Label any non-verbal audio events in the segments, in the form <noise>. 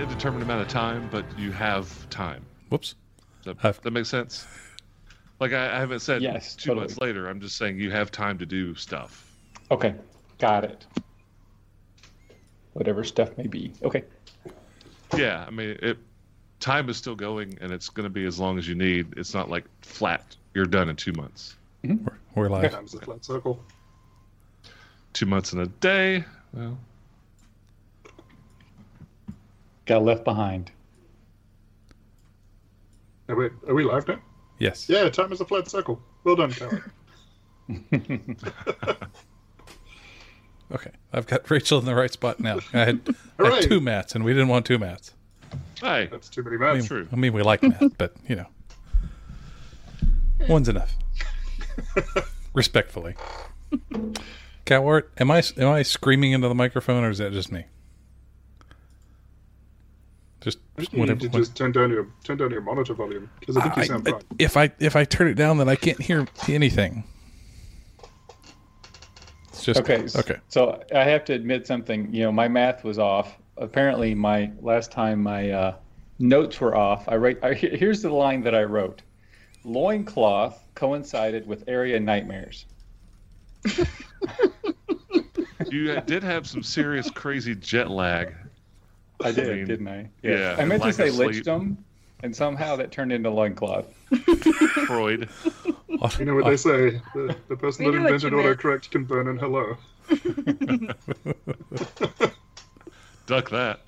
of time, but you have time. Whoops. That, I've- that makes sense. Like I, I haven't said Yes, two months later. I'm just saying you have time to do stuff. Okay, got it. Whatever stuff may be. Okay. Yeah, I mean, it, time is still going, and it's going to be as long as you need. It's not like flat. You're done in two months. We're, we're live. Times the flat circle. Two months in a day. Well, Got left behind. Are we, are we live now? Yes. Yeah, time is a flat circle. Well done, Callie. Okay. I've got <laughs> Rachel in the right spot now. <laughs> I had, I Hooray. had two mats, and we didn't want two mats. hey, That's too many I mean, maths. true. I mean, we like math, but you <laughs> know, one's enough. Respectfully. Catwart, am I am I screaming into the microphone, or is that just me? Just, just You whatever. need to just turn down your turn down your monitor volume because I think you I- sound I- fine. if I if I turn it down, then I can't hear anything. It's <laughs> just Okay. s- Okay. So I have to admit something. You know, my math was off. Apparently, my last time my uh, notes were off. I write. I, here- here's the line that I wrote: loincloth coincided with area nightmares. You did have some serious crazy jet lag. I did, mean, didn't I? yeah, I meant to lack say of sleep. lichdom, and somehow that turned into loincloth. Freud. You know what they say: the, the person We that knew what you invented meant. autocorrect can burn in hello. Duck that.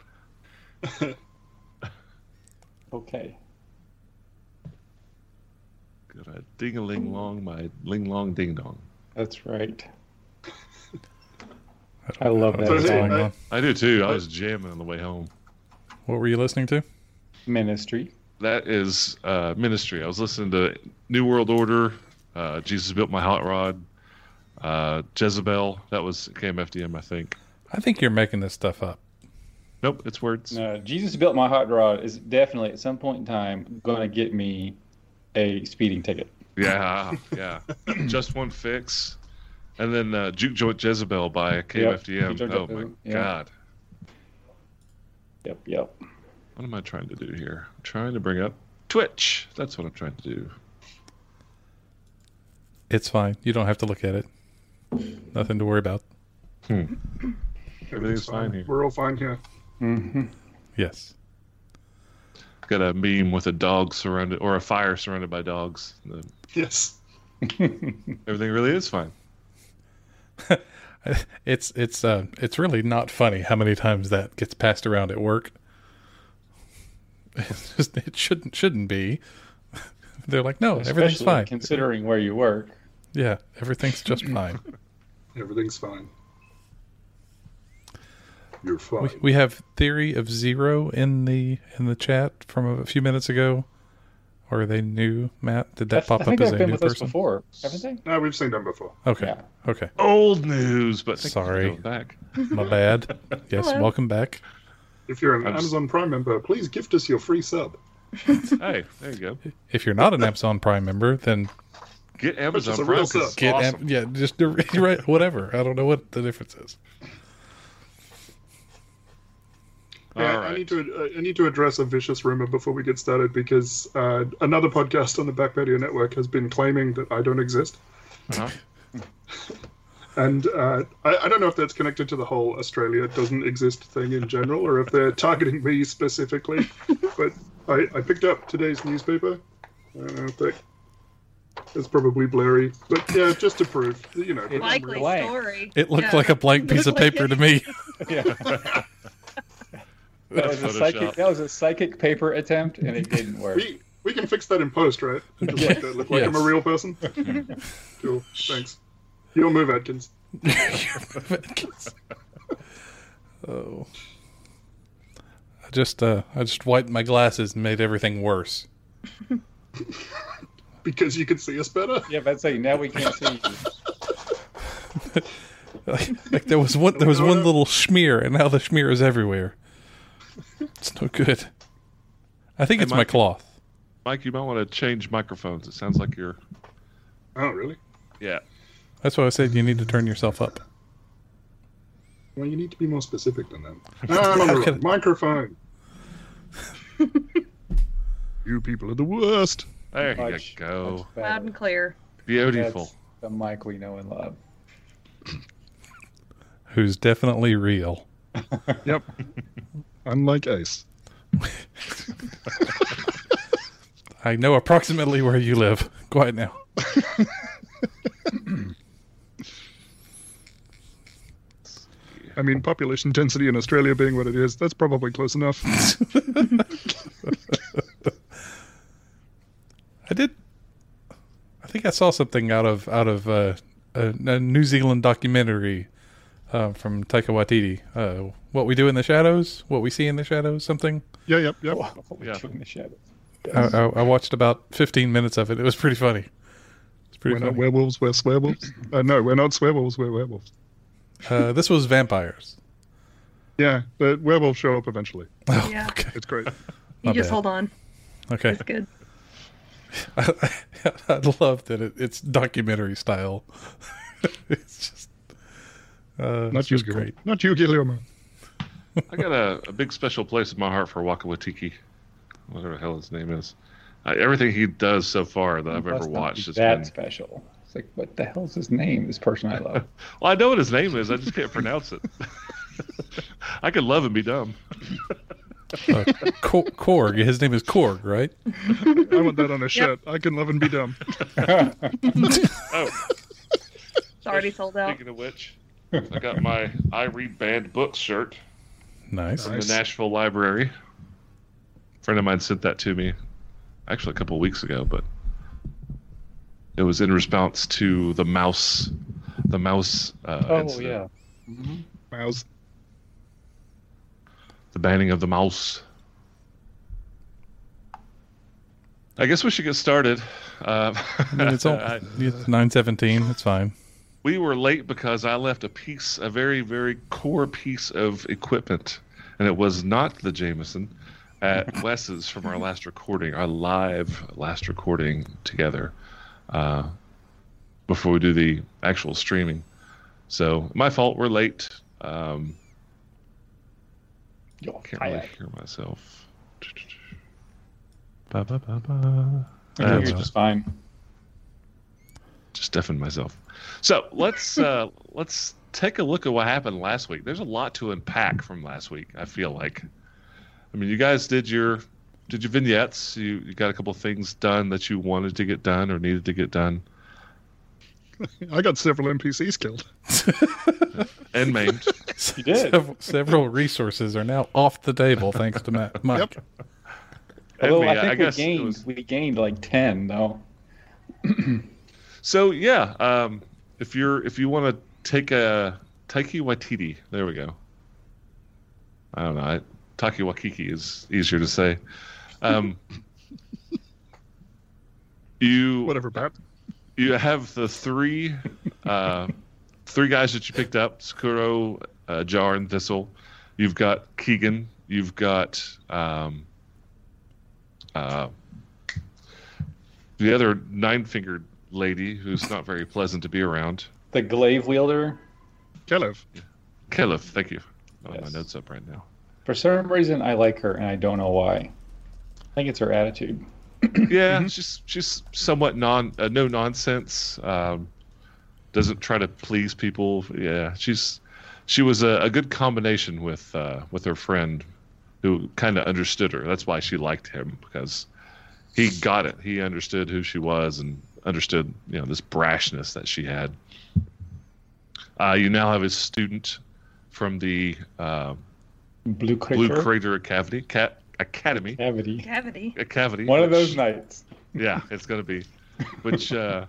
Okay. Good. I ding a ling long, my ling long ding dong. That's right. I love that What's So, hey, going I- on? I do too. I was jamming on the way home. What were you listening to? ministry. That is uh, ministry. I was listening to New World Order, uh, Jesus Built My Hot Rod, uh, Jezebel. That was KMFDM, I think. I think you're making this stuff up. Nope, it's words. No, Jesus built my hot rod is definitely at some point in time going to get me a speeding ticket. Yeah, <laughs> yeah. Just one fix, and then uh, Juke Joint Jezebel by KMFDM. Juke Joint oh my Jezebel, yeah. god, Yep, yep. what am I trying to do here? I'm trying to bring up Twitch. That's what I'm trying to do. It's fine. You don't have to look at it. Nothing to worry about. Everything's fine here. We're all fine here. Mm-hmm. <laughs> Yes. Got a meme with a dog surrounded or a fire surrounded by dogs. The- Yes. Everything really is fine. It's it's uh it's really not funny how many times that gets passed around at work. <laughs> It's just, it shouldn't shouldn't be. <laughs> They're like, no, everything's Especially fine. Considering where you work. yeah, everything's just <laughs> fine. Everything's fine. You're fine. We, we have theory of zero in the in the chat from a few minutes ago. Or are they new, Matt? Did that I- pop I up think as a they've been new with us person? before, haven't <laughs> they? no, we've seen them before. Okay, Yeah. okay, Old news, but thank you for Sorry. coming back. my <laughs> bad. Yes, Hello. welcome back. If you're an I'm s- Amazon Prime member, please gift us your free sub. Hey, there you go. If you're not an Amazon Prime member, then Get Amazon is a Prime. real 'cause it's sub. get awesome. Am- yeah, just do- <laughs> right, whatever. I don't know what the difference is. Yeah, All I need right. to uh, I need to address a vicious rumor before we get started because uh, another podcast on the Back Patio Network has been claiming that I don't exist, Uh-huh. and uh, I, I don't know if that's connected to the whole Australia doesn't exist thing in general, or if they're targeting <laughs> me specifically. but I, I picked up today's newspaper. Uh, I don't know if that it's probably blurry, but yeah, just to prove, you know. It- Likely Blank. story. It looked Yeah. like a blank piece of Looked like paper it. <laughs> to me. <laughs> Yeah. that, was a Photoshop. psychic, that was a psychic paper attempt, and it didn't work. We we can fix that in post, right? Just make that look like I'm a Yes. real <laughs> person. cool. Thanks. Your move, Atkins. oh. I just uh, I just wiped my glasses and made everything worse. <laughs> Because you can see us better. Yeah, but I'd say now we can't see you. like, like there was one there was one little smear and now the smear is everywhere. It's no good. I think Hey, it's my Mike. cloth. Mike, you might want to change microphones. It sounds like you're. Oh, really? Yeah. That's why I said you need to turn yourself up. <laughs> Well, you need to be more specific than that. No, no, no, Okay. <laughs> no. Microphone. You people are the worst. <laughs> There you Much, go. much better. Loud and clear. Beautiful. That's the Mike we know and love. Who's definitely real. <laughs> Yep. Unlike Ace. I know approximately where you live. Quiet now. I mean, population density in Australia being what it is, that's probably <laughs> close enough. I did. I think I saw something out of out of uh, a, a New Zealand documentary uh, from Taika Waititi. Uh, what we do in the shadows, what we see in the shadows, something. yeah, yep, yep. Oh, Yeah. in the shadow. I, I, I watched about 15 minutes of it. It was pretty funny. It's pretty We're not funny. werewolves, we're swearwolves. Uh, no, we're not swearwolves, we're werewolves. Uh, this was vampires. Yeah, but werewolves show up eventually. Oh, Yeah. <laughs> okay. It's great. You My just bad. hold on. Okay. It's good. I, <laughs> I, love that it, it's documentary style. <laughs> it's just. Uh, Not it's you, just Guillermo. Not you, Guillermo. I got a, a big special place in my heart for Waka Watiki, whatever the hell his name is. Uh, everything he does so far that I've ever Must not be watched has that been. special. It's like, what the hell's his name? This person I love. Well, I know what his name is. I just can't pronounce it. <laughs> I could love and be dumb. Uh, <laughs> Cor- Korg. His name is Korg, right? I want that on a shirt. I can love and be dumb. <laughs> <laughs> Oh, It's already sold out. speaking of which, I got my I Read Banned Books shirt Nice. from Nice. the Nashville Library. A friend of mine sent that to me actually a couple of weeks ago, but it was in response to the mouse. The mouse. Uh, oh, incident. yeah. Miles. The banning of the mouse. I guess we should get started. Uh, I mean, <laughs> it's all <laughs> I- it's nine seventeen. It's fine. we were late because I left a piece, a very, very core piece of equipment, and it was not the Jameson at Wes's from our last recording, our live last recording together, uh, before we do the actual streaming. So my fault, we're late. Um, Yo, can't I- really hear myself. Ba, ba, ba, ba. I Uh, think you're just fine. just deafened myself. So let's uh, let's take a look at what happened last week. There's a lot to unpack from last week. I feel like, I mean, you guys did your did your vignettes. You you got a couple things done that you wanted to get done or needed to get done I got several NPCs killed. <laughs> and maimed. <laughs> You did. Several, several resources are now off the table thanks to Matt, Mike. And Although me, I think we it gained, was- we gained like ten though. so yeah, um, if you're if you want to take a Taiki Waititi, there we go. I don't know. I, Taki Wakiki is easier to say. Um, you Whatever, Pat. you have the three uh, three guys that you picked up Skuro, uh, Jar, and Thistle. You've got Keegan. You've got um, uh, the other nine fingered lady who's not very pleasant to be around. The glaive wielder. Kelev. Caliph, thank you. I don't have Yes. my notes up right now. For some reason, I like her, and I don't know why. I think it's her attitude. Yeah, Mm-hmm. she's she's somewhat non uh, no nonsense. Um, doesn't try to please people. Yeah, she's she was a, a good combination with uh, with her friend, who kind of understood her. That's why she liked him because he got it. He understood who she was and understood you know this brashness that she had. Uh, you now have a student from the uh, Blue crater. Blue Crater Academy, Cat Academy, cavity. Cavity. a cavity. One of which- those nights. <laughs> yeah, it's going to be. Which uh,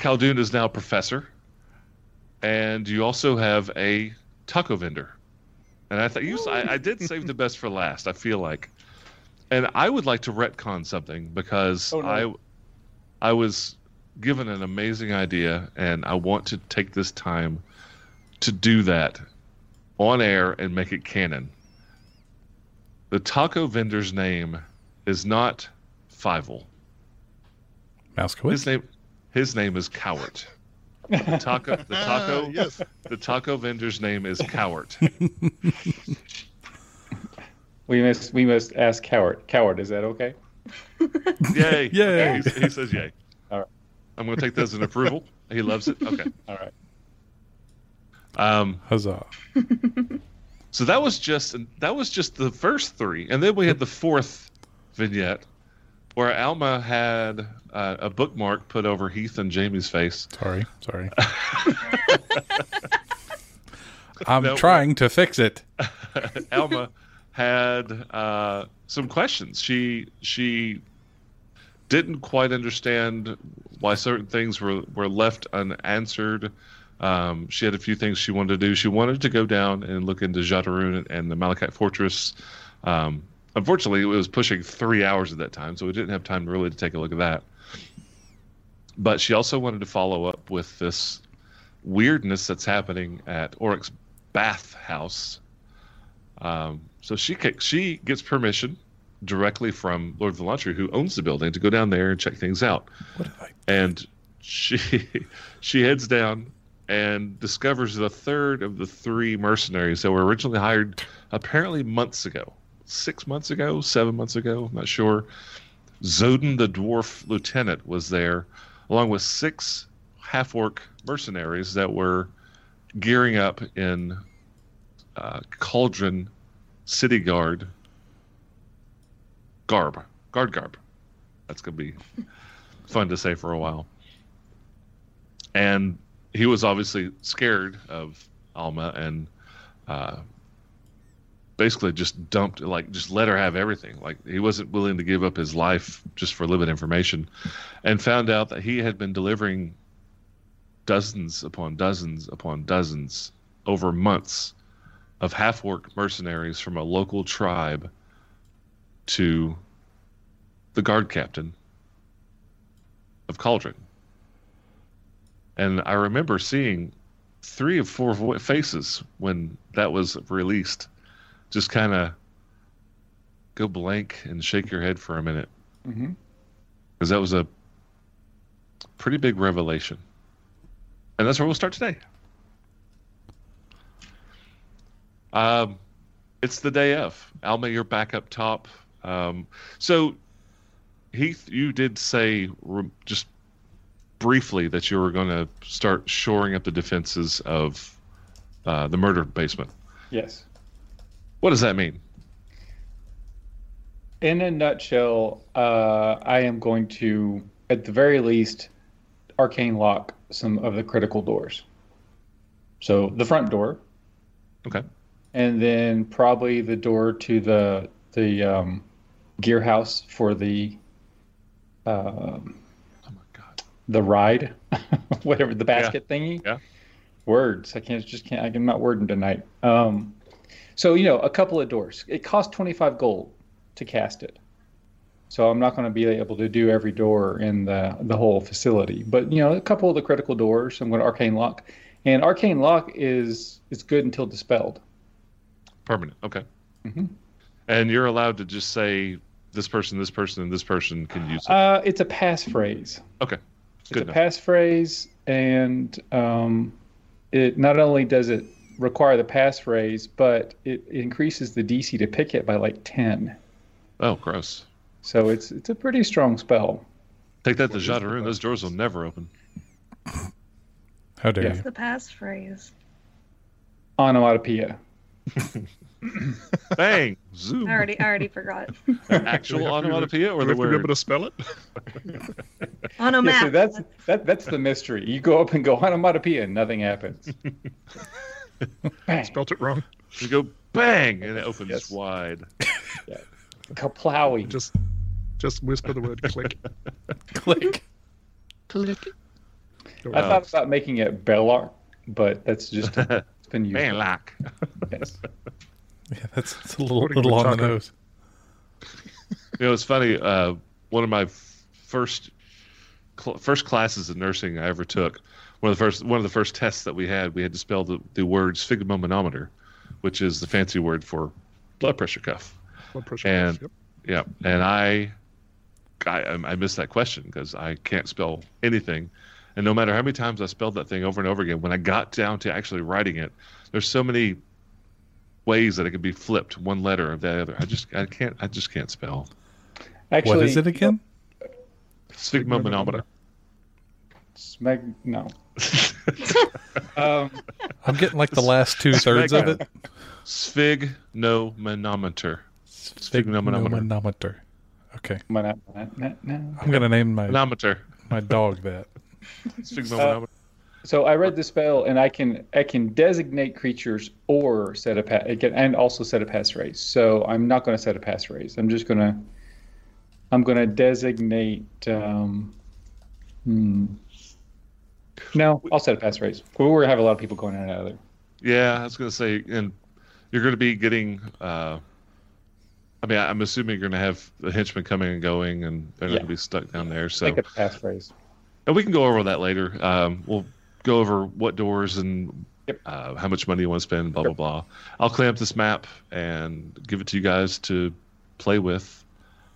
Khaldun is now professor, and you also have a taco vendor. And I thought you, I, I did save the best for last. I feel like, and I would like to retcon something because Oh, no. I, I was given an amazing idea, and I want to take this time to do that on air and make it canon. The taco vendor's name is not Fivel. His Mouskowitz. name, his name is Cowart. The taco, the Ah, taco, yes. the taco vendor's name is Cowart. We must we must ask Coward. Coward, is that okay? Yay! Yay. Okay, he, he says yay. All right. I'm going to take that as an approval. He loves it. Okay. All right. Um, Huzzah. So that was just that was just the first three, and then we had the fourth vignette where Alma had uh, a bookmark put over Heath and Jamie's face. Sorry. <laughs> Sorry. I'm That- trying to fix it. <laughs> Alma had uh, some questions. She she didn't quite understand why certain things were were left unanswered. Um, she had a few things she wanted to do. She wanted to go down and look into Jadaroon and, and the Malachite Fortress. Um, unfortunately, it was pushing three hours at that time, so we didn't have time really to take a look at that. But she also wanted to follow up with this weirdness that's happening at Oryx's bathhouse um, so she ca- she gets permission directly from Lord of the Laundry, who owns the building, to go down there and check things out. What have I? And she <laughs> she heads down and discovers the third of the three mercenaries that were originally hired apparently months ago, six months ago, seven months ago, I'm not sure. Zoden the dwarf lieutenant was there, along with six half orc mercenaries that were gearing up in uh, cauldron city guard garb guard garb that's going to be <laughs> fun to say for a while and he was obviously scared of alma and uh, basically just dumped like just let her have everything like he wasn't willing to give up his life just for limited information and found out that he had been delivering dozens upon dozens upon dozens over months of half orc mercenaries from a local tribe to the guard captain of Cauldron. And I remember seeing three or four vo- faces when that was released just kind of go blank and shake your head for a minute hmm because that was a pretty big revelation. And that's where we'll start today. Um, it's the day of. Alma, you're back up top. Um, so, Heath, you did say re- just briefly that you were going to start shoring up the defenses of uh, the murder basement. Yes. What does that mean? In a nutshell, uh, I am going to, at the very least, arcane lock some of the critical doors. So the front door, Okay. and then probably the door to the the um, gear house for the um, Oh my God. the ride, <laughs> whatever the basket thingy. Yeah. Words. I can't just can't. I'm not wording tonight. Um, so you know, a couple of doors. It costs 25 gold to cast it. So I'm not going to be able to do every door in the the whole facility, but you know, a couple of the critical doors. I'm going to arcane lock, and arcane lock is is good until dispelled. Permanent. Okay. Mm-hmm. Mhm. And you're allowed to just say this person, this person, and this person can use it. Uh, it's a passphrase. Okay. It's Good a enough. passphrase, and um, it not only does it require the passphrase, but it increases the DC to pick it by like ten. oh, gross. So it's it's a pretty strong spell. Take that to Jadaroon. Those doors will never open. How dare Yeah. you? The passphrase. Onomatopoeia. Bang! Zoom. I already, I <laughs> already forgot. Actual onomatopoeia or we the have to be able word? to spell it. <laughs> On a Yeah, map. so that's that that's the mystery. You go up and go onomatopoeia, and <laughs> nothing happens. Bang, Spelt it wrong. You go bang and it opens Yes. wide. kaplowy. Just, just whisper the <laughs> word click. <laughs> Click. click. I thought about making it Bellark, but that's just it's <laughs> been used. Man, lock. Yes. Yeah, that's, that's a little, Pretty little good on the taco. nose. You know, it's funny. Uh, one of my f- first cl- first classes in nursing I ever took. One of the first one of the first tests that we had, we had to spell the, the words sphygmomanometer, which is the fancy word for blood pressure cuff. Blood pressure. And- yep. Yeah, and I, I, um, I missed that question because I can't spell anything, and no matter how many times I spelled that thing over and over again, when I got down to actually writing it, there's so many ways that it could be flipped one letter of the other. I just I can't I just can't spell. Actually, what is it again? Sphygmomanometer. <laughs> Smeg. No. um, <laughs> I'm getting like the last two thirds of it. Sphygnomanometer. Sphygnomanometer. Sphygmomanometer. Okay, my- na- na- na- na. I'm gonna name my Manometer. my dog that. Sphygmomanometer. So I read the spell, and I can I can designate creatures or set a pa- it can, and also set a pass phrase. So I'm not going to set a pass phrase. I'm just gonna I'm gonna designate. Um, hmm. No, I'll set a pass phrase. We're gonna have a lot of people going in and out of there. Yeah, I was gonna say, and you're gonna be getting. Uh, I mean, I- I'm assuming you're gonna have the henchmen coming and going, and they're Yeah. gonna be stuck down there. So, Like a pass phrase. and we can go over that later. Um, we'll go over what doors and Yep. uh, how much money you want to spend. Blah Sure. blah blah. I'll clean up this map and give it to you guys to play with.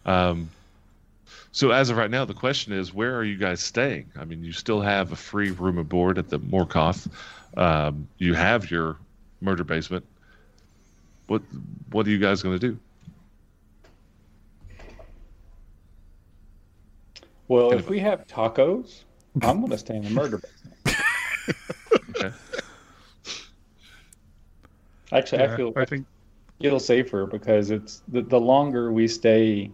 Um, so as of right now, the question is, where are you guys staying? I mean, you still have a free room aboard at the Morkoth. Um, you have your murder basement. What What are you guys going to do? Well, if we have tacos, I'm gonna stay in the murder basement. <laughs> Okay. Actually, I Yeah, feel I think it'll safer because it's the, the longer we stay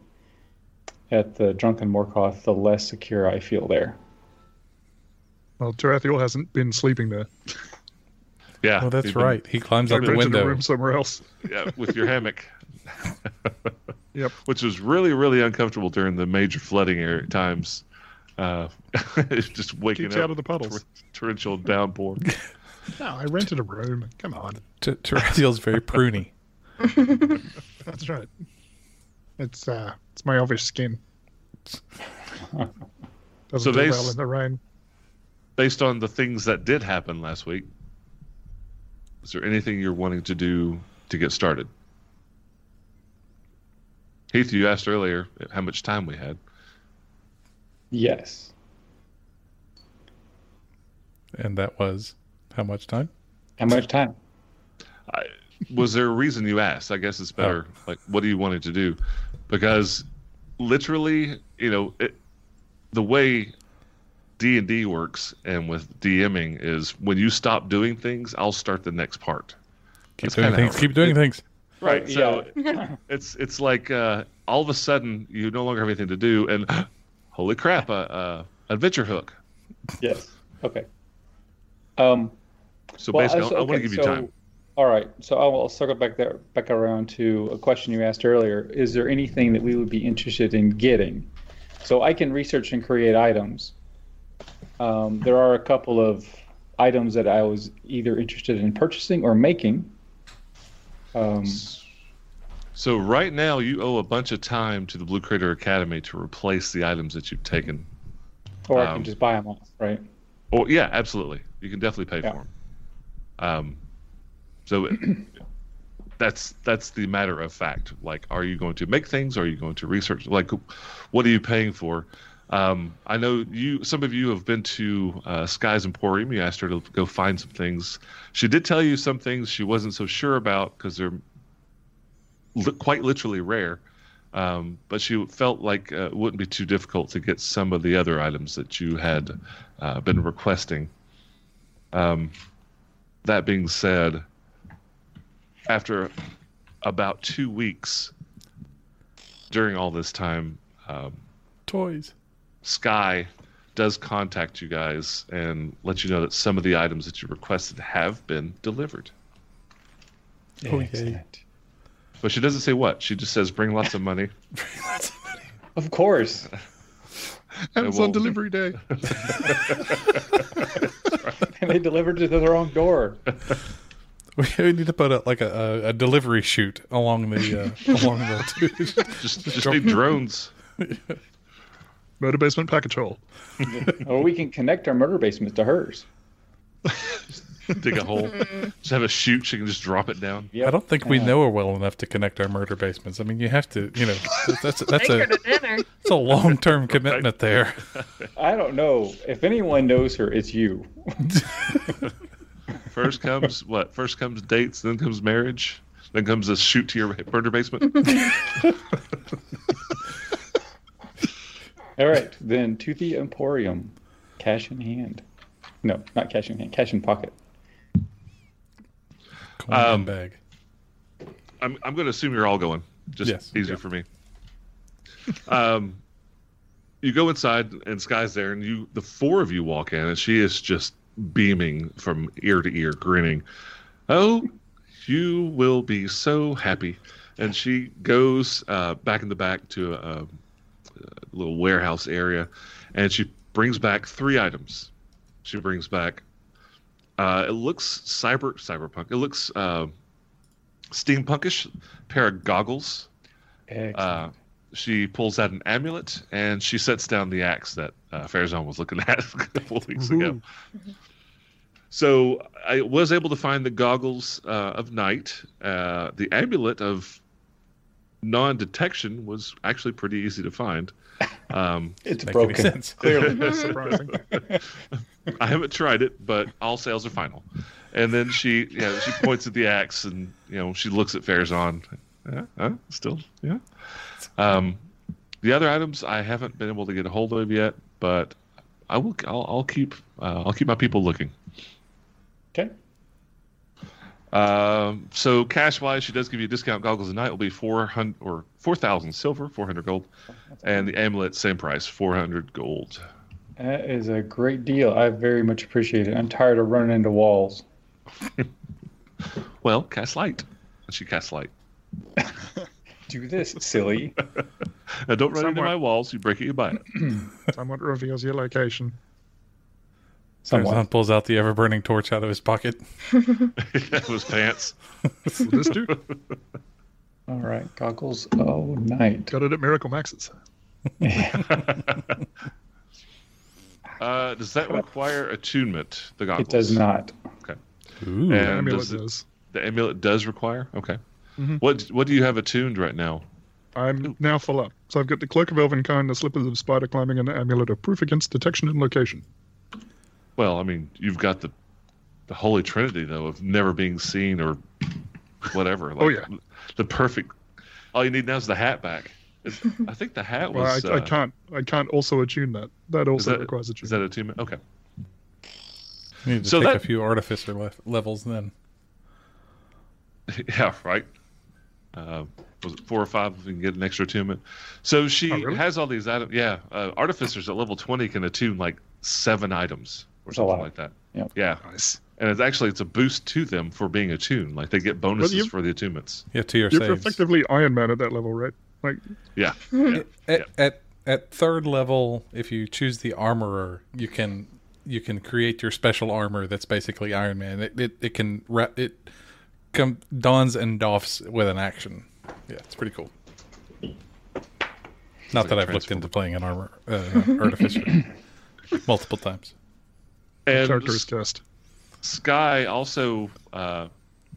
at the drunken Morkoth, the less secure I feel there. well, Tarathiel hasn't been sleeping there. Yeah. Oh, that's you've been- right. He climbs I out the rented a window. room somewhere else. yeah, with your hammock. <laughs> Yep. Which was really, really uncomfortable during the major flooding area times. Uh, <laughs> just waking Keeps up you out of the puddles. tor- torrential downpour. No, I rented a room. Come on, T- Tarathiel's very pruny. that's right. It's uh, it's my elvish skin. Doesn't So do they well s- in the rain. Based on the things that did happen last week, is there anything you're wanting to do to get started? Heath, you asked earlier how much time we had. Yes. And that was how much time? How much time? was there a reason you asked? I guess it's better. Like, what do you wanted to do? Because literally, you know, it, the way D and D works, and with DMing is when you stop doing things, I'll start the next part. Keep That's doing kinda things. how- Keep doing things. Right. So <laughs> it's it's like uh, all of a sudden you no longer have anything to do, and <gasps> holy crap, a uh, uh, adventure hook. Yes. Okay. Um, So well, basically, so- I want to okay, give you so- time. All right. So I'll, I'll circle back there, back around to a question you asked earlier. Is there anything that we would be interested in getting? So I can research and create items. Um, there are a couple of items that I was either interested in purchasing or making. Um, So right now you owe a bunch of time to the Blue Crater Academy to replace the items that you've taken or I Um, can just buy them off, right? Oh yeah, absolutely. You can definitely pay Yeah. for 'em. for them. Um, so it, <clears throat> that's that's the matter of fact. Like, are you going to make things? are you going to research? Like, what are you paying for? Um, I know you. Some of you have been to uh, Sky's Emporium. You asked her to go find some things. She did tell you some things she wasn't so sure about because they're li- quite literally rare. Um, but she felt like uh, it wouldn't be too difficult to get some of the other items that you had uh, been requesting. Um, that being said, after about two weeks during all this time, um, Toys. <laughs> Sky does contact you guys and let you know that some of the items that you requested have been delivered. Oh, yay. Excellent. But she doesn't say what. She just says, bring lots of money. <laughs> Of course. Amazon won't- delivery day. and they delivered to the wrong door. We we need to put a, like a, a, a delivery chute along the uh, along the. Just, just need drones. Motor basement package hall. or we can connect our murder basement to hers. Dig a hole. Just have a chute. She can just drop it down. I Yep. don't think we Yeah. know her well enough to connect our murder basements. I mean, you have to, you know, that's that's Take her a to dinner. that's a long term commitment there. I don't know. If anyone knows her, it's you. First comes what? First comes dates, then comes marriage. Then comes this shoot to your burner basement. All right, then to the Emporium, cash in hand. No, not cash in hand. Cash in pocket. Coin Um, bag. I'm I'm going to assume you're all going. Just Yes. easier for me. Um, you go inside and Sky's there, and you the four of you walk in, and she is just beaming from ear to ear, grinning. Oh, you will be so happy. And she goes uh, back in the back to a, a little warehouse area, and she brings back three items. She brings back. Uh, it looks cyber cyberpunk. It looks uh, steampunkish pair of goggles. Uh, she pulls out an amulet and she sets down the axe that uh, Farazan was looking <laughs> at a couple of weeks ago. So I was able to find the goggles uh, of night. Uh, the amulet of non-detection was actually pretty easy to find. Um, it's That makes broken. sense. <laughs> Clearly. Surprising. I haven't tried it, but all sales are final. And then she, yeah, she points at the axe, and you know she looks at Farazan. Yeah, huh? still, yeah. Um, the other items I haven't been able to get a hold of yet, but I will. I'll, I'll keep. Uh, I'll keep my people looking. Okay. Um, so cash wise, she does give you a discount. Goggles a night will be four hundred or four thousand silver, four hundred gold, and the amulet same price, four hundred gold. That is a great deal. I very much appreciate it. I'm tired of running into walls. Well, cast light. She casts light. Do <laughs> this, silly. Now, don't run into Somewhat. my walls. You break it, you buy it. Somewhat reveals your location. Someone. Farazan pulls out the ever burning torch out of his pocket. <laughs> that was <laughs> pants. Will this do? All right, goggles. Oh, night. <laughs> Got it at Miracle Max's. Uh, does that require attunement? The goggles. It does not. Ooh. And I mean, does it it- does. the amulet does require. Okay. Mhm. What What do you have attuned right now? I'm now full up. So I've got the Cloak of Elven Kind, the Slippers of Spider Climbing, and the Amulet of Proof Against Detection and Location. Well, I mean, you've got the the Holy Trinity though of never being seen or whatever. Like, <laughs> Oh, The perfect. All you need now is the hat back. Is- I think the hat Well, was. I, I uh, can't. I can't also attune that. That Is also that, requires is attunement. that attunement? Okay. You need to So take that- a few artificer lef- levels then. <laughs> Yeah, right. Uh, was it four or five? We can get an extra attunement. So she Oh, really? has all these items. Yeah, uh, artificers at level twenty can attune like seven items or That's a something lot. like that. Yep. Yeah, Nice. and it's actually it's a boost to them for being attuned. Like they get bonuses you- for the <laughs> attunements. Yeah, to your You're saves. effectively Iron Man at that level, right? Like, Yeah, yeah. At, Yeah. at at third level, if you choose the armorer, you can you can create your special armor that's basically Iron Man. It it, it can ra- it com- dons and doffs with an action. Yeah, it's pretty cool. Not like that I've looked transform- into playing an armor uh, artificer multiple times. and character is S- test. Sky also uh,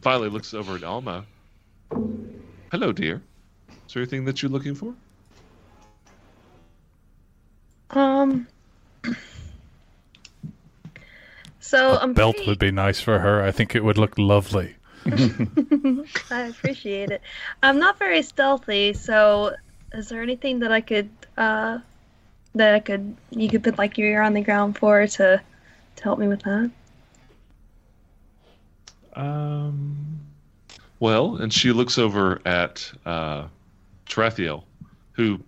finally looks over at Alma. Hello, dear. Is there anything that you're looking for? Um. So I'm Belt pretty- would be nice for her. I think it would look lovely. <laughs> I appreciate it. I'm not very stealthy, so is there anything that I could uh that I could you could put like your ear on the ground for to to help me with that? Um. Well, and she looks over at uh, Tarathiel, who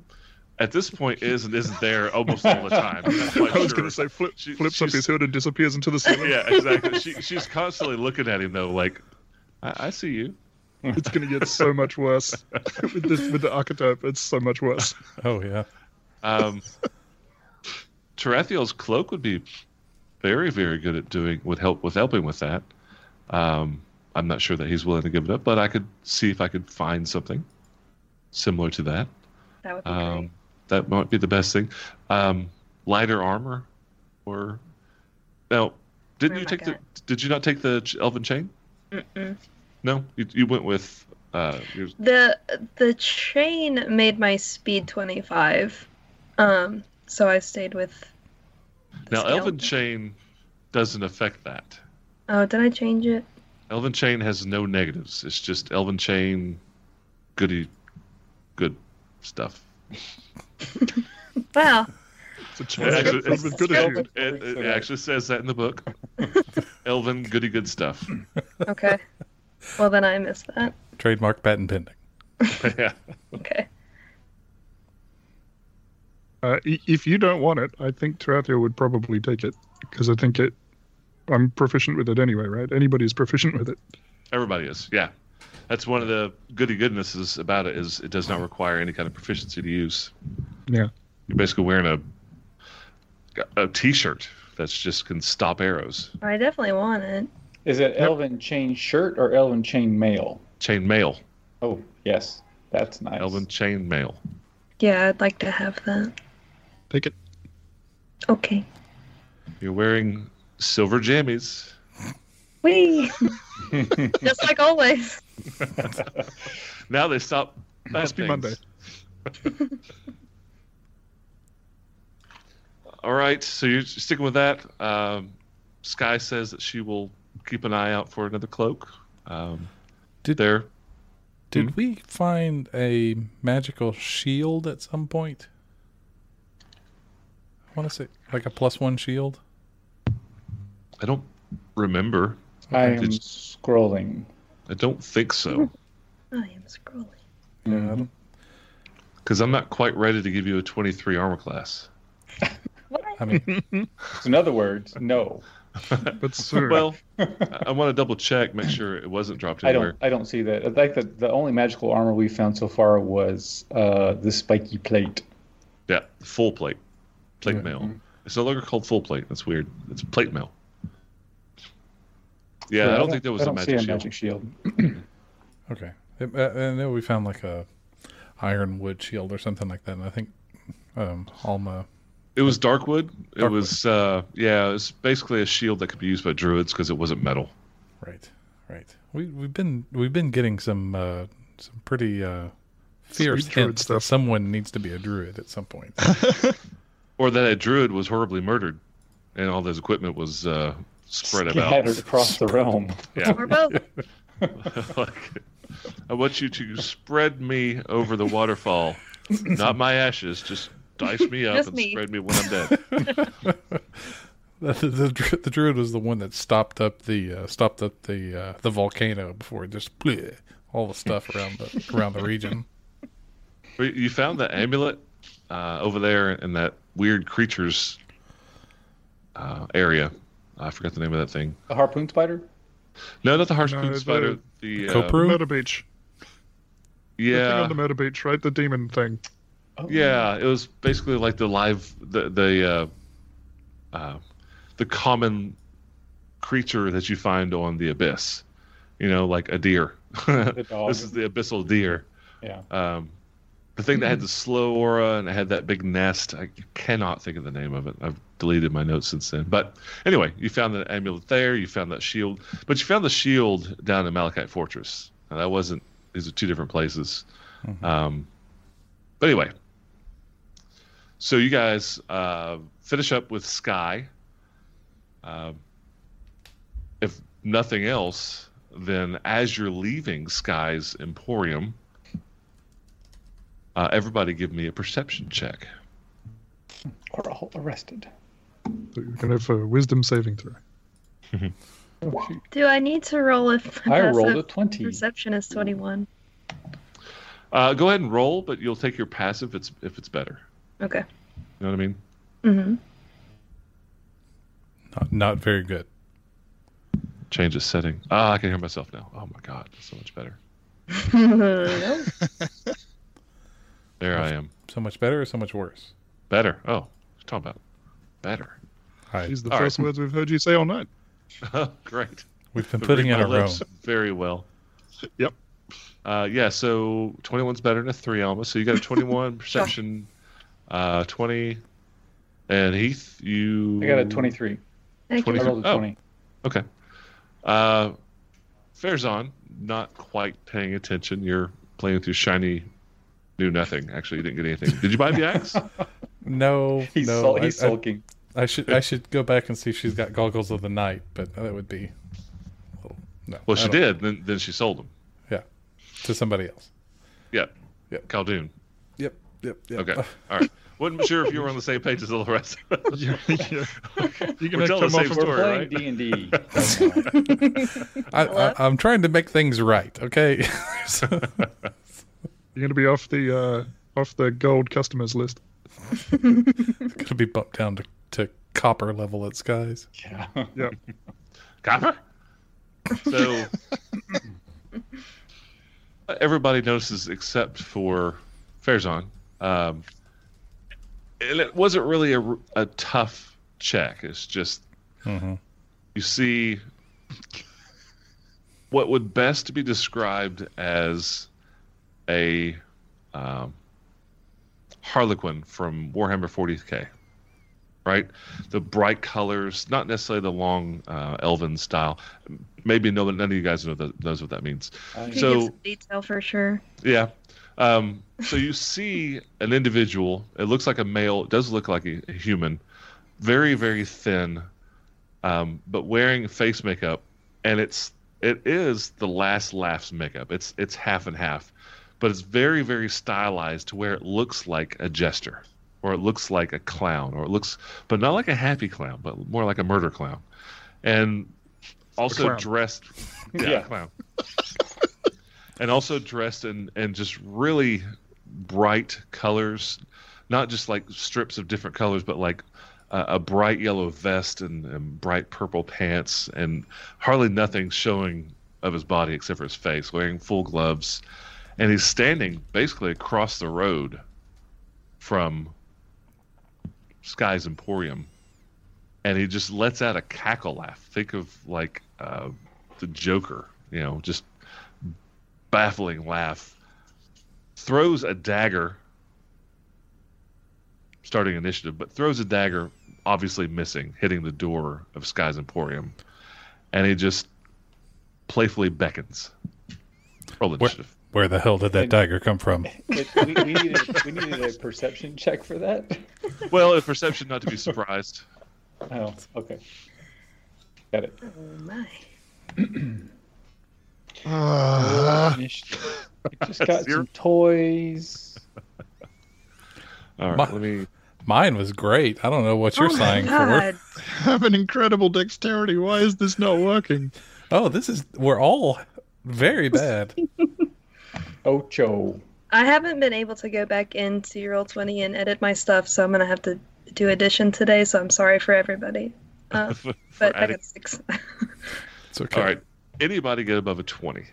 at this point is and isn't there almost all the time. I'm not quite <laughs> I was sure. going to say, flip, She- flips up she's- his hood and disappears into <laughs> the ceiling. Yeah, exactly. She, she's constantly looking at him though, like, I, I see you. It's going to get so much worse <laughs> with, this, with the archetype. It's so much worse. Oh yeah. Um, Tarathiel's cloak would be very, very good at doing with help with helping with that. Um, I'm not sure that he's willing to give it up, but I could see if I could find something similar to that. That would be Um, that might be the best thing. Um, lighter armor, or now, didn't Where you am I take the? Did you not take the ch- elven chain? great. Mm-mm. No, you, you went with. Uh, your, The the chain made my speed 25. Um so I stayed with the now, scale. elven chain doesn't affect that. Oh, did I change it? Elven Chain has no negatives. It's just Elven Chain, goody, good stuff. Wow. It's a It choice. actually, it, It's with good it- attitude. it- it actually says that in the <laughs> book. Elven goody good stuff. Okay. well, then I missed that. Trademark patent pending. <laughs> yeah. Okay. Uh, i- if you don't want it, I think Tarathia would probably take it because I think it. I'm proficient with it anyway, right? Anybody's proficient with it. Everybody is. Yeah. That's one of the goody goodnesses about it is it does not require any kind of proficiency to use. Yeah. You're basically wearing a a t-shirt that's just can stop arrows. I definitely want it. Is it elven chain shirt or elven chain mail? Chain mail. Oh, yes. That's nice. Elven chain mail. Yeah, I'd like to have that. Take it. Okay. You're wearing silver jammies. <laughs> Whee! Just like always. Now they stop. Must be Monday. <laughs> All right, so you're sticking with that. Um, Sky says that she will keep an eye out for another cloak. Um, Did- there? Did Hmm. we find a magical shield at some point? I want to say like a plus one shield. I don't remember. I am Did you- scrolling. I don't think so, I am scrolling. Yeah, I don't- because I'm not quite ready to give you a 23 armor class. <laughs> What? Mm-hmm. I <laughs> mean, So in other words, no. But soon. <laughs> <laughs> Well, I, want to double check, make sure it wasn't dropped I anywhere. don't I don't see that. I think that the only magical armor we found so far was uh, the spiky plate. Yeah, full plate, plate Yeah. mail. It's no longer called full plate. That's weird. It's plate mail. Yeah, I, don't think there was I a don't see magic shield. magic shield. okay. It, uh, and then we found like a ironwood shield or something like that. And I think um, Alma. It was darkwood. It Darkwood. was uh, yeah. It was basically a shield that could be used by druids because it wasn't metal. Right, right. We we've been we've been getting some uh, some pretty uh, fierce Sweet druid hints that stuff. someone needs to be a druid at some <laughs> point. Or that a druid was horribly murdered, and all this equipment was uh, spread <laughs> Scattered about. <laughs> across the realm. Or both. <laughs> <laughs> like, I want you to spread me over the <laughs> waterfall, not my ashes. Just dice me up Just and me. spread me when I'm dead. <laughs> the, the, dru- the druid was the one that stopped up the uh, stopped up the uh, the volcano before it just bleh, all the stuff <laughs> around the around the region. But you found the amulet uh, over there in that weird creatures uh, area. I forgot the name of that thing. The harpoon spider? No, not the harpoon the- spider. The, uh, Copru? Murder Beach. The thing Yeah, on the Murder Beach, right? The demon thing. Oh, yeah. It was basically like the live, the the uh, uh, the common creature that you find on the abyss. You know, like a deer. <laughs> The dog. this is the abyssal deer. Yeah. Um, the thing that had the slow aura and it had that big nest. I cannot think of the name of it. I've deleted my notes since then. But anyway, you found the amulet there. You found that shield, but you found the shield down in Malachite Fortress. Now, that wasn't. These are two different places. Mm-hmm. Um, but anyway, so you guys uh, finish up with Sky. Um, if nothing else, then as you're leaving Sky's Emporium, uh, everybody give me a perception check. We're all arrested. So you're going to have a wisdom saving throw. Oh, shoot. Do I need to roll if my I passive rolled a 20. perception is 21? Uh, go ahead and roll, but you'll take your passive if it's, if it's better. Okay. You know what I mean? Mm-hmm. <laughs> Not, not very good. Change the setting. Ah, I can hear myself now. Oh my god, that's so much better. no. There I am. So much better or so much worse. Better. Oh, what you talking about better. <laughs> I, These are the All first words we've heard you say all night. Great. we've been putting in Read our my own. lips very well. Yep. Uh, yeah, so 21's better than a 3 almost. So you got a <laughs> 21 perception, uh, 20. And Heath, you. I got a 23. Thank I you. 23. rolled a Oh. 20. Okay. Uh, Fairzon, not quite paying attention. You're playing through shiny, knew nothing. Actually, you didn't get anything. Did you <laughs> buy the axe? No, He's, no. sul- I- he's I, sulking. I should I should go back and see if she's got goggles of the night, but that would be No. Well, I she don't- did. Then then she sold them. to somebody else. Yeah. Yeah. Khaldun. Yep. Yep. yep. <laughs> Okay. All right. Wasn't sure if you were on the same page as all the rest. <laughs> of us. Yeah, yeah. You're We're eh? gonna telling the come same off. We're story, right? playing D and D. <laughs> I, Hello? I, I'm trying to make things right. Okay. <laughs> So- You're gonna be off the uh, off the gold customers list. Could be bumped down to, to copper level at skies. Yeah. Copper. So <laughs> everybody notices except for Fairzon. Um, and it wasn't really a, a tough check. It's just Mhm. you see what would best be described as a um, harlequin from Warhammer 40k, right? The bright colors, not necessarily the long uh, elven style. Maybe no, none of you guys know the, knows what that means. I- You So- get some detail for sure. Yeah. Um, so you see an individual. It looks like a male. It does look like a, a human. Very, very thin, um, but wearing face makeup, and it's it is the last laughs makeup. It's it's half and half, but it's very, very stylized to where it looks like a jester, or it looks like a clown, or it looks, but not like a happy clown, but more like a murder clown, and also clown. dressed, yeah, Yeah. clown and also dressed in and just really bright colors, not just like strips of different colors, but like uh, a bright yellow vest and, and bright purple pants, and hardly nothing showing of his body except for his face. Wearing full gloves, and he's standing basically across the road from Sky's Emporium, and he just lets out a cackle laugh. Think of like uh, the Joker, you know, just baffling laugh, throws a dagger, starting initiative, but throws a dagger, obviously missing, hitting the door of Sky's Emporium. And he just playfully beckons. Roll initiative. Where the hell did that dagger come from? it, <laughs> we, we, needed, we needed a perception check for that. well, a perception not to be surprised. Oh, okay. Got it. Oh my. Ah. Initiative. I just got Uh. Zero. some toys. <laughs> All right, My- let me. Mine was great. I don't know what you're oh sighing my God. for. <laughs> have an incredible dexterity. Why is this not <laughs> working? Oh, this is we're all very bad. Ocho. I haven't been able to go back into roll twenty and edit my stuff, so I'm gonna have to do addition today. So I'm sorry <laughs> for everybody, uh, for but I adding- got six. <laughs> <laughs> It's okay. All right. Anybody get above a 20?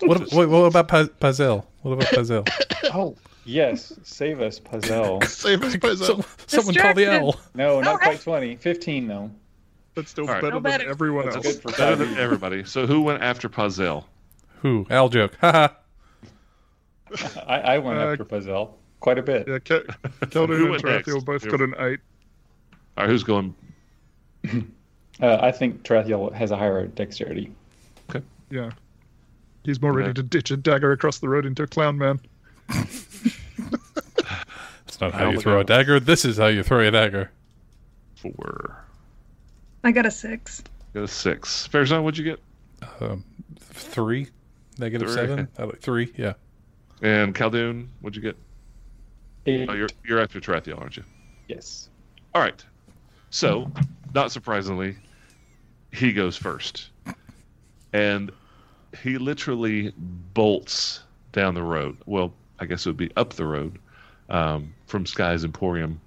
What, what, what about Pa- Pazel? What about <laughs> Pazel? Oh, yes. Save us, Puzzle. Save us, Paizo. Some- someone call the Distracted. owl. <laughs> No, not Alright. quite 20. 15, though. That's still All right. better No than better. everyone That's else. good for better five than years. everybody. So who went after Pazel? Who? Owl joke. Haha. I, I went Uh, after Puzzle quite a bit. Yeah, Ke- Keldon Who and went next? Tarathiel both Who- got an eight. All right, who's going? Uh, I think Trathiel has a higher dexterity. Yeah. He's more Yeah. ready to ditch a dagger across the road into a clown man. That's not how Oh you my throw a God. dagger. This is how you throw a dagger. Four. I got a six. Got a six. Fairzone, what'd you get? Um, three, negative Three. seven, I don't- three. Yeah. And Khaldun, what'd you get? Eight. Oh, you're you're after Tarathiel, aren't you? Yes. All right. So, not surprisingly, he goes first, and he literally bolts down the road. Well, I guess it would be up the road um, from Sky's Emporium.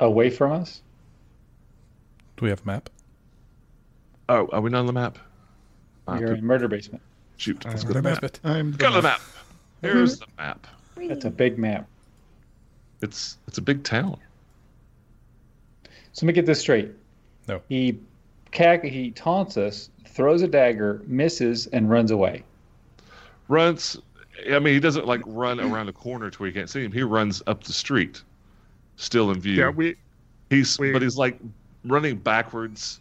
Away from us? Do we have a map? Oh, are we not on the map? Ah, You're in murder basement. shoot, let's I'm go to the the map. map. I'm Go to the the map. Here's the map. That's a big map. It's it's a big town. So let me get this straight. No. He, cack, he taunts us, throws a dagger, misses, and runs away. runs. I mean, he doesn't like run around a corner to where you can't see him. He runs up the street, still in view. Yeah, we he's we- but he's like running backwards,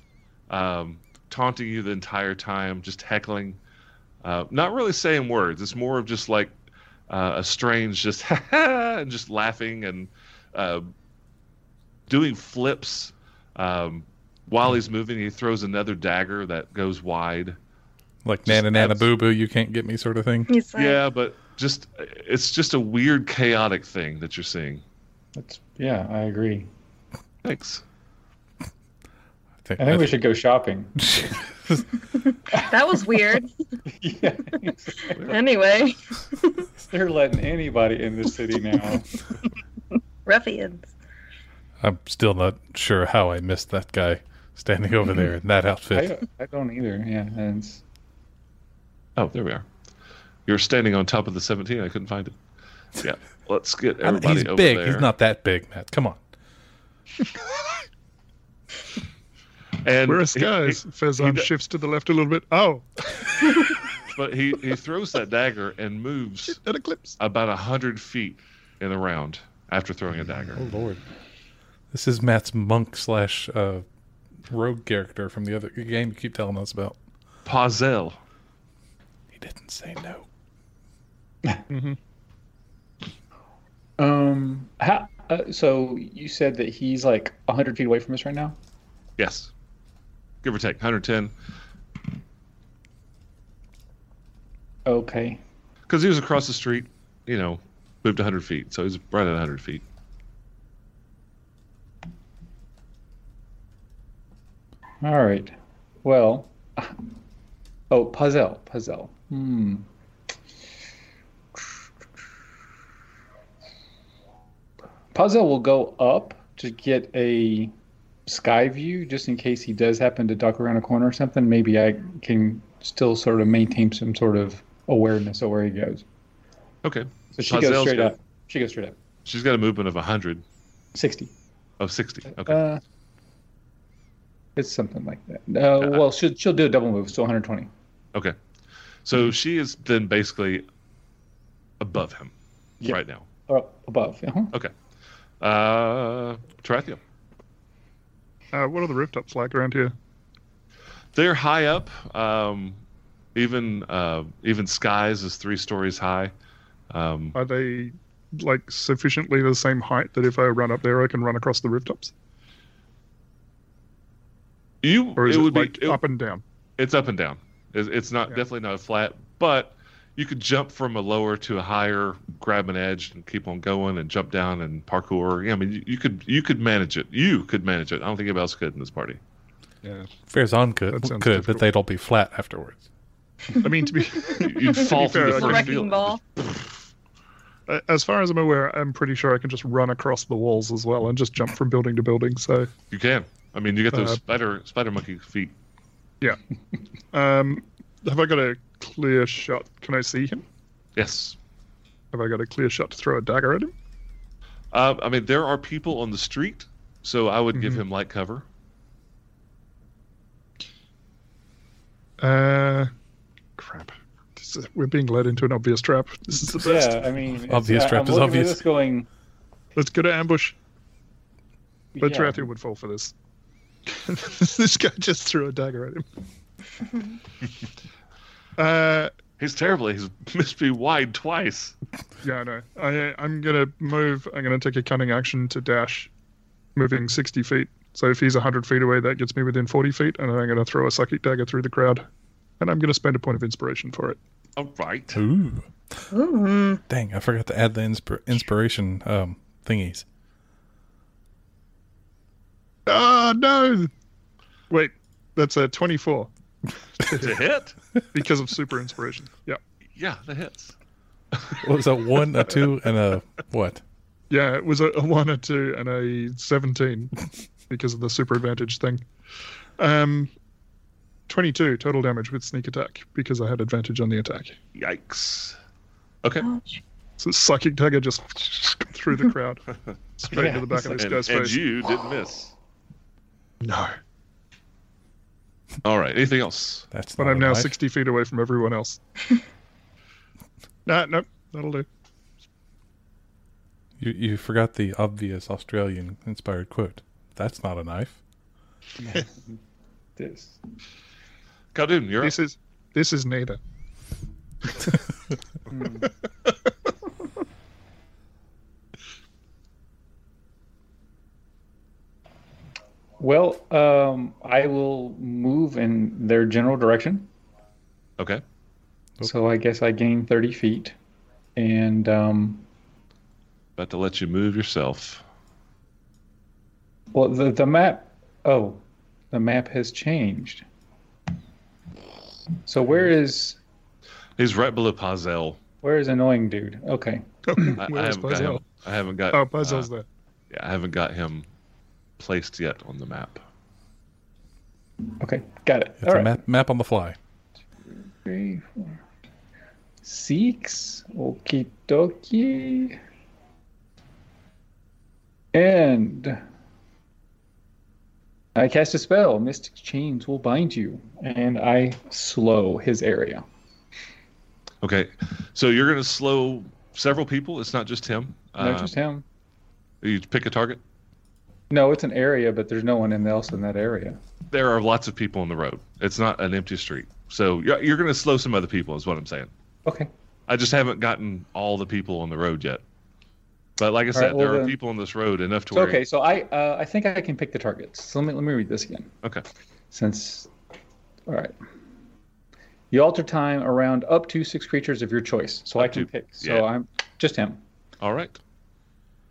um, taunting you the entire time, just heckling, uh, not really saying words. It's more of just like uh, a strange, just <laughs> and just laughing and uh, doing flips, um, while he's moving, he throws another dagger that goes wide. Like Just Nana Nana abs- Boo Boo, you can't get me sort of thing. He's like, Yeah, but just it's just a weird, chaotic thing that you're seeing. That's yeah, I agree. Thanks. I think we should go shopping. <laughs> <laughs> that was weird. <laughs> yeah, <laughs> anyway, they're letting anybody in this city now. ruffians. I'm still not sure how I missed that guy standing over there in that outfit. I, I don't either. Yeah, and it's- Oh, there we are. You're standing on top of the 17. I couldn't find it. Yeah, let's get <laughs> I- uh, everybody he's over big. there. He's not that big, Matt. Come on. And Where are he- he- skies? Fezan he- um, shifts to the left a little bit. Oh, but he, he throws that dagger and moves that eclipse. about a hundred feet in the round after throwing a dagger. Oh, Lord, this is Matt's monk slash uh, rogue character from the other game you keep telling us about. Pazel. He didn't say no. um, how, uh, so you said that he's like hundred feet away from us right now. Yes. Give or take. 110. Okay. Because he was across the street, you know, moved 100 feet. So he's right at 100 feet. All right. Well, uh, oh, puzzle, puzzle. Hmm. Puzzle will go up to get a sky view just in case he does happen to duck around a corner or something. Maybe I can still sort of maintain some sort of awareness of where he goes. Okay. So she goes Puzzle's straight got- up. She goes straight up. She's got a movement of 100, 60. of 60. Okay. Uh, it's something like that. Uh, well, she'll, she'll do a double move, so 120. okay. So she is then basically above him Yeah. right now. Or above. Uh-huh. Okay. Uh, Tarathia. Uh, what are the rooftops like around here? They're high up. Um, even uh, even skies is three stories high. Um, Are they like sufficiently the same height that if I run up there, I can run across the rooftops, you or is it it, would like be it- up and down? it's up and down. It's, it's not Yeah. definitely not flat, but you could jump from a lower to a higher, grab an edge, and keep on going, and jump down and parkour. Yeah, I mean, you, you could you could manage it. You could manage it. I don't think anybody else could in this <laughs> party. Yeah. Fairzon That could, sounds could but difficult. they'd all be flat afterwards. I mean, to be <laughs> You- You'd fall fair, through the I It's a first wrecking field. ball. as far as I'm aware, I'm pretty sure I can just run across the walls as well and just jump from building to building. So, You can. I mean, you get those Uh, spider spider monkey feet. um, have I got a clear shot? Can I see him? Yes. Have I got a clear shot to throw a dagger at him? Um, I mean, there are people on the street, so I would Mm-hmm. give him light cover. Uh, crap. This is, we're being led into an obvious trap. This is the best. Yeah, I mean, it's- Obvious I- trap I'm is looking at obvious. This going, Let's go to ambush. But yeah. Tarathia would fall for this. <laughs> this guy just threw a dagger at him. uh, He's terrible. He's <laughs> missed me wide twice. yeah, I know. I, I'm gonna move. I'm gonna take a cunning action to dash, moving 60 feet. So if he's 100 feet away, that gets me within 40 feet, and then I'm gonna throw a psychic dagger through the crowd, and I'm gonna spend a point of inspiration for it. All <laughs> right. Ooh. Ooh. Dang, I forgot to add the inspir- inspiration um, thingies. Ah, no! Wait, that's a 24 It's a hit. because of super inspiration. Yeah, Yeah, that hits. What was that? One, a two, and a what? yeah, it was a, a one, a two, and a 17 because of the super advantage thing. Um, 22 total damage with sneak attack because I had advantage on the attack. Yikes. Okay. Ouch. So psychic dagger just through the <laughs> crowd, straight Yeah, to the back of this and, guy's and face. you did miss. No, All right. Anything else? That's but not I'm a now knife. 60 feet away from everyone else. nah, nope, that'll do. You, you forgot the obvious Australian inspired quote. That's not a knife. <laughs> This. Khaldun, you're up. This is this <clears throat> is neither. Hmm. Well, um, I will move in their general direction. Okay. So I guess I gain 30 feet. And um, About to let you move yourself. well, the, the map. Oh, the map has changed. So where is He's right below Pazel. where is annoying dude? Okay. I, I Where haven't got is him. Puzzle? I haven't got. Oh, Puzzle's uh, there. yeah, I haven't got him placed yet on the map. Okay. Got it. It's All a right. map, map on the fly. Three, four, six. Okie dokie. And I cast a spell. Mystic chains will bind you, and I slow his area. Okay, so you're going to slow several people. It's not just him. Not Uh, just him. You pick a target. No, it's an area, but there's no one in- else in that area. There are lots of people on the road. It's not an empty street. So you're, you're going to slow some other people, is what I'm saying. Okay. I just haven't gotten all the people on the road yet. But like I said, right, well there are then- people on this road enough to So, where. okay, so I uh, I think I can pick the targets. So let me let me read this again. Okay. Since, all right. You alter time around up to six creatures of your choice, so I Up can to- pick. So yeah. I'm just him. All right.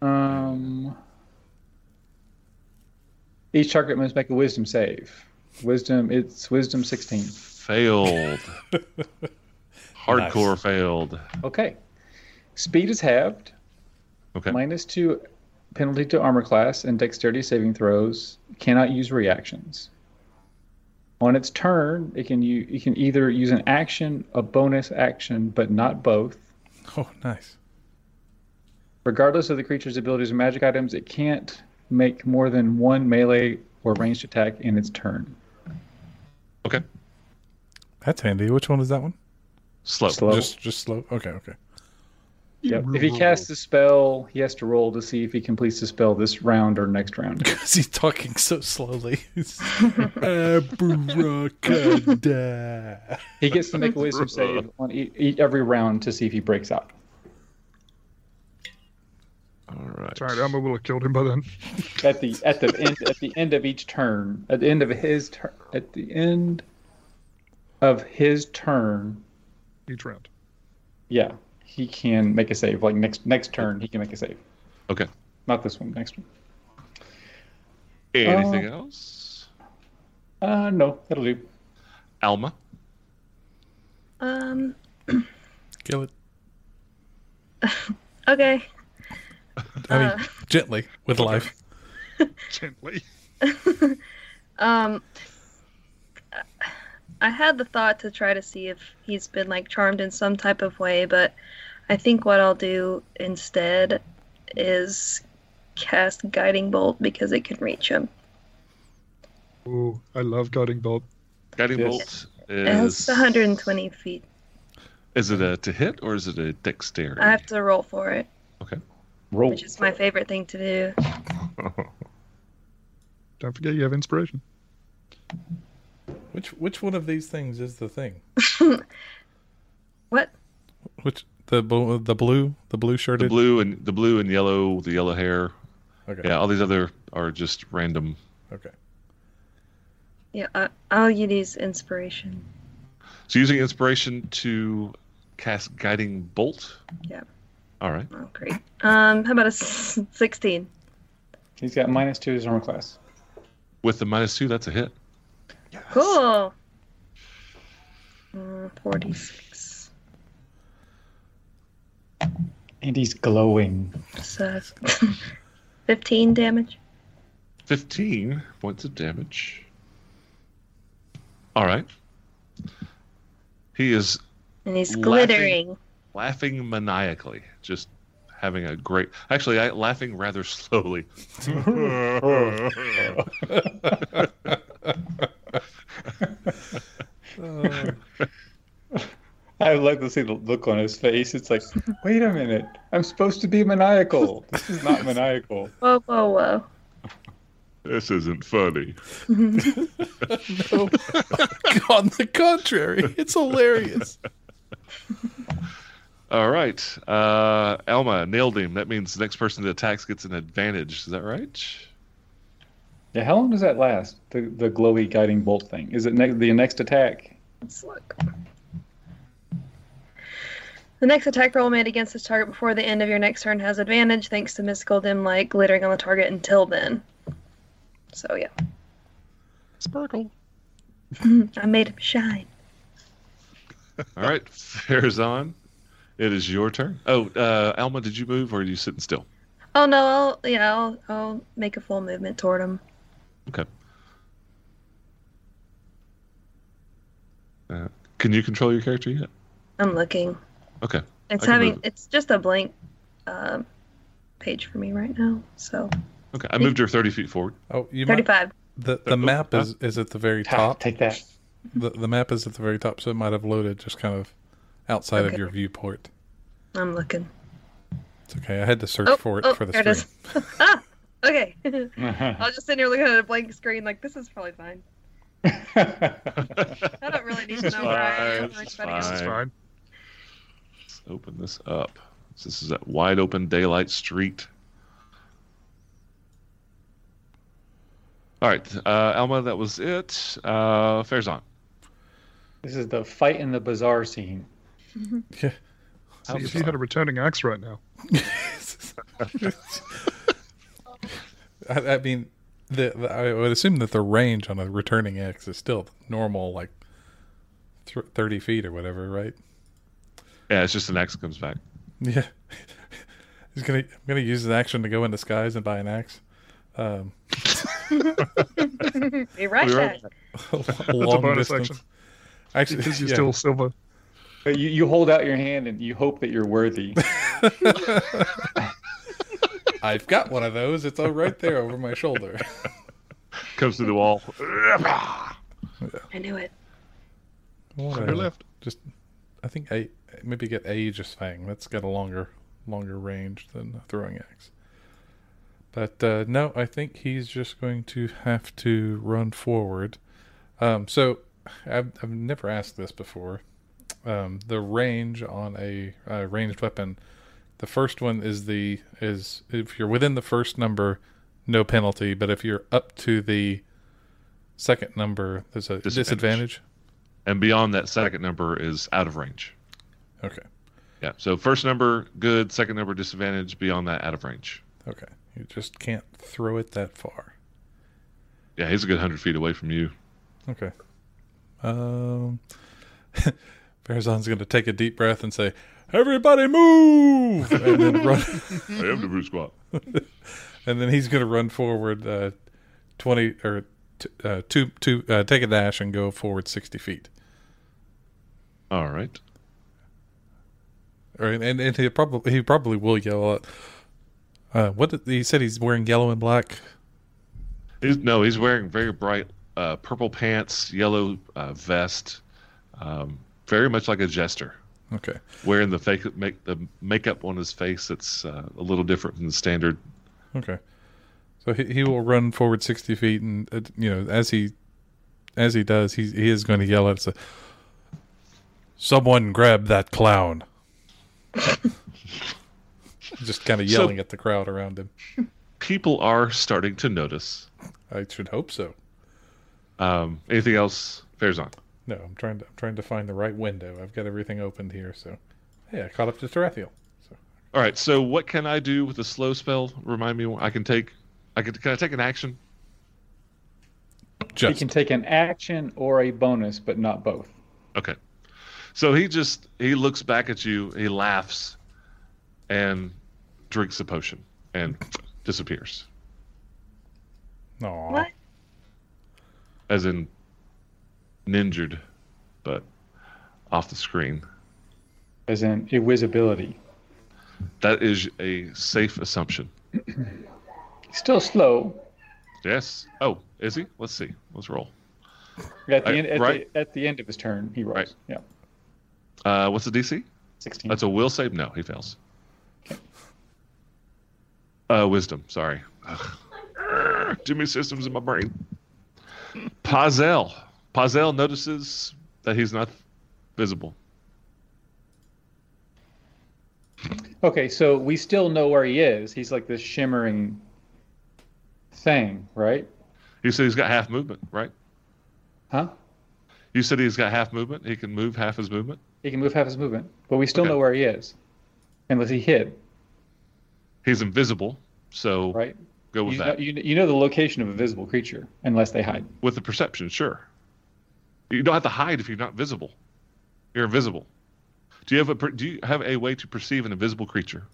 Um, each target must make a Wisdom save. Wisdom, it's Wisdom 16. <laughs> Failed. Hardcore failed. Okay. Speed is halved. Okay. Minus two penalty to armor class and dexterity saving throws. Cannot use reactions. On its turn, it can you it can either use an action, a bonus action, but not both. Oh, nice. Regardless of the creature's abilities or magic items, it can't make more than one melee or ranged attack in its turn. Okay. That's handy. Which one is that one? Slow. Slow. Just just slow. Okay, okay. <laughs> Yep. If he casts a spell, he has to roll to see if he completes the spell this round or next round. Because he's talking so <laughs> slowly. Abracada. He gets to make a wisdom save on e- e- every round to see if he breaks out. All right. Sorry, Elmer will have killed him by then. At the at the end at the end of each turn, at the end of his turn, at the end of his turn, Each round. <laughs> yeah, he can make a save. Like next next turn, he can make a save. Okay. Not this one, next one. Anything else? Uh, no, that'll do. Alma. Um. Kill it. Okay. I mean, Uh. gently with life. Gently. Um. I had the thought to try to see if he's been like charmed in some type of way, but I think what I'll do instead is cast guiding bolt because it can reach him. Ooh, I love guiding bolt. Guiding Yes. bolt It's is. 120 feet. Is it a to hit or is it a dexterity? I have to roll for it, Roll. which is my favorite thing to do. Don't forget you have inspiration. Which which one of these things is the thing? What? Which the bu- the blue the blue shirted the blue and the blue and yellow, the yellow hair. okay Yeah, all these other are just random. <laughs> okay Yeah, I, I'll use inspiration. So using inspiration to cast guiding bolt. Yeah. All right. Oh, great. Um, how about a s- <laughs> 16? He's got minus two to his armor class. With the minus two, that's a hit. Cool. Mm, 46. And he's glowing. So <laughs> 15 damage. Fifteen points of damage. All right. He is And he's Laughing. glittering. laughing maniacally, just having a great. Actually, I, laughing rather <laughs> slowly. Oh, I would like to see the look on his face. It's like, <laughs> wait a minute, I'm supposed to be maniacal. This is not maniacal. Whoa, whoa, whoa. This isn't funny. on the contrary it's hilarious All right. Uh, Alma nailed him. That means the next person that attacks gets an advantage. Is that right? Yeah, how long does that last? The the glowy guiding bolt thing. Is it ne- the next attack? Let's look. The next attack roll made against this target before the end of your next turn has advantage, thanks to mystical dim light glittering on the target until then. So yeah, Sparkle. I made him shine. All right, Farazan, it is your turn. Oh, uh, Alma, did you move or are you sitting still? Oh no! I'll, yeah, I'll, I'll make a full movement toward him. Uh, Can you control your character yet? I'm looking. Okay. It's I can having. move It's just a blank um, page for me right now. So Okay, I moved her 30 feet forward. Oh, you might, thirty-five. the the map is, is at the very top. Take that. The the map is at the very top, so it might have loaded just kind of outside Okay. of your viewport. I'm looking. It's okay. I had to search Oh, for it oh, for the there it stream. is. <laughs> ah, okay. <laughs> I was just sitting here looking at a blank screen, like this is probably fine. I don't really need to know where I am. Fine, like, it's but I fine. guess- It's fine. Let's open this up. This is that wide open daylight street. All right, uh, Alma, that was it. Uh, Farazan. This is the fight in the bazaar scene. See, if you had a returning axe right now. I, <laughs> I mean, the, the, I would assume that the range on a returning X is still normal, like th- thirty feet or whatever, right? <laughs> Yeah, it's just an axe comes back. Yeah. He's gonna. I'm gonna use an action to go in disguise and buy an axe. Um, <laughs> Be right We were- back. long bonus distance. action. <laughs> Actually, Because you're yeah. still silver. Uh, You, you hold out your hand and you hope that <laughs> you're worthy. I've got one of those. It's all right there over my <laughs> shoulder. Comes through the wall. I knew it. What Clear a- left. Just, I think a maybe get Aegis Fang. That's got a longer, longer range than a throwing axe. But uh, no, I think he's just going to have to run forward. Um, so, I've, I've never asked this before. Um, the range on a uh, ranged weapon, the first one is the is if you're within the first number, no penalty. But if you're up to the second number, there's a Disadvantage. disadvantage. And beyond that second number is out of range. Okay. Yeah, so first number, good. Second number, disadvantage. Beyond that, out of range. Okay. You just can't throw it that far. Yeah, he's a good 100 feet away from you. Okay. Um <laughs> Farazan's gonna take a deep breath and say, Everybody move and then run <laughs> I am the Bruce Squad. and then he's gonna run forward uh twenty or t- uh, two two uh, take a dash and go forward sixty feet. All right. Or and, and he probably he probably will yell out uh what did, he said he's wearing yellow and black. He's, no, he's wearing very bright uh, purple pants, yellow uh, vest, um, very much like a jester. Okay. Wearing the fake make the makeup on his face that's uh, a little different than the standard. Okay. So he, he will run forward 60 feet and uh, you know as he as he does he he is going to yell at us, someone grab that clown. <laughs> Just kind of So- yelling at the crowd around him. People are starting to notice. I should hope so. Um, anything else? Fair's on. No, I'm trying to I'm trying to find the right window. I've got everything opened here, so hey, I caught up to Tarathiel. So All right. So what can I do with the slow spell? Remind me. I can take. I can. Can I take an action? just You can take an action or a bonus, but not both. Okay. So he just he looks back at you. He laughs, and drinks a potion and disappears. Aw. What? as in ninjured, but off the screen. As in invisibility. That is a safe assumption. Still slow. Yes. Oh, is he? Let's see. Let's roll. At the, Uh, end, at, right. the, at the end of his turn, he rolls. Right. Yeah, Uh, what's the DC? 16. That's a will save. No, he fails. Uh, wisdom. Sorry. Ugh. Too many systems in my brain. Pazel. Pazel notices that he's not visible. Okay, so we still know where he is. He's like this shimmering thing, right? You said he's got half movement, right? Huh? You said he's got half movement. He can move half his movement. He can move half his movement, but we still Okay. know where he is, unless he hid, He's invisible, so right? go with you, that. Know, you, you know the location of a visible creature, unless they hide. with the perception, sure. You don't have to hide if you're not visible. You're invisible. Do you have a per- do you have a way to perceive an invisible creature?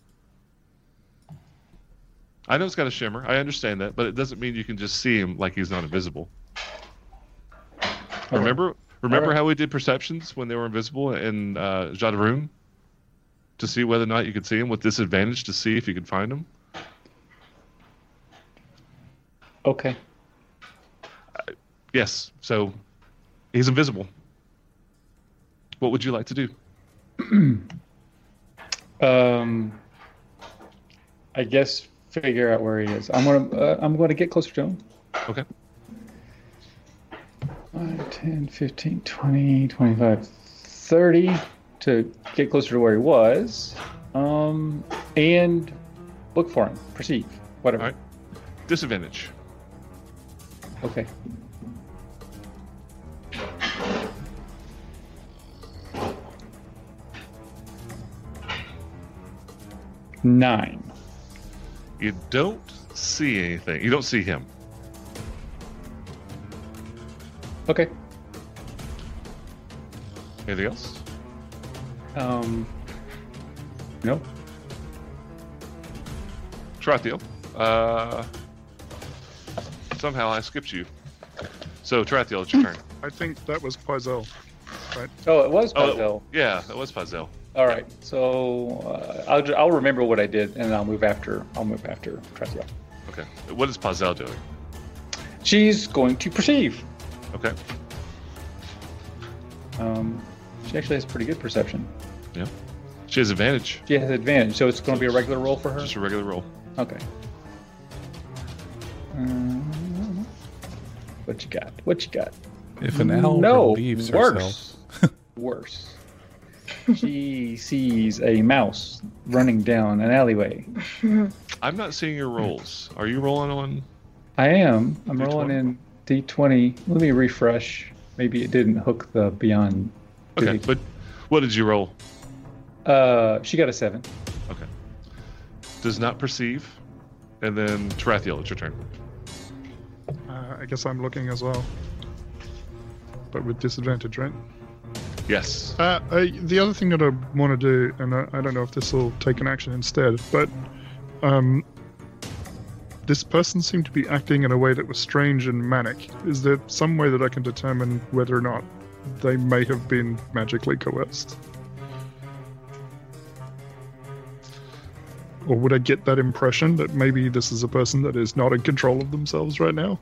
I know it's got a shimmer. I understand that, but it doesn't mean you can just see him like he's not invisible. right. Remember, remember right. how we did perceptions when they were invisible in uh, Jadaroon to see whether or not you could see him with disadvantage to see if you could find him. Okay. Yes, so he's invisible. What would you like to do? Um, I guess figure out where he is. I'm gonna uh, I'm going to get closer to him. Okay. 5, 10, 15, 20, 25, 30 to get closer to where he was. Um, and look for him, perceive, whatever. All right. Disadvantage. Okay. Nine. You don't see anything. You don't see him. Okay. Anything else? Um, no. Trathiel. Uh, somehow I skipped you. So Trathiel, it's your turn. I think that was Pizel. Oh, it was Oh, Puzzle. Yeah, that was Pazel. All right. So uh, I'll, ju- I'll remember what I did, and I'll move after. I'll move after Trethia. Okay. What is Pazel doing? She's going to perceive. Okay. Um, she actually has pretty good perception. Yeah. She has advantage. She has advantage, so it's going to be a regular roll for her. Just a regular roll. Okay. Um, what you got? What you got? If an owl no, relieves herself, worse. <laughs> worse. She sees a mouse running down an alleyway. I'm not seeing your rolls. Are you rolling on? I am. I'm D20. rolling in D20. Let me refresh. Maybe it didn't hook the beyond. did Okay. it? But what did you roll? uh, she got a seven. Okay. Does not perceive. And then Tarathiel, it's your turn. Uh, I guess I'm looking as well, but with disadvantage, right? Yes. Uh, I, the other thing that I want to do, and I, I don't know if this will take an action instead, but um, this person seemed to be acting in a way that was strange and manic. Is there some way that I can determine whether or not they may have been magically coerced? Or would I get that impression that maybe this is a person that is not in control of themselves right now?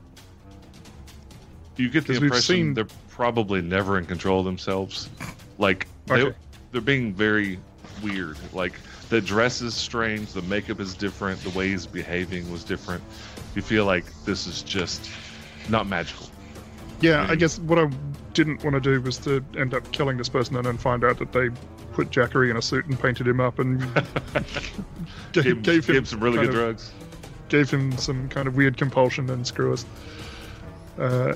You get the 'Cause we've impression seen- they're probably never in control of themselves. Like they, Okay. they're being very weird. Like the dress is strange, the makeup is different, the way he's behaving was different. You feel like this is just not <laughs> magical. Yeah, I Mm. guess what I didn't want to do was to end up killing this person and then find out that they put Jackery in a suit and painted him up <laughs> and ga- Give, gave, give him him some really kind good of- drugs. gave him some kind of weird compulsion and screw us uh,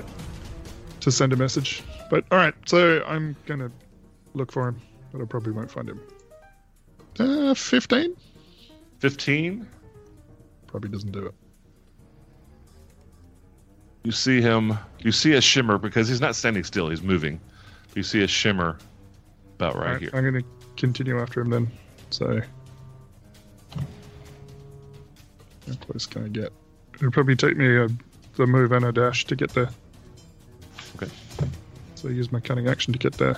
to send a message. But all right, so I'm gonna look for him, but I probably won't find him. Uh, Fifteen Fifteen. probably doesn't do it. You see him. You see a shimmer because he's not standing still. He's moving. You see a shimmer about All right, right, here. I'm gonna continue after him then. So how close can I get? It'll probably take me a, the move and a dash to get there. Okay. So I use my cunning action to get there.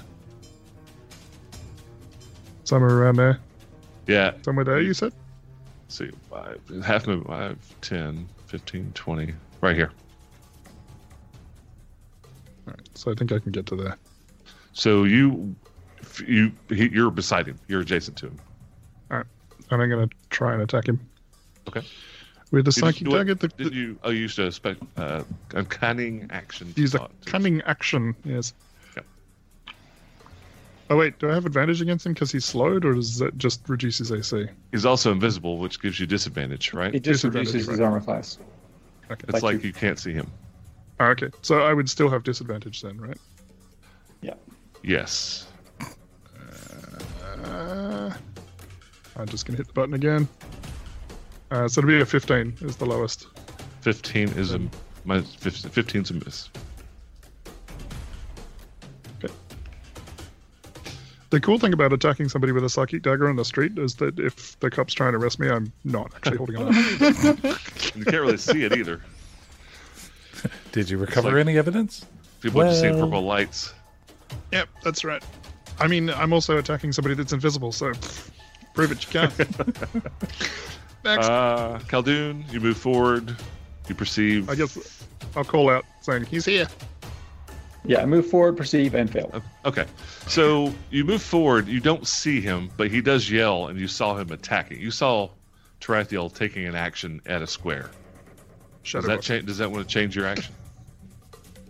Somewhere around there. Yeah. Somewhere there, you said? Let's see, five, half move, five, 10, 15, 20. Right here. Alright, so I think I can get to there. So you, you, he, you're beside him. You're adjacent to him. And I'm gonna try and attack him. Okay. With the Did you psychic do it? dagger, the, Did the, you? Oh, you used a spec, uh, a cunning action. use a slot to- cunning action, yes. Oh, Yep. Oh wait, do I have advantage against him because he's slowed, or does that just reduce his AC? He's also invisible, which gives you disadvantage, right? It just Disadvantage, reduces his right. armor class. it's like like you can't see him. Ah, okay, so I would still have disadvantage then, right? Yes. Uh, I'm just gonna hit the button again. Uh, so it'll be a 15 is the lowest. 15 is a my 15 is a miss. The cool thing about attacking somebody with a psychic dagger on the street is that if the cop's trying to arrest me, I'm not actually holding on. You can't really see it either. Did you recover like- any evidence? People are just seeing Well- purple lights. yep, that's right. I mean, I'm also attacking somebody that's invisible, so prove it you can. <laughs> Next, Uh, Khaldun, you move forward. You perceive. I guess I'll call out saying he's here. Yeah, move forward, perceive, and fail. Okay. So you move forward. You don't see him, but he does yell, and you saw him attacking. You saw Tarathiel taking an action at a square. Shadow Does that box. change? Does that want to change your action?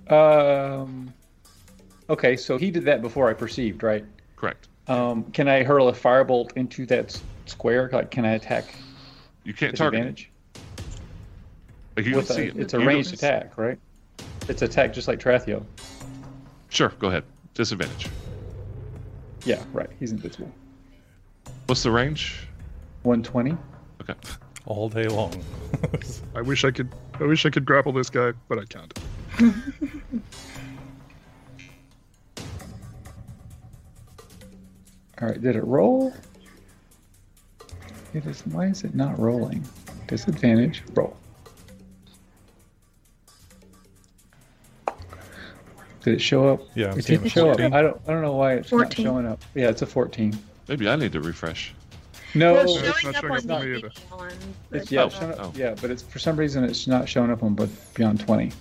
Um, okay, so he did that before I perceived, right? Correct. Um, can I hurl a firebolt into that s- square? Like, can I attack You can't with target. him. advantage? Like, you With don't see a, him. it's a You don't- ranged attack, right? It's attack just like Trathio. Sure. Go ahead. Disadvantage. Yeah, right. He's invincible. What's the range? 120. Okay. All day long. <laughs> I wish I could. I wish I could grapple this guy, but I can't. All right, did it roll? It is. Why is it not rolling? Disadvantage. Roll. Did it show up? Yeah, I'm it seeing didn't a show up. 14. I don't. I don't know why it's 14. not showing up. Yeah, it's a 14. Maybe I need to refresh. No, well, it's showing not up showing on up on the me video either. one, it's, but, yeah, Oh, it's showing up- oh. yeah, but it's for some reason it's not showing up on but beyond 20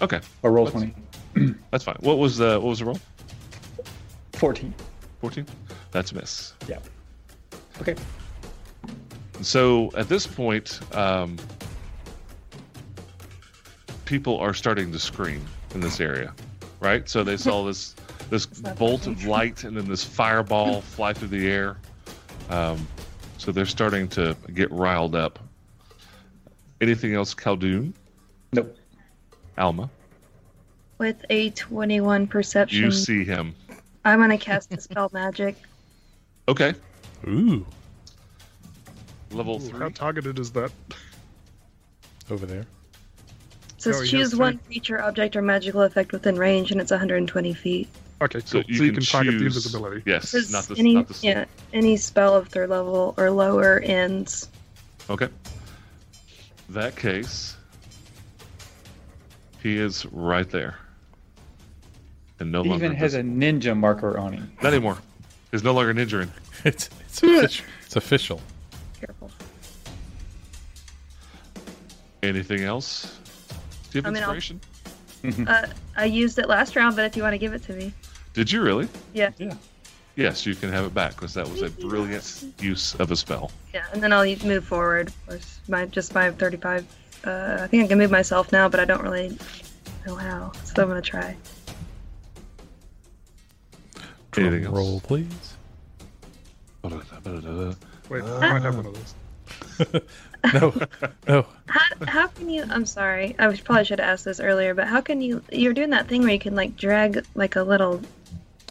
Okay. or roll That's- 20. That's fine. What was the what was the roll? 14. 14? That's a miss. Yeah. Okay. So at this point, um, people are starting to scream in this area, right? So they saw this <laughs> this that bolt of light and then this <laughs> fireball fly through the air. Um, so they're starting to get riled up. Anything else, Khaldun, Nope. Alma? with a 21 perception. You see him. I'm gonna cast a spell magic. Okay, Ooh, level Ooh, how three. targeted is that? <laughs> over there. It says Oh, you have choose three. one creature, object, or magical effect within range, and it's 120 feet. Okay, So cool. you, so you can, target the choose- invisibility. Yes, Says not the any, not the yeah, any spell of third level or lower ends. Okay. That case, he is right there, and no He longer even has a invisible. ninja marker on him. not anymore. He's no longer ninjuring. <laughs> It's it's official. It's official. Careful. Anything else? Do you have I mean, I'll- inspiration? Uh, I used it last round, but if you want to give it to me, Did you really? yeah, Yes, you can have it back because that was a brilliant use of a spell. yeah, and then I'll u- move forward. Of course, my just my 35. Uh, I think I can move myself now, but I don't really know how, so I'm gonna try. Anything Drum roll, <laughs> please. else? Wait, I might have one of <laughs> those. No, no. How, how can you? I'm sorry. I was, probably should have asked this earlier, but how can you? You're doing that thing where you can like drag like a little.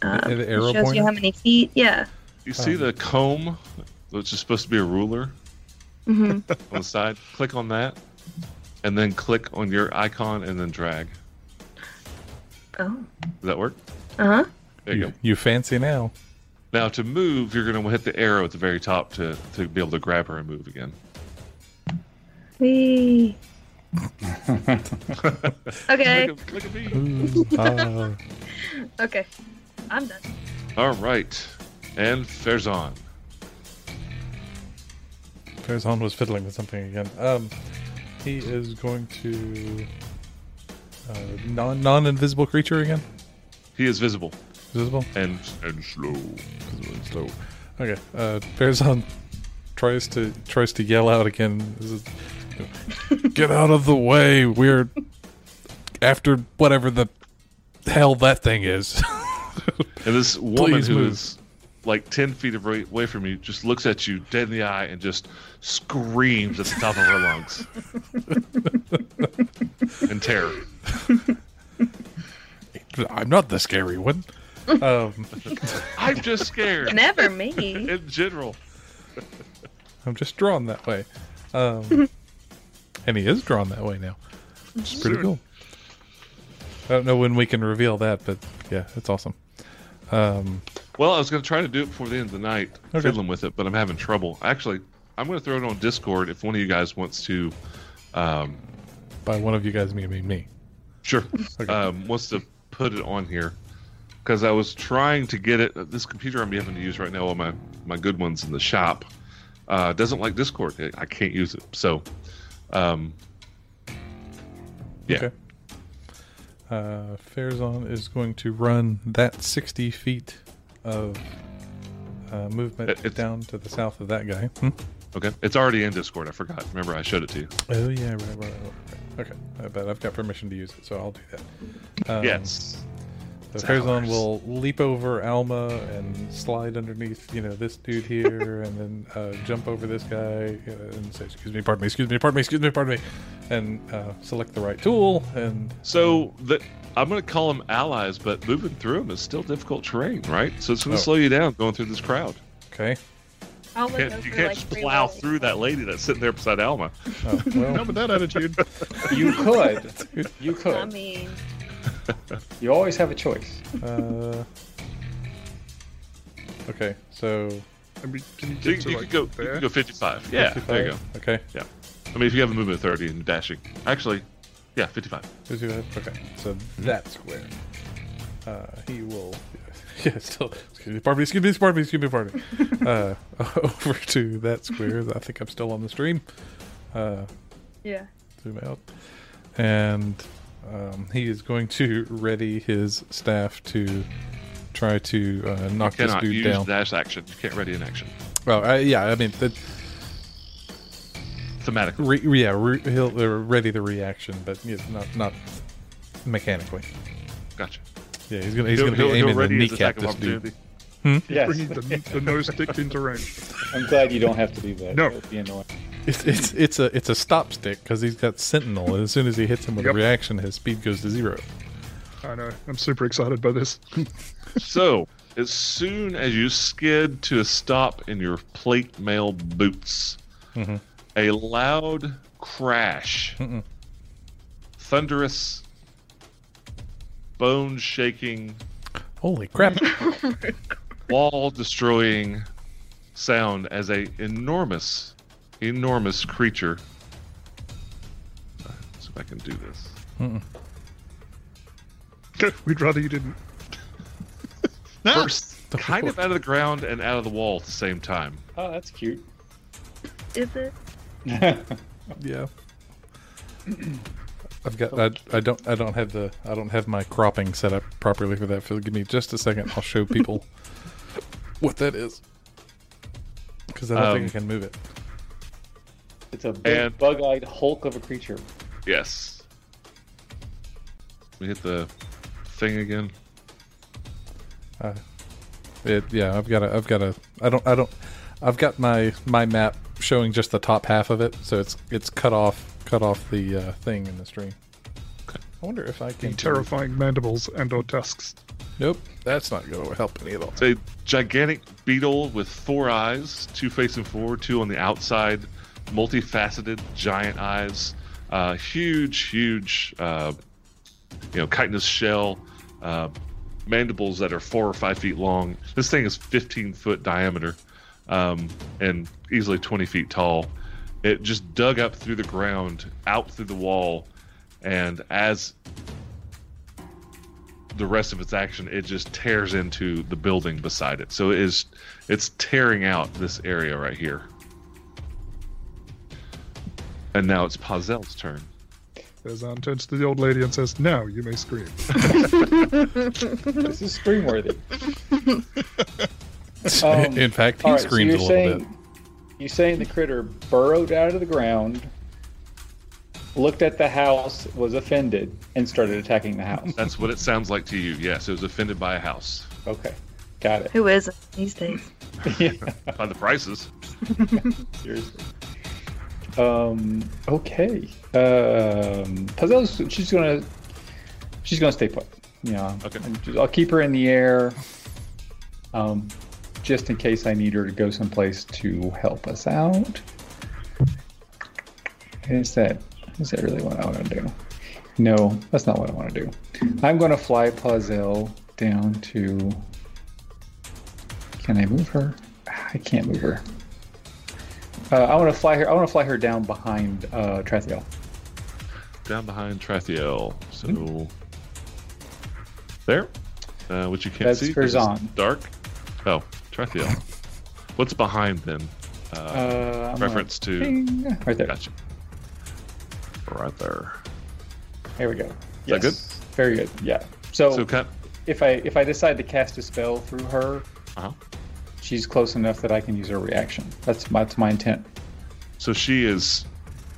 Uh, The- the it arrow shows you pointer? how many feet. Yeah. You see Um, the comb, which is supposed to be a ruler hmm on the side. Click on that, and then click on your icon, and then drag. Does oh. that work? Uh huh. There you go. You fancy <laughs> now? Now to move, you're going to hit the arrow at the very top to, to be able to grab her and move again. We. <laughs> okay. Look at, look at me. Ooh, ah. Okay. I'm done. All right, and Ferzon. Farazan was fiddling with something again. Um, he is going to uh, non non invisible creature again. He is visible Visible. and and slow. Visible and slow. Okay. Uh, Farazan tries to tries to yell out again. This is- Get out of the way! We're after whatever the hell that thing is. <laughs> And this woman Please who move. is like 10 feet away away from you, just looks at you dead in the eye and just screams at the top of her lungs <laughs> in terror. I'm not the scary one. Um, <laughs> I'm just scared <laughs> Never me. in general. I'm just drawn that way. <laughs> Um, and he is drawn that way now. It's pretty cool. I don't know when we can reveal that, but yeah, it's awesome. Um, Well, I was going to try to do it before the end of the night, Okay. fiddling with it, but I'm having trouble. Actually, I'm going to throw it on Discord if one of you guys wants to. Um, by one of you guys, me, me, me. Sure. Okay. Um, wants to put it on here because I was trying to get it. uh, This computer I'm having to use right now, all my my good ones in the shop, uh, doesn't like Discord. I- I can't use it. So, um, yeah. Okay. Uh, Fairzon is going to run that 60 feet of uh, movement It- it's- down to the south of that guy. Hmm? Okay. It's already in Discord. I forgot. Remember, I showed it to you. Oh, yeah, right, right, right, right. Okay, I bet I've got permission to use it, so I'll do that. Um, yes. So Fairzon ours. will leap over Alma and slide underneath, you know, this <laughs> dude here, and then uh, jump over this guy uh, and say, "Excuse me, pardon me, excuse me, pardon me, excuse me, pardon me," and uh, select the right tool. And So the. I'm going to call them allies, but moving through them is still difficult terrain, right? So it's going Oh. to slow you down going through this crowd. okay, I'll You look can't, over, you can't like, just three plow walls. through that lady that's sitting there beside <laughs> Alma. <laughs> oh, well, Not with that attitude. <laughs> You could. You could. I mean, you always have a choice. uh, okay, so I mean, can you get You, to you like could go. You there? could go 55. Yeah, there you go. 55? uh, Okay, I mean, if you have a movement of 30 and dashing, actually, yeah, 55. 55? okay, Hmm? so that square. Uh, he will, <laughs> yeah, still. Excuse me, pardon me, excuse me, pardon me, excuse me, pardon <laughs> me. uh, <laughs> over to that square. I think I'm still on the stream. Uh, yeah. zoom out, and um, he is going to ready his staff to try to uh, knock this Cannot dude use down. dash action. You can't ready an action Well, I, yeah, I mean that. thematically. Re- re- yeah, re- he'll they ready the reaction, but yeah, not not mechanically. Gotcha. Yeah, he's gonna he's gonna be aiming the kneecap this dude. Yes. Bringing the, the no stick into range. I'm glad you don't have to do that. No. That would be annoying. It's it's it's a it's a stop stick because he's got sentinel, and as soon as he hits him with Yep. a reaction, his speed goes to zero. I know. I'm super excited by this. <laughs> So, as soon as you skid to a stop in your plate mail boots, Mhm. a loud crash, Mm-mm. thunderous, bone shaking, Holy crap! wall destroying sound as a enormous, enormous creature. Let's see if I can do this. We'd rather you didn't. Burst kind of out of the ground and out of the wall at the same time. Oh, <laughs> that's cute. Is it? yeah, I've got I, I don't I don't have the I don't have my cropping set up properly for that. So give me just a second. I'll show people what that is because I don't Um, think I can move it. It's a big And- bug-eyed hulk of a creature. Yes. We hit the thing again. It, yeah, I've got a, I've got a, I don't, I don't, I've got my my map showing just the top half of it, so it's it's cut off, cut off the uh, thing in the stream. I wonder if I can. Terrifying mandibles and or tusks. Nope, that's not going to help any at all. It's a gigantic beetle with four eyes, two facing forward, two on the outside, multifaceted, giant eyes, uh, huge, huge, uh, you know, chitinous shell, uh, mandibles that are four or five feet long. This thing is 15 foot diameter um, and easily 20 feet tall. It just dug up through the ground, out through the wall, and as the rest of its action, it just tears into the building beside it. So it is it's tearing out this area right here. And now it's Pazel's turn. Fezan turns to the old lady and says, Now you may scream. <laughs> This is scream-worthy. <laughs> <laughs> Um, in fact, he All right, so screams you're a little saying, bit. You're saying the critter burrowed out of the ground, looked at the house, was offended, and started attacking the house. That's what it sounds like to you. Yes, it was offended by a house. Okay. Got it. Who isn't these <laughs> days? <laughs> yeah, By the prices. seriously. Um, okay. Um, Pazel's, she's gonna she's gonna stay put. Yeah. Okay. And I'll keep her in the air. Um, just in case I need her to go someplace to help us out. And is that is that really what I want to do? No, that's not what I want to do. I'm going to fly Pazel down to. Can I move her? I can't move her. Uh, I want to fly her. I want to fly her down behind uh, Trathiel. Down behind Trathiel. So there. Uh, which you can't That's see. 'cause it's Curzon. Dark. Oh, Trathiel. What's behind them? Uh, Uh, I'm gonna- reference to. Ding! Right there. Gotcha. Right there. There we go. that good? Very good. Yeah. So, So cut. if I if I decide to cast a spell through her, Uh-huh. she's close enough that I can use her reaction. That's my, that's my intent. So she is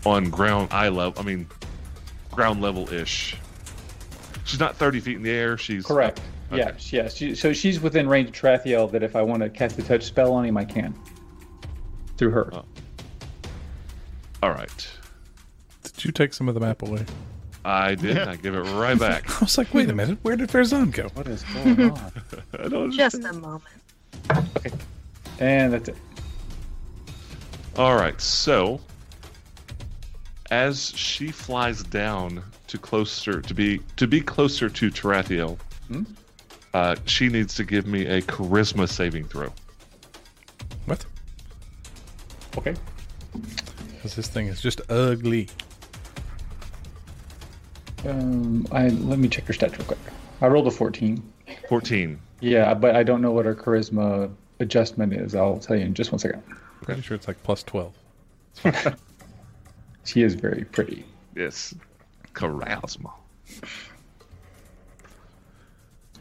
on ground eye level. I mean, ground level ish. She's not 30 feet in the air. She's Correct. Okay. Yes, yes. She, so she's within range of Trathiel that if I want to cast a touch spell on him, I can. Through her. Oh. All right. Did you take some of the map away? I did. I give it right back. I was like, wait a minute, where did Verzon go? What <laughs> is going on? I don't Just a moment. and that's it. All right, so as she flies down to closer to be to be closer to Tarathiel, Hmm? uh, she needs to give me a charisma saving throw. What? Okay. Because this thing is just ugly. Um, I let me check her stats real quick. I rolled a fourteen. Fourteen. Yeah, but I don't know what her charisma adjustment is. I'll tell you in just one second. Pretty sure it's like plus 12. She is very pretty. Yes, charisma.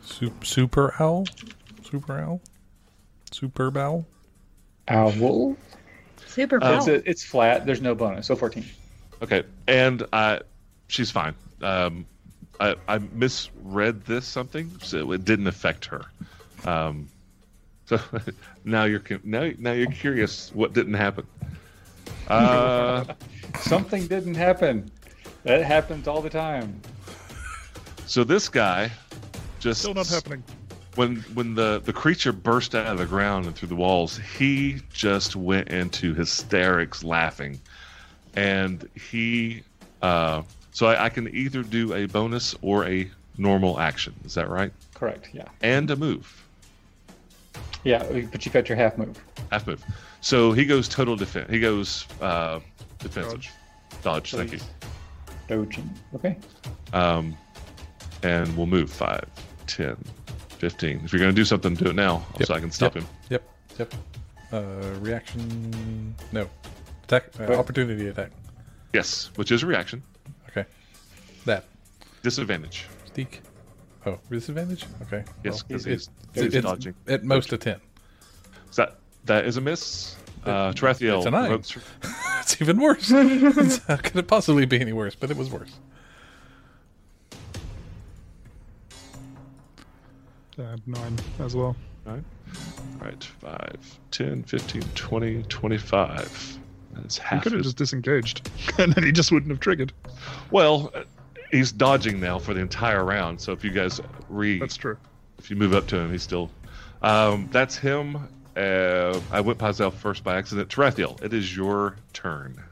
Su- super owl? Super owl? Superb owl? Owl. Super It's, cool. a, it's flat. There's no bonus. So fourteen. Okay, and uh, she's fine. Um, I, I misread this something, so it didn't affect her. Um, so <laughs> now you're cu- now now you're curious what didn't happen. <laughs> Uh, Something didn't happen. That happens all the time. So this guy just Still not happening. when when the the creature burst out of the ground and through the walls, he just went into hysterics laughing, and he uh, so I, I can either do a bonus or a normal action. Is that right? Correct. Yeah. And a move, Yeah. But you got your half move. half move. So he goes total defense. He goes uh, defensive, dodge. Thank you. Please. Dojin. Okay. Um, and we'll move 5, 10, 15. If you're going to do something, do it now Yep. so I can stop Yep. him. Yep, yep. Uh, reaction. No. Attack. Uh, Right. opportunity attack. Yes, which is a reaction. Okay. That. Disadvantage. Steak. Oh, disadvantage? Okay. Yes, because it- he's, it- he's it's dodging. At most a 10. So that that is a miss. Uh, Tarathiel it's a nine. provokes- <laughs> It's even worse. <laughs> How could it possibly be any worse? But it was worse. Uh, nine as well. Nine. All right, 5, 10, 15, 20, 25. That's He half. could have his- just disengaged, <laughs> and then he just wouldn't have triggered. Well, uh, he's dodging now for the entire round. So if you guys re, That's true. if you move up to him, he's still. Um, that's him. Uh, I went Pazel first by accident. Tarathiel, it is your <laughs> turn.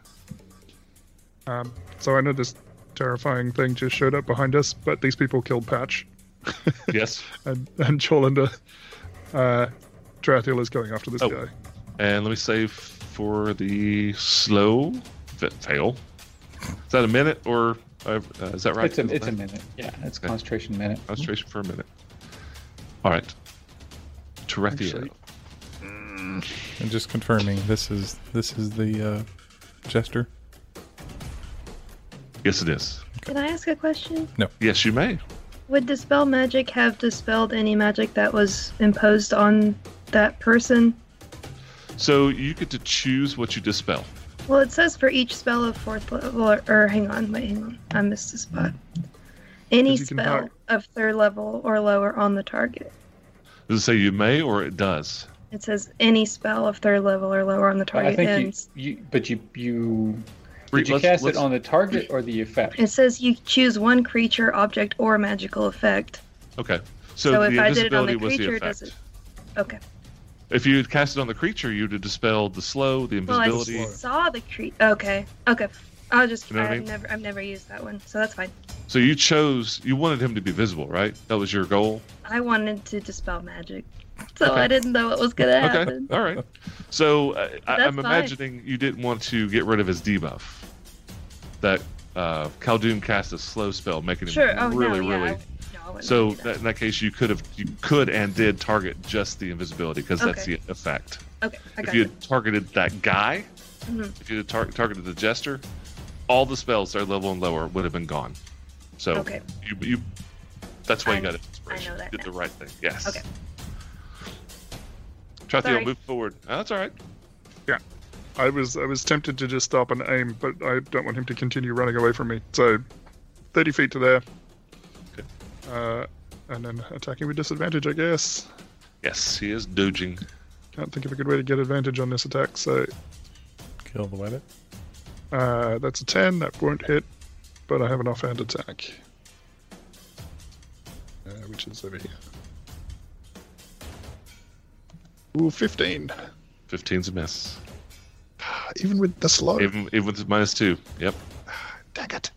Um, so I know this terrifying thing just showed up behind us, but these people killed Patch Yes. and <laughs> and Cholander. Uh, Tarathiel is going after this Oh. guy. And let me save for the slow fa- fail. Is that a minute or uh, uh, is that right? It's a it's a minute. Yeah. It's Okay. concentration minute. Concentration for a minute. All right. Terethia. Actually- And just confirming, this is this is the uh, jester. Yes, it is. Can I ask a question? Yes, you may. Would dispel magic have dispelled any magic that was imposed on that person? So you get to choose what you dispel. Well, it says for each spell of fourth level, or, or hang on, wait, hang on, I missed a spot. Any Because you can spell hide. of third level or lower on the target. Does it say you may or it does? It says any spell of third level or lower on the But I target think ends. you, you but you you Re- did you let's- cast let's- it on the target or the effect? It says you choose one creature, object, or magical effect. Okay. So, So the if I did it on the invisibility was the creature, effect. does it- Okay. If you had cast it on the creature, you'd have dispelled the slow, the Well, I invisibility. saw the creature. Okay. Okay. I'll just. You know what I I've mean? never. I've never used that one, so that's fine. so you chose, you wanted him to be visible, right? That was your goal? I wanted to dispel magic, <laughs> so Okay. I didn't know what was gonna Okay. happen. All right. So uh, I, That's I'm fine. imagining you didn't want to get rid of his debuff. That uh, Khaldun cast a slow spell, making him Sure. Oh really, no. really. Yeah. I, no, I wouldn't so do that, in that case, you could have, you could and did target just the invisibility because that's the Okay. effect. Okay. I if got you you. had targeted that guy, Mhm. if you had tar- targeted the jester, all the spells that are level and lower would have been gone. So Okay. you, you that's why I you got know- it. inspiration. I know that You did now. the right thing. Yes. Okay. Trathiel, Sorry. move forward. Oh, that's all right. I was I was tempted to just stop and aim, but I don't want him to continue running away from me. So, thirty feet to there. Okay. Uh, and then attacking with disadvantage, I guess. Yes, he is dodging. Can't think of a good way to get advantage on this attack. So Kill the weapon. uh, that's a ten. That won't hit, but I have an offhand attack, uh, which is over here. Ooh, fifteen. 15's a miss. Even with the slow. Even even with minus two. Yep. Dang it.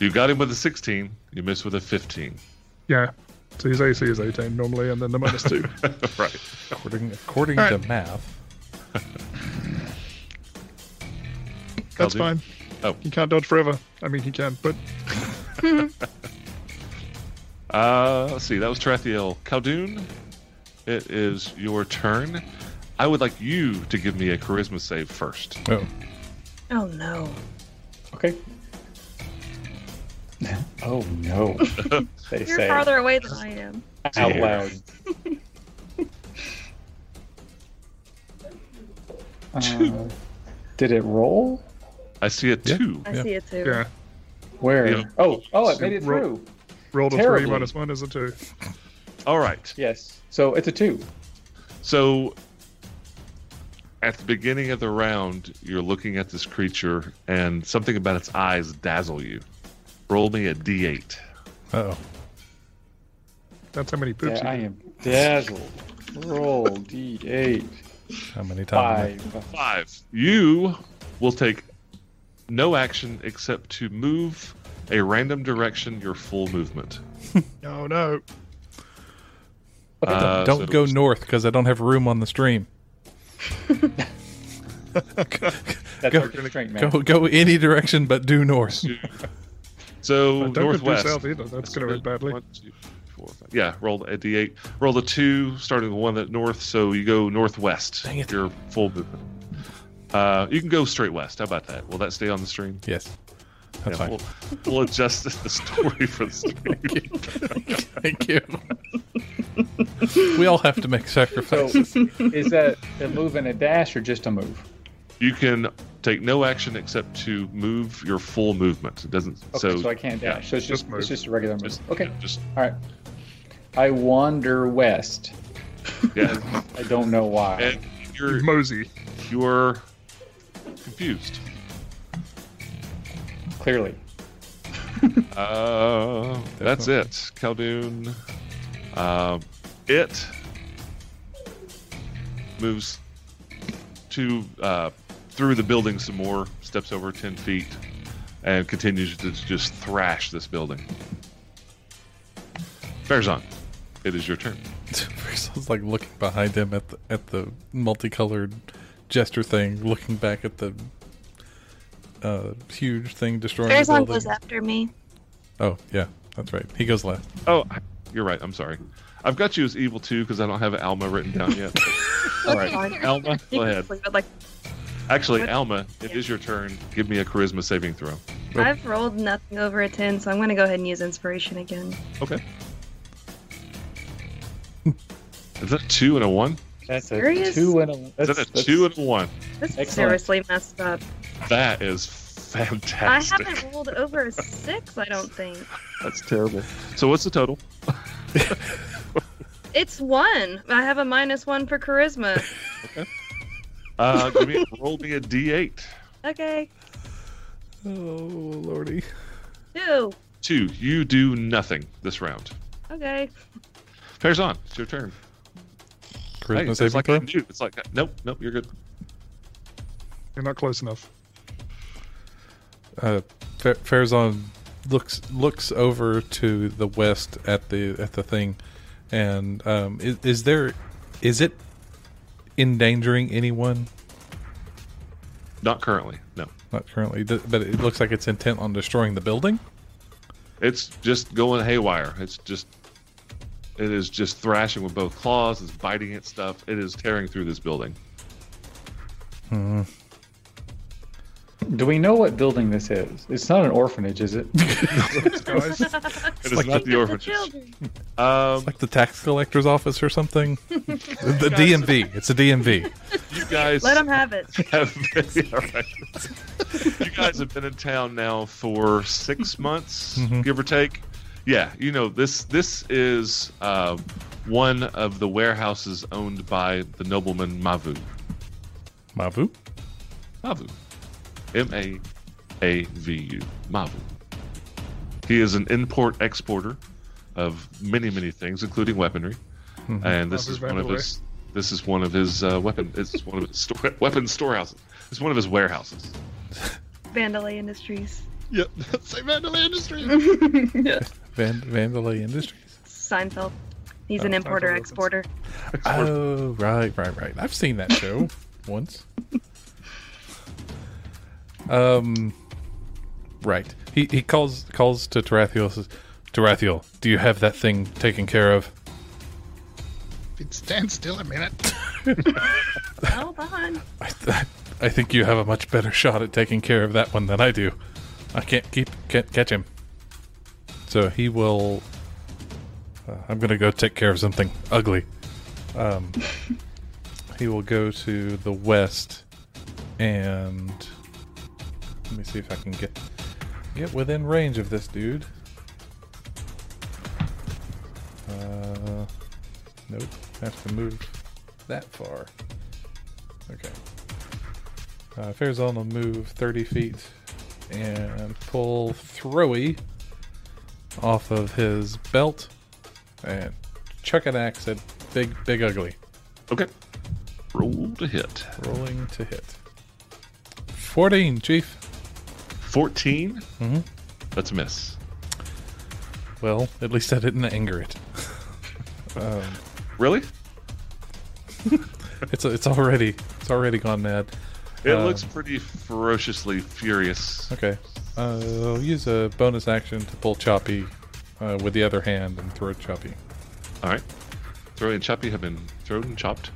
You got him with a 16. You missed with a 15. Yeah. So his AC is 18 normally, and then the minus two. <laughs> right. According, according All to right. math. That's Calvin? fine. Oh. He can't dodge forever. I mean, he can, but Uh, let's see. That was Tarathiel. Khaldun, it is your turn. I would like you to give me a charisma save first. <laughs> Oh, Oh no. Okay. Oh no! they You're say farther away than I am. out Yeah. loud. Uh, did it roll? I see a Yeah. two. I Yeah. see it too. yeah. Where? Yeah. Oh, oh, it So made it roll- through. Rolled a Terribly. three minus one is a two. All right. Yes. So it's a two. So, at the beginning of the round, you're looking at this creature, and something about its eyes dazzle you. Roll me a d8. oh. That's how many poops Yeah, I you am dazzled. Roll d8. How many times? Five. Five. You will take no action except to move a random direction your full movement. get. Oh, no. Uh, don't so- go north because I don't have room on the stream. That's Go- our constraint, man. Go go any direction but due north. So But don't northwest. go due south either. That's going to end badly. One, two, four, five. Yeah, roll a d8. Roll the two, starting with one at north. So you go northwest. Dang it. Your full movement. Uh, you can go straight west. How about that? Will that stay on the stream? Yes. That's fine. We'll, we'll adjust the <laughs> story for <laughs> the stream. Thank you. we all have to make So sacrifices. <laughs> is that a move and a dash or just a move? You can take no action except to move your full movement. It doesn't. Okay, so, so I can't yeah, dash. so it's just just, move. it's just a regular move. just- okay. yeah, just All right. I wander west. yeah. I don't know why. and you're Mosey. you're confused. Clearly. Uh, that's it, Khaldun. Um, it moves to uh, through the building some more, steps over ten feet, and continues to just thrash this building. Farazan, it is your turn. <laughs> Versal's like looking behind him at the at the multicolored gesture thing, looking back at the uh, huge thing destroying the Farazan building. goes after me. Oh yeah, that's right. He goes last. Oh, I- you're right. I'm sorry. I've got you as evil too because I don't have Alma written down yet. All right, Alma, You go can <laughs> ahead. sleep it like Actually, What- Alma, it is your turn. Give me a charisma saving throw. Nope. I've rolled nothing over a 10, so I'm going to go ahead and use inspiration again. Okay. Is that two and a one? That's a Serious? two and a. Is That's, that a that's- two and a one? This is Excellent. seriously messed up. That is I fantastic. haven't rolled over a 6, I don't think. That's terrible. So what's the total? It's one. I have a minus one <laughs> for charisma. Uh, give me, roll me a <laughs> d8. Okay. Oh lordy. Two. Two. You do nothing this round. Okay. Pairs on. It's your turn. Hey, Charisma it's saving like throw. I knew. It's like nope, nope. You're good. You're not close enough. uh, Fa- Farazan looks looks over to the west at the at the thing, and um, is, is there is it endangering anyone? Not currently. No. Not currently, th- but it looks like it's intent on destroying the building. It's just going haywire. It's just. It is just thrashing with both claws. It's biting at stuff. It is tearing through this building. Do we know what building this is? It's not an <laughs> orphanage, is it? Guys, <laughs> It is not the orphanage. children. Um, Like the tax collector's office or something. the DMV. It's a DMV. you guys Let them have it. have been, <laughs> all right. <laughs> you guys have been in town now for six months, Mhm. give or take. Yeah, you know this. This is uh, one of the warehouses owned by the nobleman Mavu. Mavu. Mavu, M A A V U, Mavu. He is an import exporter of many many things, including weaponry, Mhm. and this Mavu is ran one of away. his. This is one of his uh, weapon. It's one of his <laughs> store, weapon storehouses. It's one of his warehouses. Vandalay Industries. yep, say Vandalay Industries. Van- Vandalay Industries. Seinfeld. He's an Oh, importer Seinfeld reference. exporter. Oh, right, right, right. I've seen that show once. Um, right. He he calls calls to Tarathiel. Says, Tarathiel, do you have that thing taken care of? If you'd stand still <laughs> a minute. Hold on. I, th- I think you have a much better shot at taking care of that one than I do. I can't keep can't catch him. So he will. Uh, I'm gonna go take care of something ugly. Um, <laughs> he will go to the west, and let me see if I can get get within range of this dude. Uh, nope. Have to move that far. Okay. Uh, Farazan will move 30 feet and pull Throwy off of his belt and chuck an axe at Big Big Ugly. Okay. Roll to hit. Rolling to hit. 14, Chief. 14. Mhm. That's a miss. Well, at least I didn't anger it. um, Really? Uh, it's it's already it's already gone mad. It Uh, looks pretty ferociously furious. Okay. Uh, I'll use a bonus action to pull Choppy uh, with the other hand and throw Choppy. All right. Throw and Choppy have been thrown and chopped.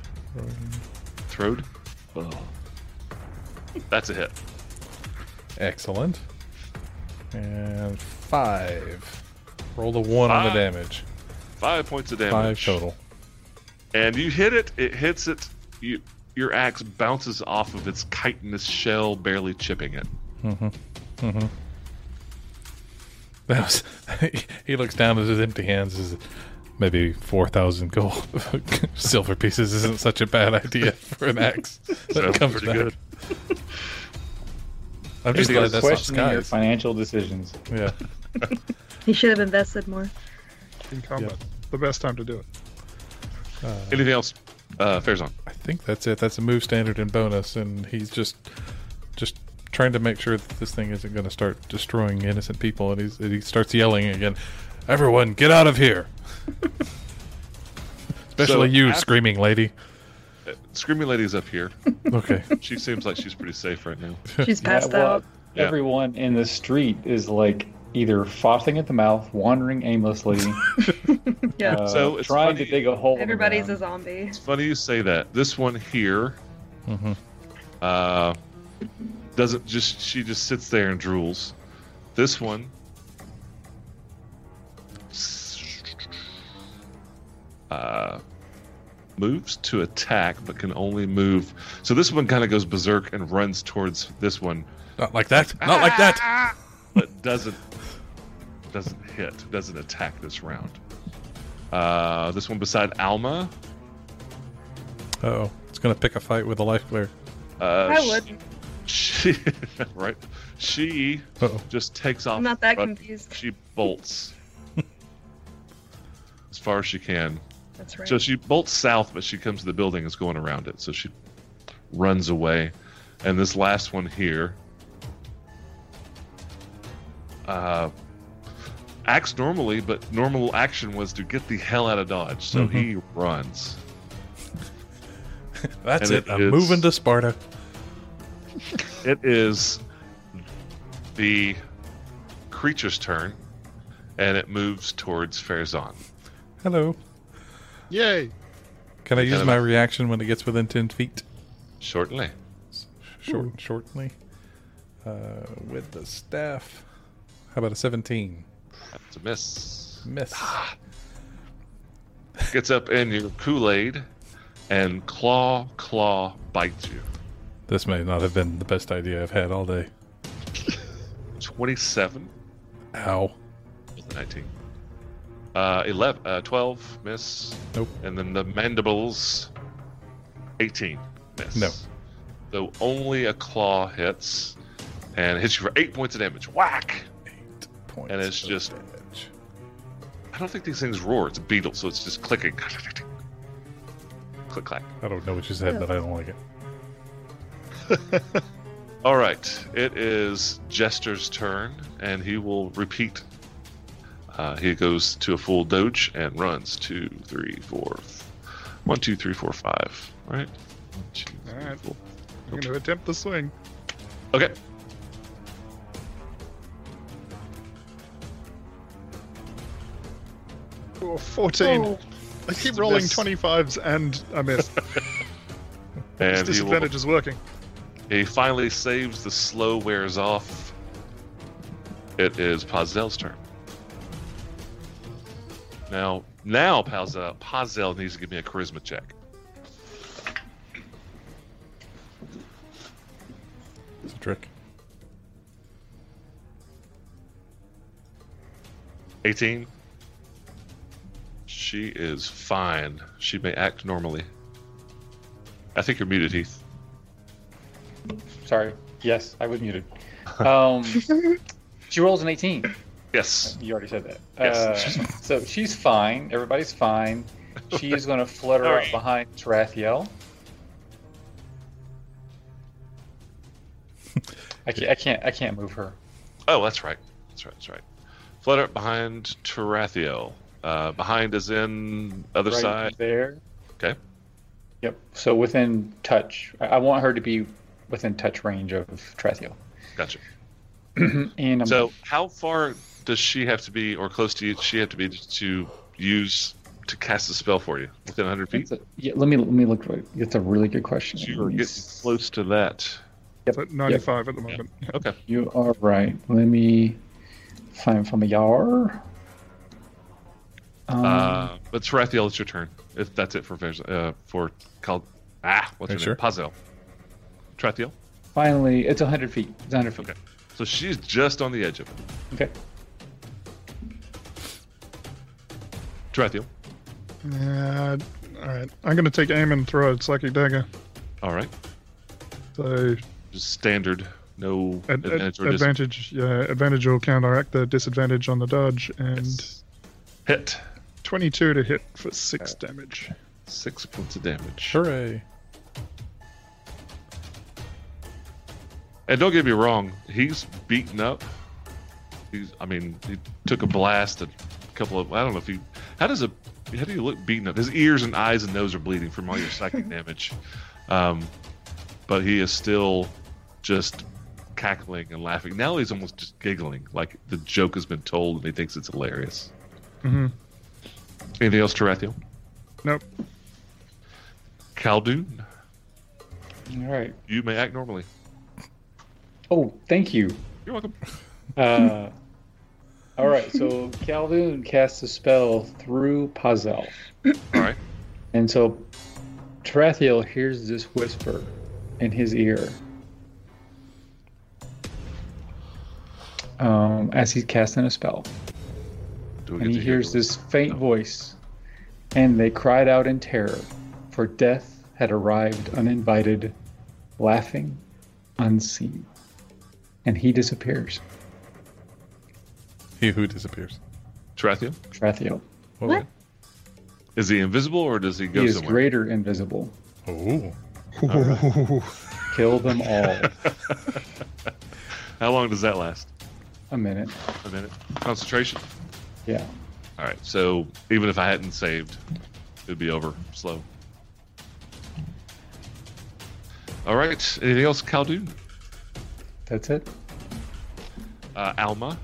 Throwed. Oh. That's a hit. Excellent. And five. Roll a one on the Five. damage. Five points of damage. Five total. <laughs> And you hit it. It hits it. You, your axe bounces off of its chitinous shell, barely chipping it. That was. <laughs> he looks down at his empty hands. Is maybe four thousand gold <laughs> silver pieces isn't such a bad idea for an axe <laughs> that Sounds covers pretty that. I'm just Anything glad else? that's not Questioning your skies. financial decisions. Yeah. He should have invested more. In combat. The best time to do it. Anything else? Uh, fair's on. I think that's it. That's a move standard and bonus, and he's just just trying to make sure that this thing isn't going to start destroying innocent people. And he's and he starts yelling again, "Everyone, get out of <laughs> here!" Especially So you, after- screaming lady. Uh, Screaming Lady's up here. Okay, She seems like she's pretty safe right now. She's passed Yeah, well, out. Yeah. Everyone in the street is like either frothing at the mouth, <laughs> wandering aimlessly, Yeah. uh, So it's trying funny- to dig a hole. in the Everybody's a ground. zombie. Funny you say that. This one here Mhm. uh, doesn't just she just sits there and drools. This one uh, moves to attack, but can only move. So this one kind of goes berserk and runs towards this one, <laughs> not like that. Not like that. <laughs> but doesn't doesn't hit, doesn't attack this round. Uh, this one beside Alma. Oh, it's gonna pick a fight with a life glare. Uh, I she- wouldn't. <laughs> She, right? She Oh, just takes off. I'm not that running. confused. She bolts as far as she can. That's right. So she bolts south, but she comes to the building and is going around it. So she runs away. And this last one here. Uh, acts normally, but normal action was to get the hell out of Dodge. So he runs. that's And it. it I'm is- moving to Sparta. It is the creature's turn, and it moves towards Farazan. Hello. Yay! Can I Kind use of- my reaction when it gets within ten feet? Shortly. Short, shortly. Uh, with the staff. How about a seventeen? That's a miss. Miss. Gets up in your Kool Aid and claw, claw, bites you. <sighs> This may not have been the best idea I've had all day. 27, Ow. 19. Uh, 11, uh, 12, miss. Nope. And then the mandibles, 18, miss. No. So only a claw hits and hits you for eight points of damage. Whack! Eight points. And it's of just- damage. I don't think these things roar. It's a beetle, so it's just clicking. <laughs> Click clack. I don't know what you said, but I don't like it. All right. It is Jester's turn, and he will repeat. Uh, he goes to a full doge and runs two, three, four, f- one, two, three, four, five. All right. One, two, All three, right. four. I'm going to attempt the swing. Okay. Oh, 14. Oh, I keep It's a rolling miss. 25s and I miss. This <laughs> And he, will, disadvantage is working. he finally saves. The slow wears off. It is Pazel's turn. Now, now Pazel, Pazel needs to give me a charisma check. It's a trick. 18. She is fine. She may act normally. I think you're muted, Heath. Sorry. Yes, I was <laughs> muted. Um, she rolls an 18. Yes. You already said that. Yes. <laughs> Uh, so she's fine. Everybody's fine. She is going to flutter up Alright. behind Tarathiel. I can't, I can't. I can't move her. Oh, that's right. That's right. That's right. Flutter up behind Tarathiel. Uh, behind is in other right side. there. Okay. Yep. So within touch, I I want her to be within touch range of Tarathiel. Gotcha. and I'm Mm-hmm. So, how far does she have to be, or close to you? She have to be to use to cast the spell for you within 100 feet. That's a- yeah, let me let me look. right- That's a really good question. You're getting close to that. It's at 95 at the moment. Okay. You are right. Let me find from a yar. Um, Uh, but Tarathiel, it's your turn. If that's it for Vers- uh, for called ah, what's Are her you name? Pazel. Tarathiel. finally, it's 100 feet. It's 100 feet. Okay. So she's just on the edge of it. Okay. Tarathiel. Uh, all right. I'm going to take aim and throw a psychic dagger. All right. So Just standard. No ad- ad- advantage or dis- advantage, yeah, advantage will counteract the disadvantage on the dodge, and hit. 22 to hit for Uh. six damage. Six points of damage. Hooray. And don't get me wrong, he's beaten up. He's, I mean, he took a blast and a couple of. I don't know if he. How does a. How do you look beaten up? His ears and eyes and nose are bleeding from all your <laughs> psychic damage. Um, but he is still just cackling and laughing. Now he's almost just giggling, like the joke has been told and he thinks it's hilarious. Mhm. Anything else, Tarathiel? Nope. Khaldun, All right. you may act normally. Oh, thank you. You're welcome. Uh, all right. So Caldoon casts a spell through Pazel, All <coughs> right. and so Tarathiel hears this whisper in his ear. Um, as he's casting a spell. Do we and get he to hear hears the- this faint No. voice and they cried out in terror, for death had arrived uninvited, laughing, unseen. And he disappears. He who disappears. Trathiel? Trathiel. What? Is he invisible or does he go He is somewhere? greater invisible. Oh, <laughs> <laughs> Kill them all. How long does that last? A minute. A minute. Concentration. Yeah. All right. So even if I hadn't saved, it'd be over slow. All right. Anything else, Khaldun? That's it. Uh, Alma,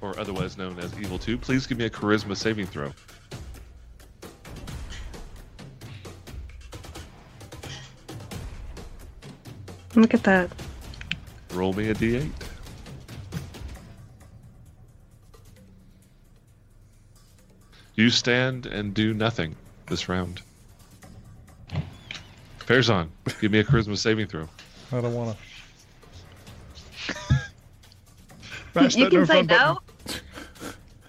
or otherwise known as Evil 2, please give me a charisma saving throw. Look at that. Roll me a d8. You stand and do nothing this round. Farazan, give me a charisma saving throw. I don't <laughs> want to. Mash you that can no say fun button. no.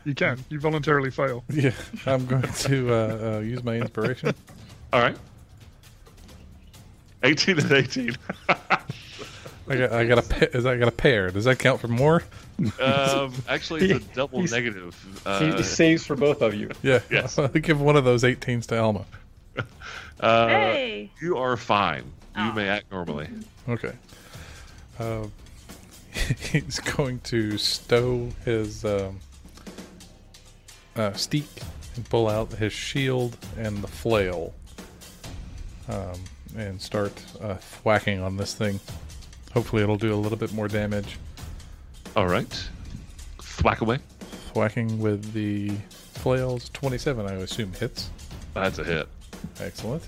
You can. You voluntarily fail. Yeah, I'm going to uh, uh, use my inspiration. All right. 18 and 18. I got, I got a, pa- is I got a pair. Does that count for more? <laughs> um, actually, it's a <laughs> double He's- negative. He Uh, he saves for both of you. Yeah. Yes. I'll <laughs> give one of those 18s to Alma. uh, hey. You are fine. You Oh. may act normally. Okay. Uh, <laughs> he's going to stow his um, uh, steak and pull out his shield and the flail um, and start uh, whacking on this thing. Hopefully, it'll do a little bit more damage. All right. Whack away. Whacking with the flails, 27, I assume, hits. That's a hit. Excellent.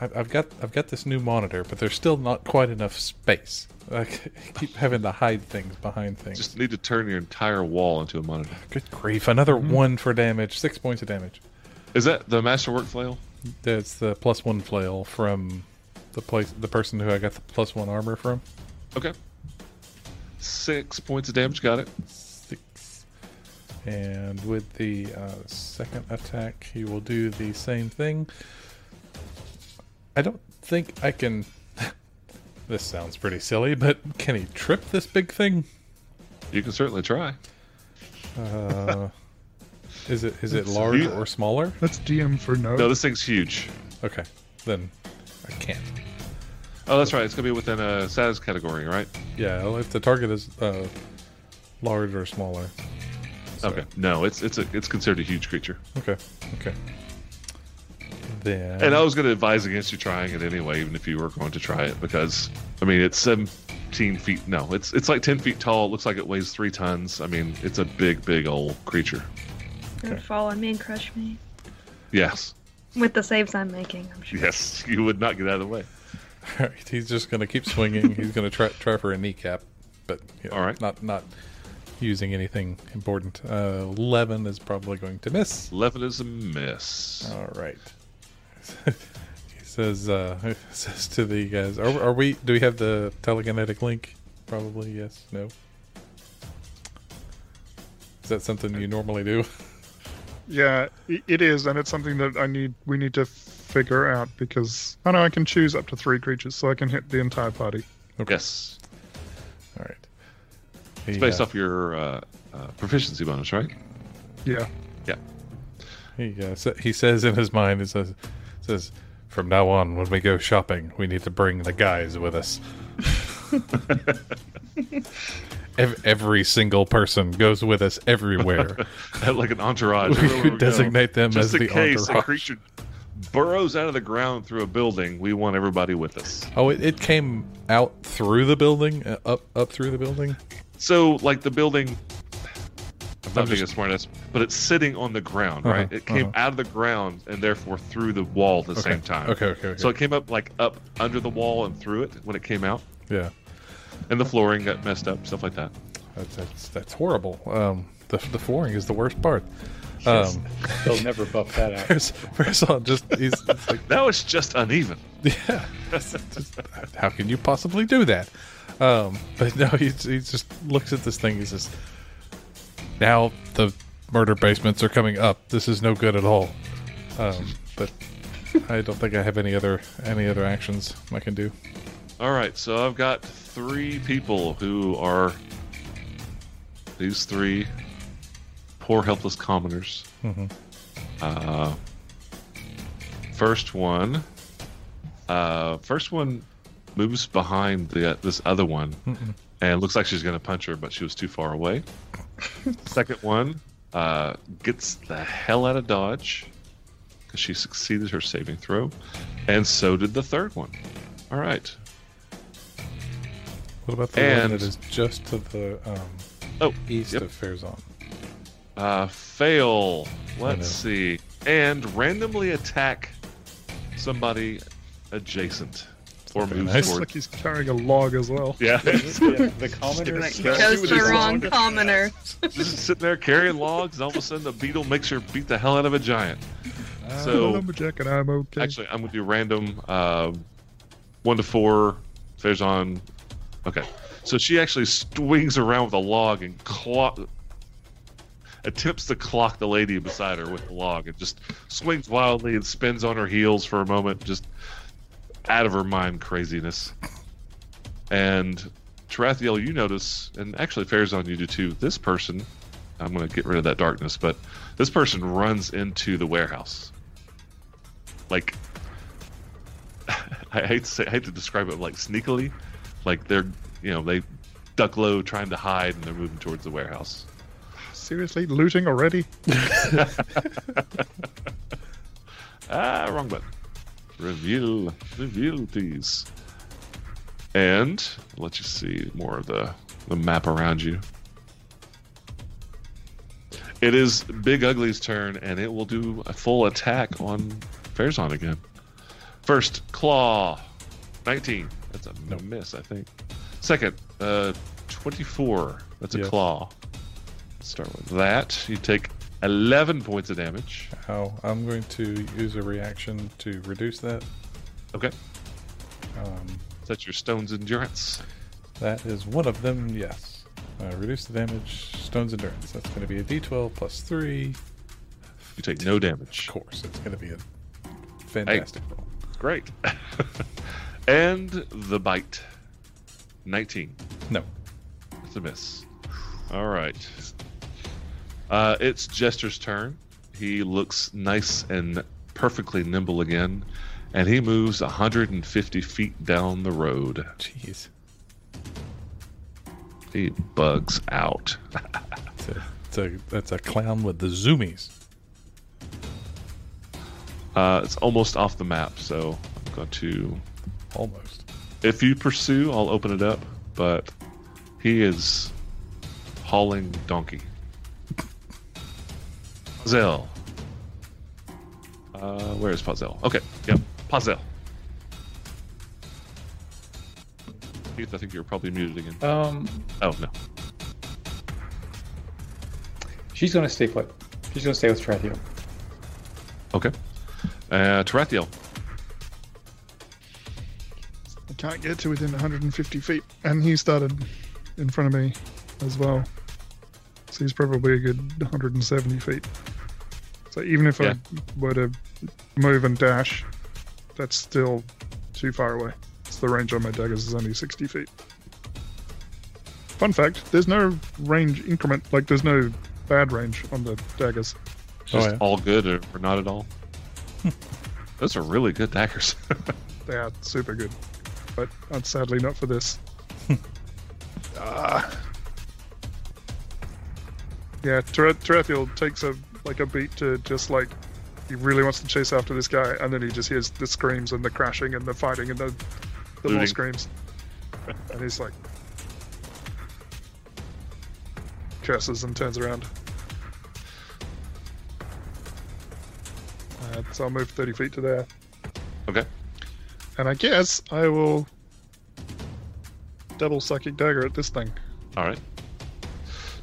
I've, I've got I've got this new monitor, but there's still not quite enough space. <laughs> I c- keep having to hide things behind things. Just need to turn your entire wall into a monitor. Good grief! Another one for damage. Six points of damage. Is that the masterwork flail? That's the plus one flail from the place the person who I got the plus one armor from. Okay. Six points of damage. Got it. Six. And with the uh, second attack, he will do the same thing. I don't think I can. <laughs> this sounds pretty silly, but can he trip this big thing? You can certainly try. Uh, is it is it large or smaller? That's DM for no. No, this thing's huge. Okay, then I can't. Oh, that's right. It's gonna be within a size category, right? Yeah, well, if the target is uh, large or smaller. So- Okay. No, it's it's a, it's considered a huge creature. Okay. Okay. Then. And I was gonna advise against you trying it anyway, even if you were going to try it, because I mean it's seventeen feet. No, it's it's like ten feet tall. It looks like it weighs three tons. I mean, it's a big, big old creature. Don't fall on me and crush me. Yes, With the saves I'm making, I'm sure. yes, <laughs> you would not get out of the way. All right, <laughs> he's just gonna keep swinging. he's gonna try try for a kneecap, but yeah, All right. not not using anything important. Uh, Eleven is probably going to miss. Eleven is a miss. All right. <laughs> he says uh, <laughs> he says to the guys, are, "Are we? Do we have the telekinetic link? Probably yes. No. Is that something you normally do? <laughs> Yeah, i- it is, and it's something that I need. We need to figure out because I know I can choose up to three creatures, so I can hit the entire party. Yes, All right. it's based off your uh, uh, proficiency bonus, right? Yeah, He, uh, sa- he says in his mind, he says, says, from now on, when we go shopping, we need to bring the guys with us. Ev- every single person goes with us everywhere. <laughs> like an entourage. everywhere we we go. designate them as Just in the case a entourage. creature burrows out of the ground through a building, we want everybody with us. Oh, it, it came out through the building, uh, up up through the building. So, like the building, I'm not I'm being a just- smartass, but it's sitting on the ground, Uh-huh, right? It came uh-huh. out of the ground and therefore through the wall at the Okay. same time. Okay, okay, okay. So it came up like up under the wall and through it when it came out, yeah, and the flooring got messed up, stuff like that. that's that's, that's horrible. Um, the the flooring is the worst part. Yes. Um, <laughs> They'll never buff that out. Vers- Verzon just he's it's like Now it's just uneven. <laughs> Yeah. It's just- how can you possibly do that? Um, but no, he, he just looks at this thing. He says, "Now the murder basements are coming up. This is no good at all. Um, but I don't think I have any other any other actions I can do. All right, so I've got three people who are these three poor, helpless commoners. Mhm. Uh, first one, uh, first one moves behind the this other one, Mm-mm. and looks like she's going to punch her, but she was too far away. Second one uh, gets the hell out of dodge because she succeeded her saving throw, and so did the third one. All right. What about the And- one that is just to the um, Oh, east yep. of Fairzon? Uh, fail. Let's know. see. And randomly attack somebody adjacent or Very move nice. toward. Like he's carrying a log as well. <laughs> Yeah, Yeah, the commoner Just You Yeah, chose she was the just wrong wrong. commoner. just sitting there carrying logs, and all of a sudden the beetle makes her beat the hell out of a giant. I'm a So Ah, lumberjack and I'm okay. actually, I'm gonna do random uh, one to four. There's on. Okay, so she actually swings around with a log and clock. Attempts to clock the lady beside her with the log and just swings wildly and spins on her heels for a moment, just out of her mind craziness. And Tarathiel, you notice, and actually Farazan, you do too. This person, I'm going to get rid of that darkness, but this person runs into the warehouse. Like, <laughs> I hate to say, I hate to describe it like sneakily, like they're, you know, they duck low trying to hide and they're moving towards the warehouse. Seriously, looting already? Ah, wrong button. Reveal, reveal these. And I'll let you see more of the, the map around you. It is Big Ugly's turn, and it will do a full attack on Fairzon again. First, Claw. 19. That's a miss, I think. Second, uh, 24. That's a Yes. claw. Let's start with that. You take 11 points of damage. How I'm going to use a reaction to reduce that. Okay. Um, That's your stone's endurance. That is one of them, yes. Uh, reduce the damage, Stone's Endurance. That's going to be a d12 plus 3. You take no Of damage. course, it's going to be a fantastic roll. Great. <laughs> and the bite. 19. No. It's a miss. All right. Uh, it's Jester's turn. He looks nice and perfectly nimble again, and he moves 150 feet down the road. Jeez. He bugs out. <laughs> It's a, it's a, that's a clown with the zoomies. Uh, it's almost off the map, so I'm going to Almost. if you pursue, I'll open it up, but he is hauling donkey. Pazel. Uh, where is Pazel? Okay, yep, Pazel. Keith, I think you're probably muted again. <laughs> Um, Oh no. she's gonna stay put. She's gonna stay with Trathio. Okay. Uh, Tarathiel. I can't get to within 150 feet, and he started in front of me as well. So he's probably a good 170 feet. So even if Yeah. I were to move and dash, that's still too far away. So the range on my daggers is only 60 feet. Fun fact: there's no range increment. Like there's no bad range on the daggers. It's Oh, Just yeah. all good or, or not at all. Those are really good daggers. <laughs> They are super good, but uh, sadly not for this. Ah. Yeah, Tara- Tarathiel takes a like a beat to just like he really wants to chase after this guy, and then he just hears the screams and the crashing and the fighting and the the more Looting. screams, and he's like curses and turns around. Uh, so I'll move 30 feet to there. okay. And I guess I will double psychic dagger at this thing. All right.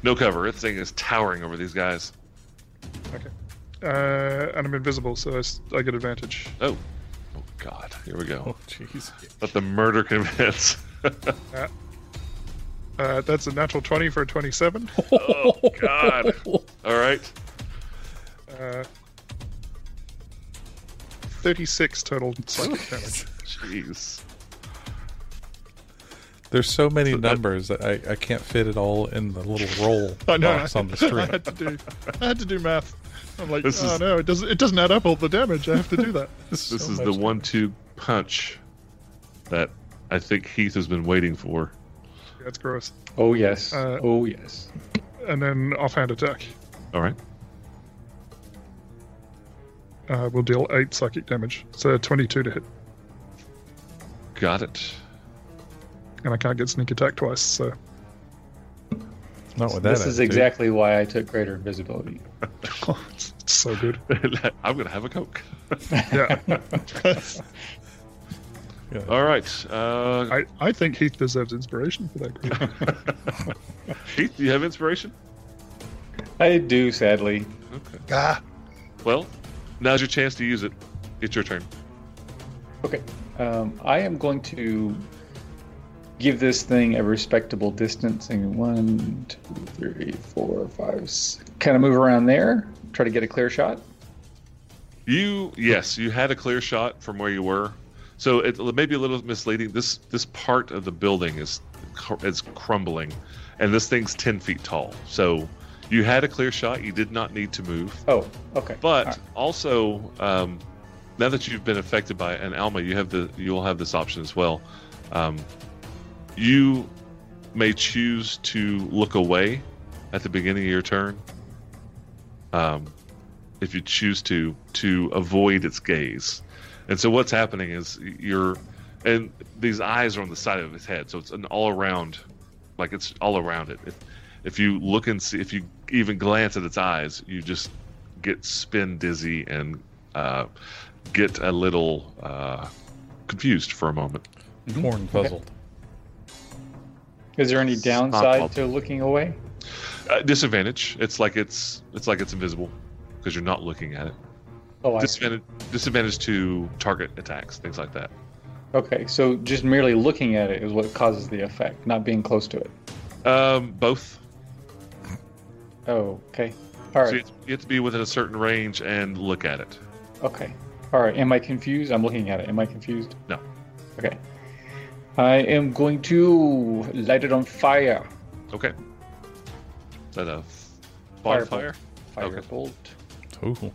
No cover. This thing is towering over these guys. Uh, and I'm invisible, so I, s- I get advantage. Oh, oh God! Here we go. Oh, jeez. Let the murder convince. Uh, that's a natural 20 for a 27. Oh, God. <laughs> All right. Uh, 36 total psychic damage. Jeez. <laughs> There's so many numbers that I, I can't fit it all in the little roll <laughs> I know. box on the <laughs> I screen. had to do. I had to do math. I'm like, This oh is- no, it doesn't. It doesn't add up all the damage. I have to do that. <laughs> This is the one two punch that I think Heath has been waiting for. That's gross. Oh yes. Uh, oh yes. And then offhand attack. All right. Uh, will deal eight psychic damage. So 22 to hit, Got it. <laughs> and I can't get sneak attack twice. So <laughs> Not with that. This is attitude. exactly why I took greater <laughs> invisibility. oh, it's so good. I'm gonna have a coke. <laughs> Yeah. All right. Uh, I, I think Heath deserves inspiration for that. group. Heath, do you have inspiration? I do, sadly. Okay. ah, Well, now's your chance to use it. It's your turn. Okay. Um, I am going to give this thing a respectable distance. And one, two, three, four, five, six. Kind of move around there. Try to get a clear shot. You yes, you had a clear shot from where you were, so it may be a little misleading. This this part of the building is cr- is crumbling, and this thing's ten feet tall. So you had a clear shot. You did not need to move. Oh, okay. But All right. also, um, now that you've been affected by it, and Alma, you have the you'll have this option as well. Um, you may choose to look away at the beginning of your turn, um, if you choose to to avoid its gaze. And so, what's happening is you're, and these eyes are on the side of his head, so it's an all around, like it's all around it. If, if you look and see, if you even glance at its eyes, you just get spin dizzy and uh, get a little uh, confused for a moment. Mm-hmm. Corn puzzled. Is there any It's not downside pub- to looking away? Uh, disadvantage. It's like it's it's like it's invisible because you're not looking at it. Oh, I see. Disadvantage, disadvantage to target attacks, things like that. Okay. So just merely looking at it is what causes the effect, not being close to it. Um, both. Oh, okay. All So you, right. have to, you have to be within a certain range and look at it. Okay. All right. Am I confused? I'm looking at it. Am I confused? No. Okay. I am going to light it on fire. Okay. Is that a bonfire? Firebolt. Okay. Ooh.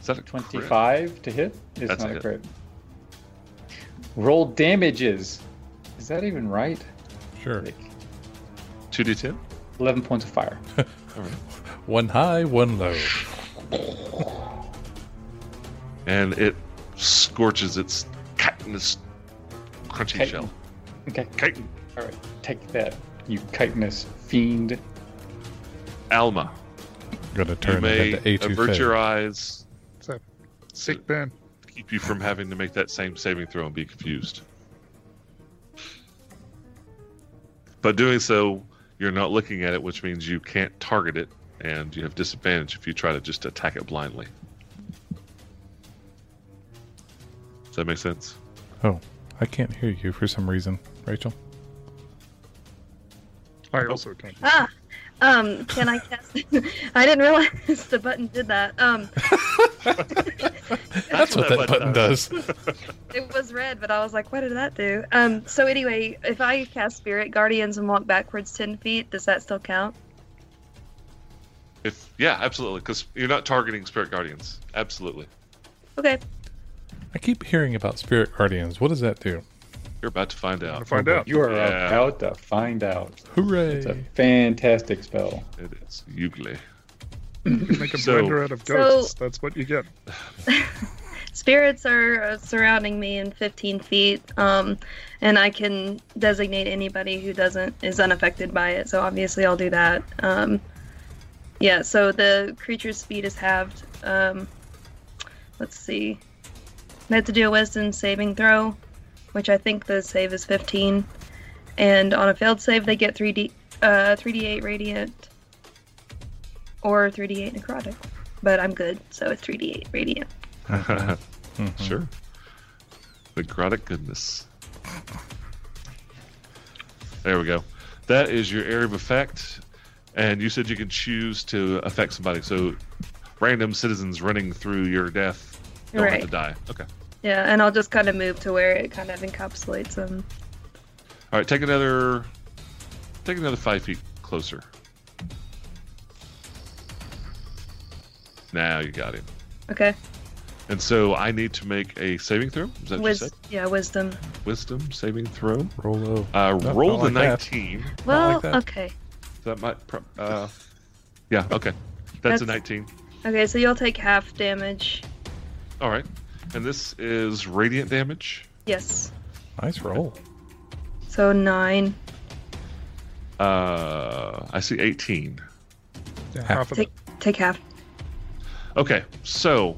Is that a crit? 25 to hit? It's That's a not a hit. crit. Roll damages. Is that even right? Sure. Nick? 2d10? 11 points of fire. One high, one low. And it scorches its chitinous crunchy Chitin. shell. Okay. Chitin. All right. Take that, you chitinous fiend. Alma. Gonna You turn may it into avert A2 your eyes it's a sick burn. to keep you from having to make that same saving throw and be confused. By doing so, you're not looking at it, which means you can't target it, and you have disadvantage if you try to just attack it blindly. Does that make sense? Oh, I can't hear you for some reason, Rachel. I also can't. Ah, um, can I cast? <laughs> I didn't realize <laughs> the button did that. Um, That's what that button does. <laughs> it was red, but I was like, what did that do? Um, so anyway, if I cast Spirit Guardians and walk backwards ten feet, does that still count? If yeah, absolutely, because you're not targeting spirit guardians. Absolutely, Okay. I keep hearing about spirit guardians. What does that do? you're about to find I'll out. find out. You are Yeah. about to find out. It's a Hooray! fantastic spell. It is ugly. Make a So- blender out of So- ghosts. That's what you get. Spirits are uh, surrounding me in 15 feet, um, and I can designate anybody who doesn't is unaffected by it. So obviously, I'll do that. Um, yeah. So the creature's speed is halved. Um, let's see. They have to do a Wisdom saving throw, which I think the save is 15, and on a failed save, they get 3d uh, 3d8 radiant or 3d8 necrotic. But I'm good, so it's 3d8 radiant. Sure. Necrotic goodness. There we go. That is your area of effect, and you said you can choose to affect somebody. So, random citizens running through your death don't have Right. to die. Okay. Yeah, and I'll just kind of move to where it kind of encapsulates them. All right. Take another. Take another five feet closer. Now you got him. Okay. And so I need to make a saving throw. Is that what you Wis- said? yeah, wisdom. Wisdom saving throw. Roll low. Uh, Nope, roll not the like that. 19. Well, like that. okay. That might. Pro- uh, yeah. Okay. That's a That's- 19. Okay, so you'll take half damage. All right. And this is radiant damage. Yes. Nice roll. So nine. Uh, I see 18. Yeah, half of it. Take take half. Okay, so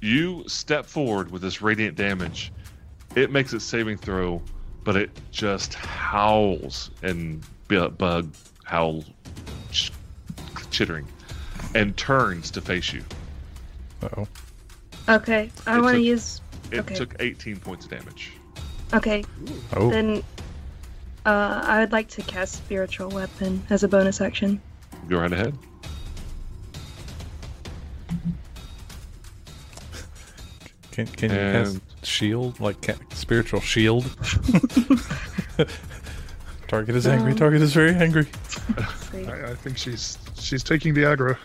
you step forward with this radiant damage. It makes its saving throw, but it just howls and bu- bug howl ch- chittering and turns to face you. Uh oh. Okay, I It want to took- use. It Okay. took 18 points of damage. Okay, Oh. then uh, I would like to cast spiritual weapon as a bonus action. Go right ahead. Can, can you And- cast shield? Like ca- spiritual shield? <laughs> target is angry. Um. Target is very angry. Sweet. I, I think she's she's taking the aggro.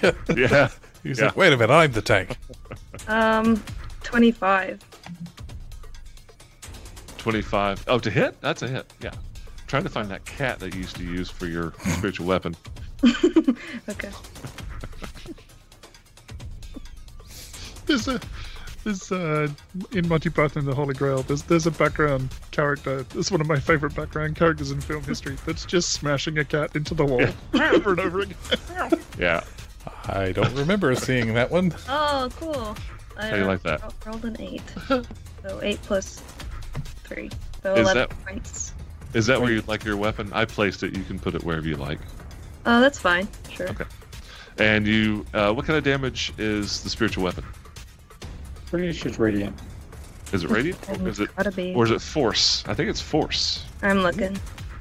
<laughs> Yeah. He's Yeah. like, wait a minute, I'm the tank. Um, twenty-five. 25. Oh, to hit? That's a hit. Yeah. Trying to find that cat that you used to use for <laughs> your spiritual weapon. Okay. There's a there's uh in Monty Python and the Holy Grail. There's there's a background character. This is one of my favorite background characters in film history. That's just smashing a cat into the wall <laughs> over and over again. Yeah. I don't remember seeing that one. Oh, cool. I How you like that? ro- Rolled an <laughs> eight. so eight plus three. So Is eleven that- points. Is that where you'd like your weapon? I placed it. You can put it wherever you like. Oh, that's fine. Sure. Okay. And you, uh, what kind of damage is the spiritual weapon? Pretty sure it's radiant. Is it radiant? Um, Or is it, gotta be. or is it force? I think it's force. I'm looking.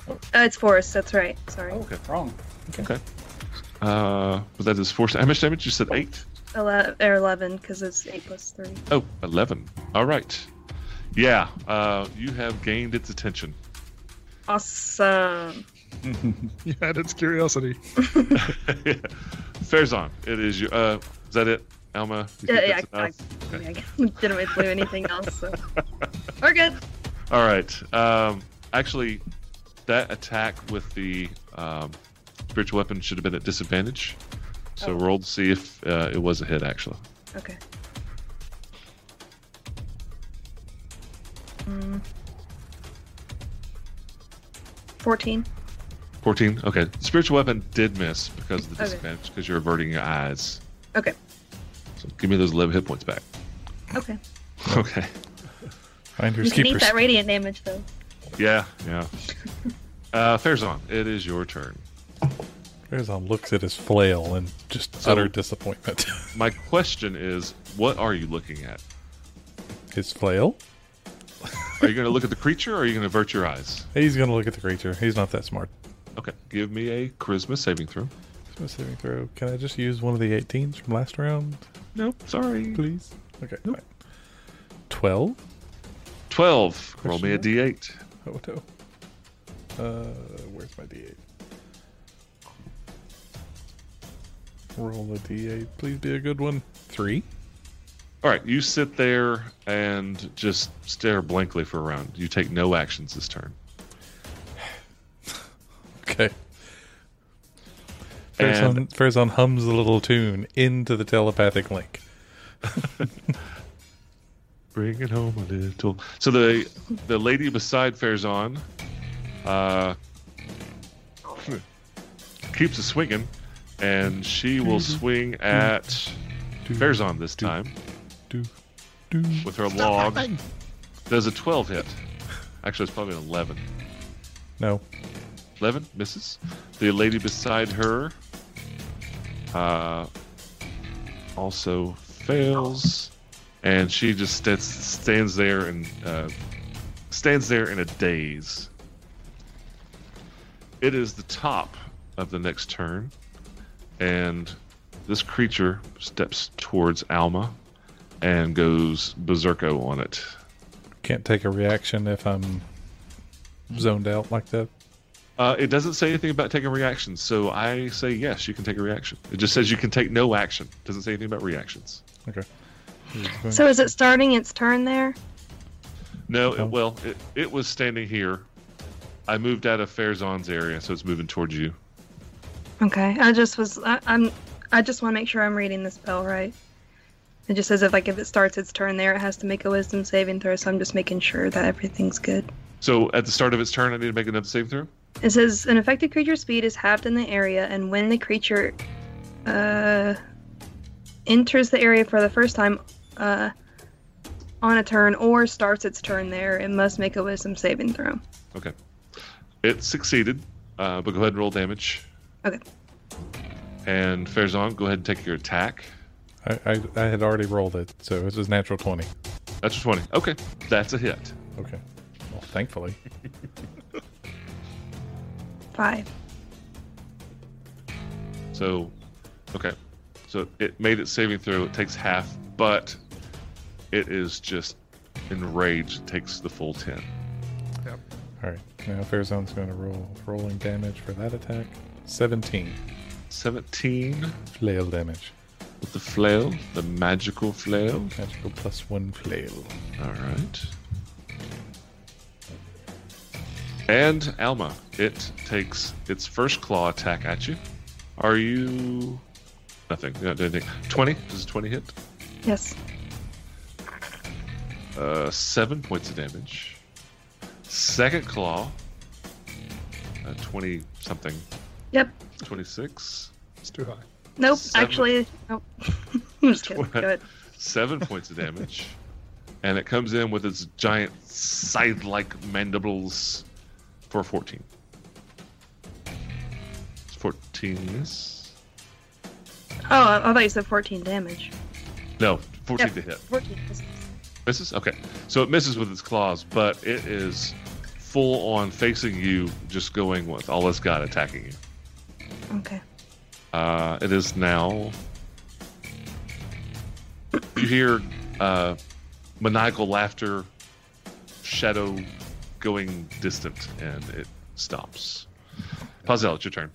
Oh, it's forest. That's right. Sorry. Oh, wrong. Okay. Uh, but that is force. How much damage? You said eight. Ele- or eleven because it's eight plus three. Oh, 11. All right. Yeah. Uh, you have gained its attention. Awesome. You had its curiosity. <laughs> Fairzon, it is you. Uh, is that it, Alma? You Yeah, think yeah, that's I, I, enough? I mean, I <laughs> didn't really do <laughs> anything else, so we're good. All right. Um, actually, that attack with the um, spiritual weapon should have been at disadvantage. So Oh. roll to see if uh, it was a hit. Actually, Okay. Mm. Fourteen. fourteen. Okay, spiritual weapon did miss because of the Okay. disadvantage because you're averting your eyes. Okay. So give me those eleven hit points <laughs> back. Okay. Okay. Finders You can eat keepers. that radiant damage though. Yeah. Yeah. Uh, Fairzon, it is your turn. Farazan looks at his flail and just So- utter disappointment. <laughs> My question is, what are you looking at? his flail? Are you going to look at the creature, or are you going to avert your eyes? He's gonna look at the creature. He's not that smart. Okay, give me a charisma saving throw. Charisma Saving throw. Can I just use one of the 18s from last round, Nope, sorry. please? Okay. fine. Twelve. 12. Roll Question me a mark? d8. Oh no. Uh, where's my D8? Roll a D8. Please be a good one. Three. All right, you sit there and just stare blankly for a round. You take no actions this turn. Okay. And- Farazan Farazan hums a little tune into the telepathic link. Bring it home a little. So the the lady beside Fairzon uh, <laughs> keeps it swinging, and she will swing at Fairzon this time Do, do. with her log. Does a 12 hit? Actually, it's probably an 11. No. 11 misses. The lady beside her uh, also fails, and she just st- stands there and uh, stands there in a daze. It is the top of the next turn, and this creature steps towards Alma and goes berserko on it. Can't take a reaction if I'm zoned out like that. Uh, it doesn't say anything about taking reactions, so I say yes, you can take a reaction. It just says you can take no action. It doesn't say anything about reactions. Okay. So is it starting its turn there? No, it, Okay. well, it, it was standing here. I moved out of Farazan's area, so it's moving towards you. Okay. I just was. I, I'm. I just want to make sure I'm reading the spell right. It just says if like if it starts its turn there, it has to make a Wisdom saving throw. So I'm just making sure that everything's good. So at the start of its turn, I need to make another saving throw. It says an affected creature's speed is halved in the area, and when the creature uh, enters the area for the first time uh, on a turn or starts its turn there, it must make a Wisdom saving throw. It succeeded, uh, but go ahead and roll damage. Okay. And Farazan, go ahead and take your attack. I, I, I had already rolled it, so it was natural 20. That's a 20. Okay, that's a hit. Okay. Well, thankfully. Five. So, okay. So it made its saving throw. It takes half, but it is just enraged. It takes the full 10. All right. Now Fairzone's going to roll rolling damage for that attack. 17 17 flail damage. with the flail, the magical flail. Magical plus one flail. All right. And Alma, it takes its first claw attack at you. Are you nothing? You're not doing anything. Twenty? Does a twenty hit? Yes. Uh, seven points of damage. Second claw. Uh, twenty something. Yep. Twenty six. It's too high. Nope. Seven. Actually, nope. <laughs> I'm just kidding. Go ahead. <laughs> Seven points of damage. And it comes in with its giant scythe like mandibles for 14. It's 14, yes? Oh, I I thought you said 14 damage. No, 14 to Yep. hit. 14. Misses? Okay. So it misses with its claws, but it is full on facing you, just going with all it's got attacking you. Okay. Uh, it is now. You hear uh, maniacal laughter, shadow going distant, and it stops. Puzzle, it's your turn.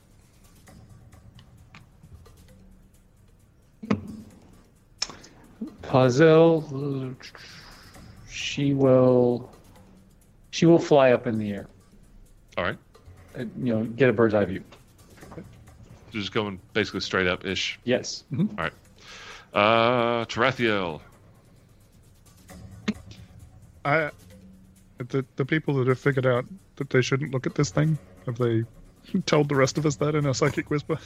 Pazel, she will, she will fly up in the air. All right. uh, You know, get a bird's eye view. You're just going basically straight up ish. Yes. Uh, Tarathiel. I the the people that have figured out that they shouldn't look at this thing have they <laughs> told the rest of us that in a psychic whisper?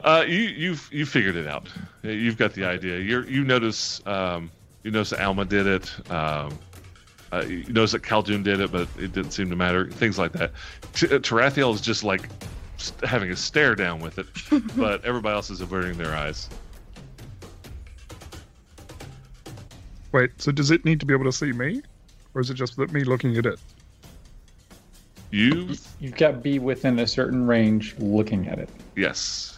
Uh, you you've you figured it out. You've got the idea. You're you notice um, you notice that Alma did it. Um, uh, you notice that Khaldun did it, but it didn't seem to matter. Things like that. T- uh, Tarathiel is just like st- having a stare down with <laughs> it, but everybody else is averting their eyes. Wait, so does it need to be able to see me, or is it just that me looking at it? You You've got to be within a certain range looking at it. yes.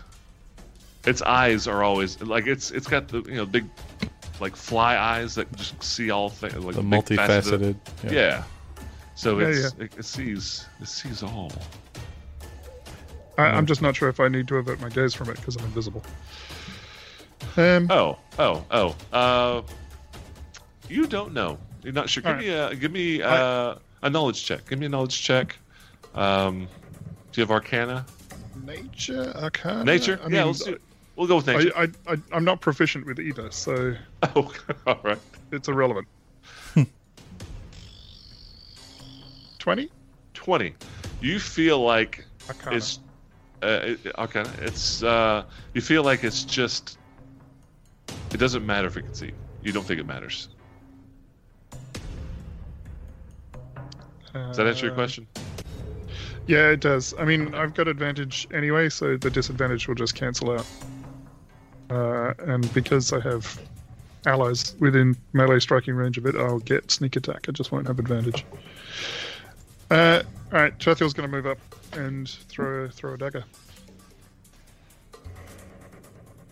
Its eyes are always like it's it's got the you know big like fly eyes that just see all things like The big faceted- multifaceted. Yeah. So Yeah, it's, It, it sees it sees all. I, I'm just not sure if I need to avert my gaze from it because I'm invisible. Um, Oh, oh, oh. Uh, you don't know. You're not sure. Give All me a give me uh, a knowledge check. Give me a knowledge check. Um, do you have Arcana? nature, Arcana. Nature? Uh, I mean, yeah, let's do. We'll go with nature. I, I, I, I'm not proficient with either, so <laughs> oh, all right. it's irrelevant. Hmm. Twenty. Twenty. You feel like Arcana. it's uh, it, Arcana. It's uh, you feel like it's just. It doesn't matter if it can see. You don't think it matters. Does that answer your Uh, question? Yeah, it does. I mean, I've got advantage anyway, so the disadvantage will just cancel out. Uh, and because I have allies within melee striking range of it, I'll get sneak attack. I just won't have advantage. Uh, all right, Chathiel's going to move up and throw throw a dagger.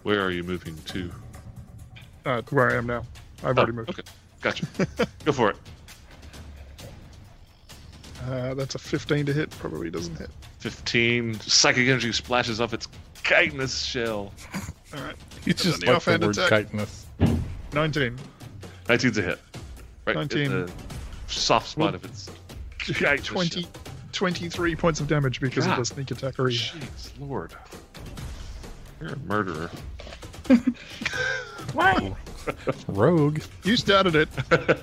Where are you moving to? Uh, where I am now, I've Oh, already moved. Okay, <laughs> gotcha. Go for it. Uh, that's a 15 to hit. Probably doesn't hit. 15. Psychic energy splashes off its chitinous shell. All right, It's That's just an like the offhand word attack. chitinous. 19. 19's a hit. Right? 19. in the soft spot Well, of its chitinous 20, shell. 23 points of damage because of God. the sneak attackery. Jeez, Lord. You're a murderer. <laughs> What? Rogue. You started it.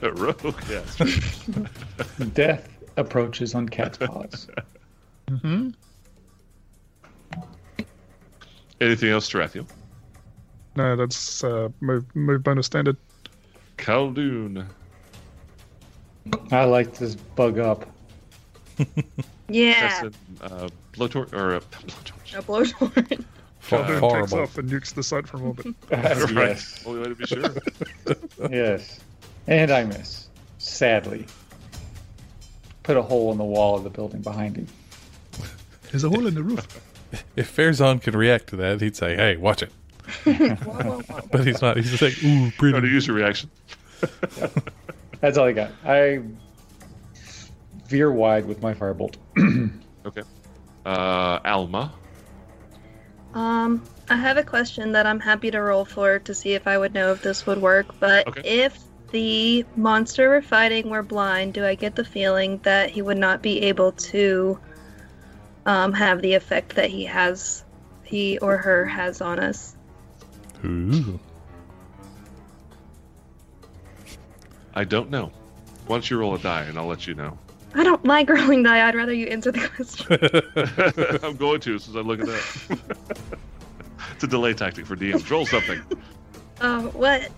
Rogue, yeah. that's right. Death approaches on cat's paws. hmm Anything else, Tarathiel? No, that's uh, move move bonus standard. Khaldun. I like this bug up. Yeah. Tessin, uh, blowtorch, or uh, blowtorch. <laughs> A blowtorch. <laughs> Uh, Calhoun takes Horrible. off and nukes the site from <laughs> orbit. yes, Only way to Oh, be sure. yes. And I miss. Sadly. Put a hole in the wall of the building behind him. There's a hole in the roof. If Farazan could react to that, he'd say, "Hey, <laughs> watch it." <laughs> But he's not. He's just like, "Ooh, Try to pretty." use your reaction. That's all I got. I veer wide with my firebolt. Okay. Uh, Alma. Um, I have a question that I'm happy to roll for to see if I would know if this would work. But Okay. if the monster we're fighting were blind, do I get the feeling that he would not be able to um, have the effect that he has, he or her has on us? Ooh. I don't know. Why don't you roll a die and I'll let you know. I don't <laughs> like rolling die. I'd rather you answer the <laughs> question. <laughs> I'm going to since I look it up. it's a delay tactic for DMs. Roll something. Um, what?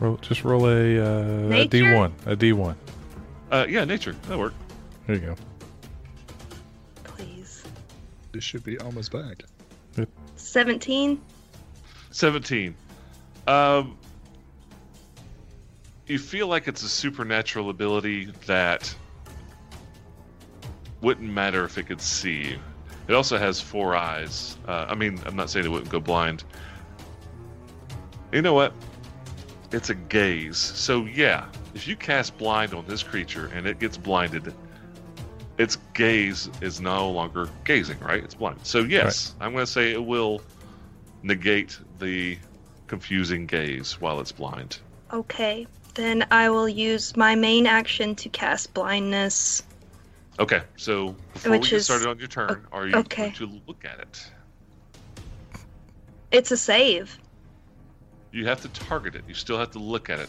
Roll, just roll a, uh, a Nature? D one. A D one. Uh, yeah, nature. That'll work. There you go. Please. This should be Alma's bag. 17? 17. Um, you feel like it's a supernatural ability that wouldn't matter if it could see you. It also has four eyes. Uh, I mean, I'm not saying it wouldn't go blind. You know what? It's a gaze. So, yeah, if you cast blind on this creature and it gets blinded, its gaze is no longer gazing, right? It's blind. So, yes, I'm going to say it will negate the confusing gaze while it's blind. Okay. Then I will use my main action to cast blindness. Okay, so before Which we get is- started on your turn, are you okay. going to look at it? It's a save. You have to target it. You still have to look at it.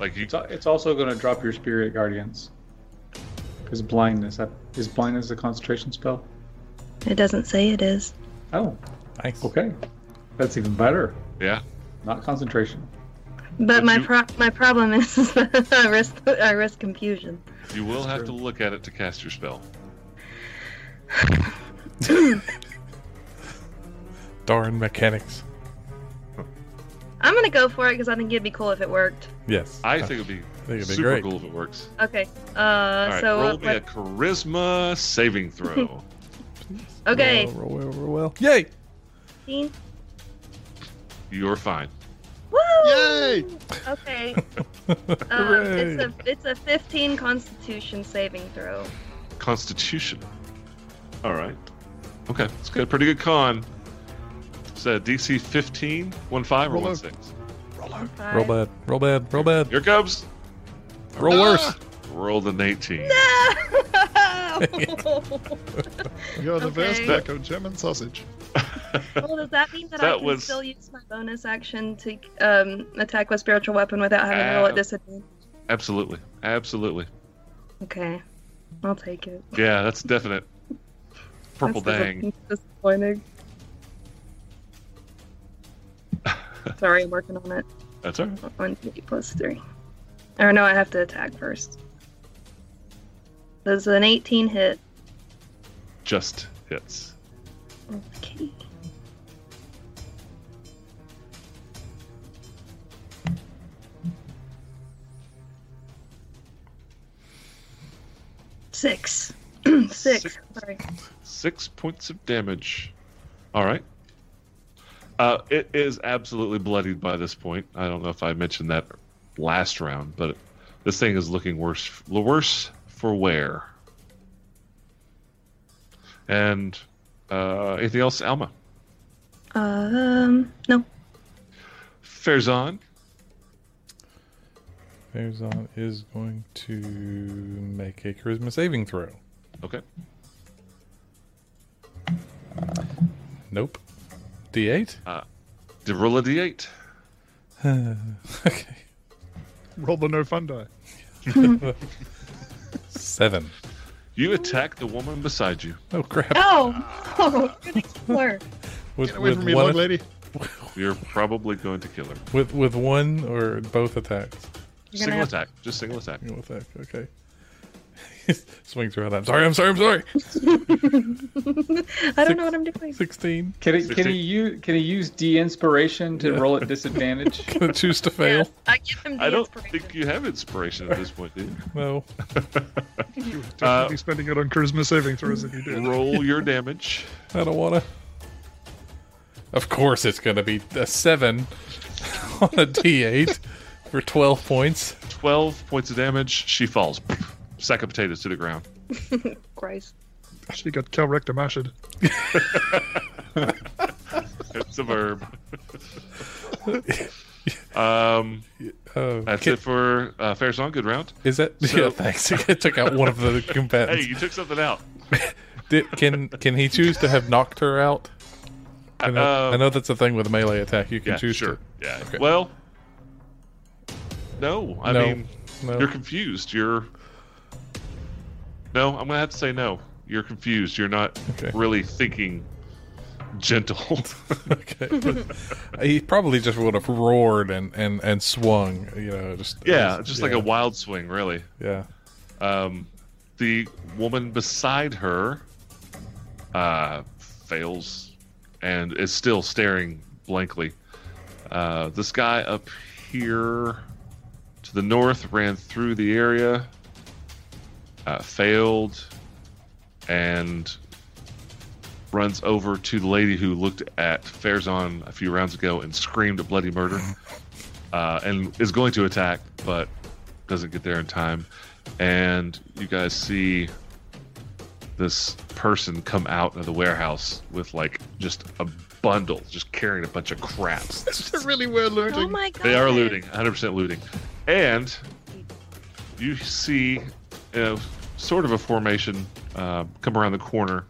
Like you, It's, al- it's also going to drop your spirit guardians. Because blindness. That, is blindness a concentration spell? It doesn't say it is. Oh, Nice. okay. That's even better. yeah. Not concentration. But But my you- pro- my problem is <laughs> that I risk I risk confusion. You will That's have true. to look at it to cast your spell. Darn mechanics. I'm gonna go for it because I think it'd be cool if it worked. Yes. I think it'd be think it'd be super great. cool if it works. Okay. Uh. All right, so. uh, roll me what- a charisma saving <laughs> throw. okay. Roll, roll, roll, roll, roll. Yay! 15? You're fine. Woo! Yay! <laughs> Okay. um, Hooray. it's a it's a 15 Constitution saving throw. Constitution. All right. Okay, it's got a pretty good con. It's a DC 15, 1 5 or Roll 1 over. 6? Five. Roll <laughs> bad. Roll bad. Roll bad. Here it comes. Roll Ah! worse. Rolled an 18. <laughs> You're the Okay. best back of German sausage. well, does that mean that, I That can was- still use my bonus action to um, attack with spiritual weapon without having to roll Uh, at disadvantage? <laughs> Absolutely. Absolutely. Okay, I'll take it. Yeah, that's definite. Purple That's dang. dis- <laughs> <laughs> Disappointing. Sorry, I'm working on it. That's all right. One D plus three. Or no, I have to attack first. Does an 18 hit? Just hits. Okay. Six. <clears throat> Six. Six. Sorry. Six points of damage. All right. Uh, it is absolutely bloodied by this point. I don't know if I mentioned that last round, but this thing is looking worse, worse for wear. And uh, anything else, Alma? Um. No. Fairzon, Fairzon is going to make a charisma saving throw. Okay. Nope. D8? Uh, d- roll a d8. <laughs> okay. <laughs> Roll the no fun die. Seven. You attack the woman beside you. Oh, crap. Ah. <laughs> Oh. Oh. Good explorer. With, Get away with from me, one, long lady. You're probably going to kill her. With, with one or both attacks? You're Single gonna have- attack. Just single attack. Single attack, okay. <laughs> Swings around. I'm sorry, I'm sorry, I'm sorry. I don't know what I'm <laughs> doing. 16. Can he, can Sixteen. he use can he use de inspiration to roll at disadvantage? Gonna choose to fail. Yes, I give him the I don't inspiration. think you have inspiration at this point, do you? No. Uh, Definitely spending it on charisma saving throws if you <laughs> do. Roll your damage. I don't want to. Of course, it's going to be <laughs> a 7 on a d8 for 12 points. 12 points of damage. She falls. Sack of potatoes to the ground. Christ. She got Cal Rectum ashed. It's a verb. um, <laughs> Oh, that's ki- it for uh, Fair Song. Good round. Is that. So- yeah, thanks. <laughs> I took out one of the <laughs> Hey, combatants. you took something out. Did, can, can he choose to have knocked her out? I know, Uh, I know that's a thing with a melee attack. You can Yeah, choose sure. to. Yeah. Okay. Well, no. I No, mean, <laughs> no. you're confused. You're. No, I'm going to have to say no. You're confused. You're not Okay. really thinking gentle. <laughs> okay. he probably just would have roared and, and, and swung, you know, just <laughs> yeah, just like yeah, a wild swing, really. yeah. Um, the woman beside her uh, fails and is still staring blankly. Uh, this guy up here to the north ran through the area, uh, failed, and runs over to the lady who looked at Fairzon a few rounds ago and screamed a bloody murder, uh, and is going to attack, but doesn't get there in time and you guys see this person come out of the warehouse with like just a bundle, just carrying a bunch of crap. They really were Oh looting. my god. They are looting, 100% looting, and you see, uh, sort of a formation uh, come around the corner.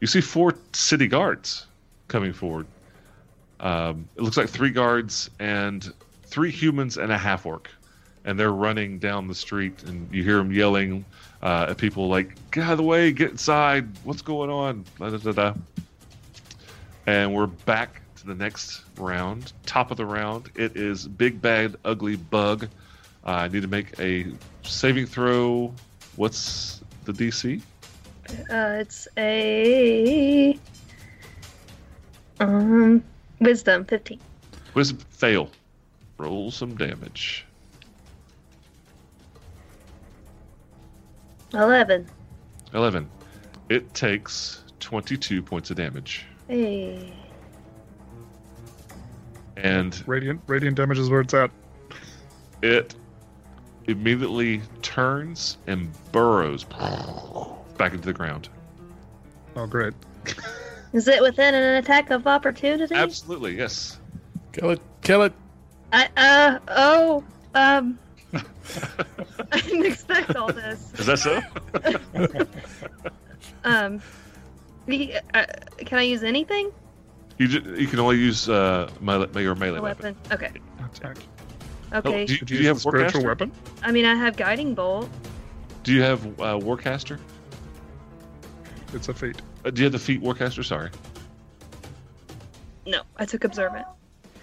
You see four city guards coming forward. Um, it looks like three guards and three humans and a half orc, and they're running down the street, and you hear them yelling uh, at people like, "Get out of the way! Get inside! What's going on?" Da, da, da, da. And we're back to the next round, top of the round. It is Big Bad Ugly Bug. Uh, I need to make a saving throw. What's the DC? Uh, it's a um wisdom fifteen. Where's fail? Roll some damage. Eleven. 11. It takes 22 points of damage. Hey. And Radiant, radiant damage is where it's at. it immediately turns and burrows back into the ground. Oh, great. Is it within an attack of opportunity? Absolutely, yes. Kill it, kill it. I, uh oh <laughs> um I didn't expect all this. Is that so? <laughs> Um the- uh, can I use anything? you, ju- you can only use uh, melee, your melee A weapon. weapon. Okay. Attack. Oh, Okay. do, you, Could do you have use the spiritual Warcaster? weapon? I mean I have guiding bolt. Do you have uh, Warcaster? It's a feat. Uh, do you have the feet Warcaster? Sorry. No, I took observant.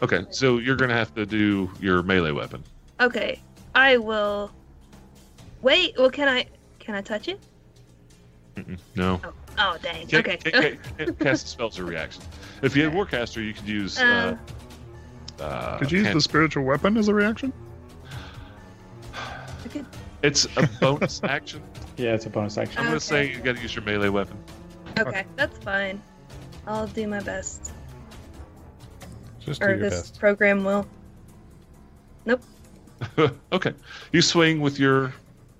Okay, so you're gonna have to do your melee weapon. Okay. I will Wait, well can I can I touch it? No. Oh, oh dang. Can't- okay. Can't, can't- <laughs> can't cast spells or reactions. If you had Warcaster, you could use. Um, Uh, uh, Could you use can- the spiritual weapon as a reaction? I could- <laughs> It's a bonus action. Yeah, it's a bonus action. I'm Okay. gonna say you gotta use your melee weapon. <laughs> <laughs> Okay, that's fine. I'll do my best. Just do Or your this best. program will. okay, you swing with your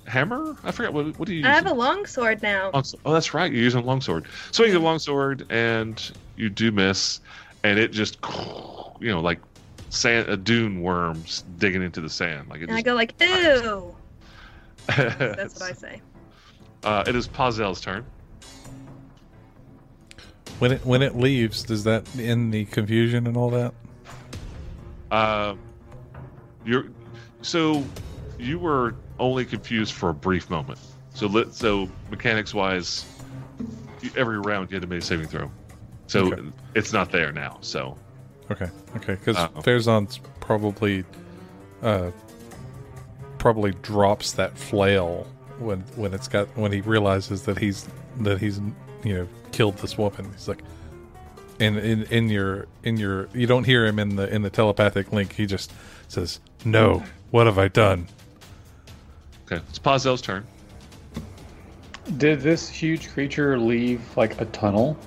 hammer. I forgot what what do you use? I have a longsword now. Longsword. Oh, that's right. You're using a longsword. Swing the longsword, and you do miss, and it just, you know, like sand, a dune worms digging into the sand. Like it And I just, go like, ew. <laughs> That's that's what I say. <laughs> uh, it is Pazel's turn. When it when it leaves, does that end the confusion and all that? Um, you're so you were only confused for a brief moment. So let so mechanics wise, every round you had to make a saving throw. So Okay. it's not there now. So Okay, okay, because Uh-oh. Farazan's probably uh probably drops that flail when when it's got when he realizes that he's that he's you know killed this woman. He's like, in in in your in your you don't hear him in the in the telepathic link. He just says, "No, what have I done?" okay, it's Pazel's turn. Did this huge creature leave like a tunnel?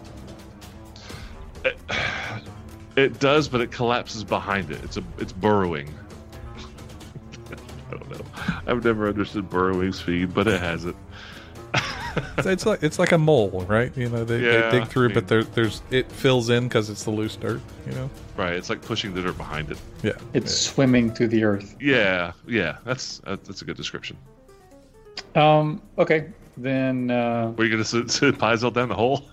It does, but it collapses behind it. It's a it's burrowing. <laughs> I don't know. I've never understood burrowing speed, but it has it. It's, it's like it's like a mole, right? You know, they, Yeah, they dig through, I mean- but there, there's it fills in because it's the loose dirt. You know, Right, it's like pushing the dirt behind it. yeah. It's swimming through the earth. Yeah, yeah, that's uh, that's a good description. Um. Okay. Then. Uh, Were you gonna sit, <laughs> sit Pazel down the hole?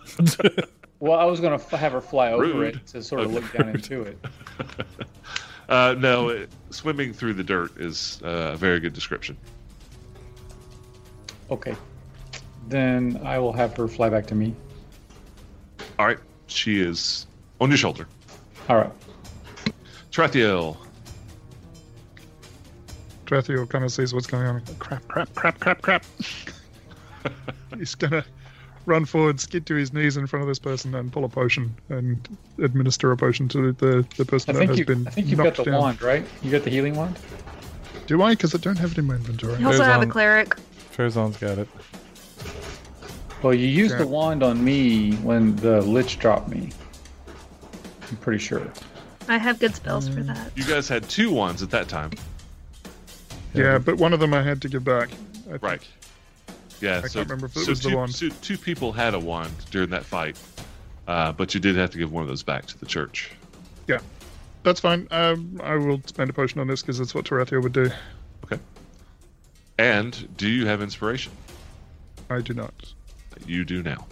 well, I was gonna f- have her fly over Rude. it to sort of look down into it. Uh, no, it, swimming through the dirt is uh, a very good description. Okay. Then I will have her fly back to me. All right, she is on your shoulder. All right. Trathiel. Drathiel kind of sees what's going on. Crap, crap, crap, crap, crap. <laughs> He's gonna run forward, skid to his knees in front of this person, and pull a potion and administer a potion to the, I the person that think has you. been I think you've got knocked the down. wand, right? You got the healing wand. Do I? Because I don't have it in my inventory. You also have a on- cleric. Farazan's got it. Well, you used Sure. the wand on me when the lich dropped me. I'm pretty sure. I have good spells for that. You guys had two wands at that time, Yeah, but one of them I had to give back. I think. right? Yeah. so, can't remember if it so was the two- wand. So two people had a wand during that fight, uh, but you did have to give one of those back to the church. That's fine. Um, I will spend a potion on this because that's what Tarathia would do. And do you have inspiration? I do not. You do now,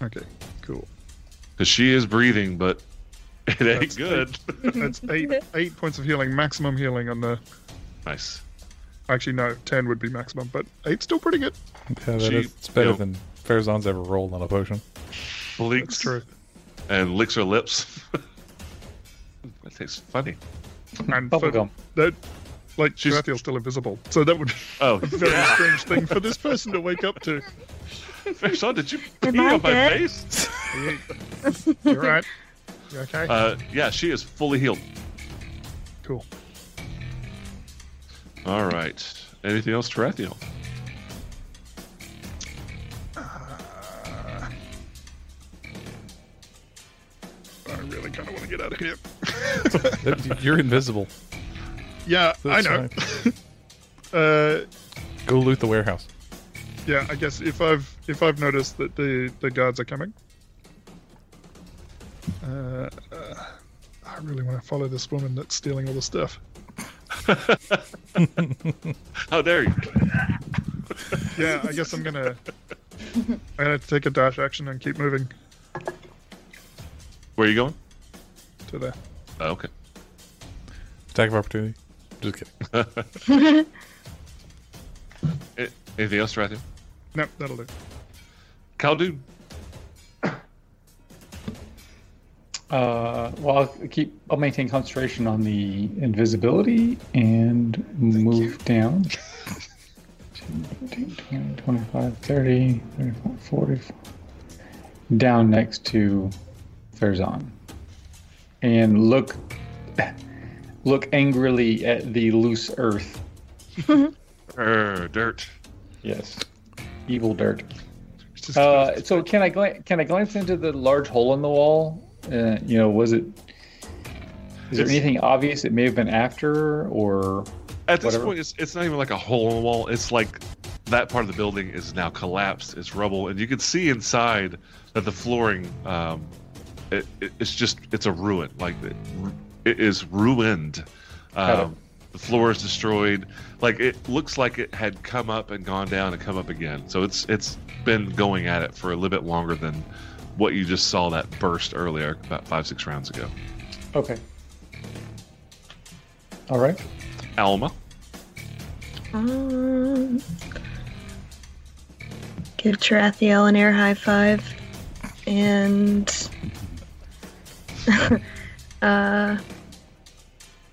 Okay, cool. because she is breathing, but <laughs> it ain't That's good. <laughs> That's eight eight points of healing, maximum healing on the. nice. Actually, no, ten would be maximum, but eight's still pretty good. Yeah, that She- is- it's better you know- than Farazan's ever rolled on a potion. Blinks. That's true. and licks her lips. <laughs> that tastes funny. And for- Bubblegum. That, like, She's- Tarathiel's still invisible, so that would be <laughs> Oh, a very strange thing for this person to wake up to. Farazan, did you pee Am on I my dead? face? <laughs> You're right. You okay? Uh, yeah, she is fully healed. cool. All right. Anything else, Tarathiel? I really kind of want to get out of here. That- <laughs> You're invisible. Yeah, That's I know. <laughs> uh, Go loot the warehouse. yeah, I guess if I've if I've noticed that the the guards are coming, uh, uh, I really want to follow this woman that's stealing all the stuff. How dare Oh, you? Yeah, I guess I'm <laughs> gonna I'm gonna take a dash action and keep moving Where are you going? to there. Oh, okay. Attack of opportunity. Just kidding. <laughs> A- anything else, Tarathiel? No, that'll do. Khaldun. Uh, well, I'll keep. I'll maintain concentration on the invisibility and move down. <laughs> 10, 15, 20, 25, 30, 35, 40, down next to Farazan, and look, <laughs> look angrily at the loose earth. Er, dirt. Yes. Evil dirt. It's just- Uh, so can I glan can I glance into the large hole in the wall? Uh, you know, was it? Is there It's- anything obvious it may have been after, or At this whatever. point, it's, it's not even like a hole in the wall. It's like that part of the building is now collapsed. It's rubble, and you can see inside that the flooring, um, it, it- it's just it's a ruin. Like it, it is ruined. Got it. Um, the floor is destroyed. Like it looks like it had come up and gone down and come up again. So it's it's been going at it for a little bit longer than what you just saw that burst earlier, about five six rounds ago. okay? All right. Alma, Um, give Tarathiel an air high five, and <laughs> uh,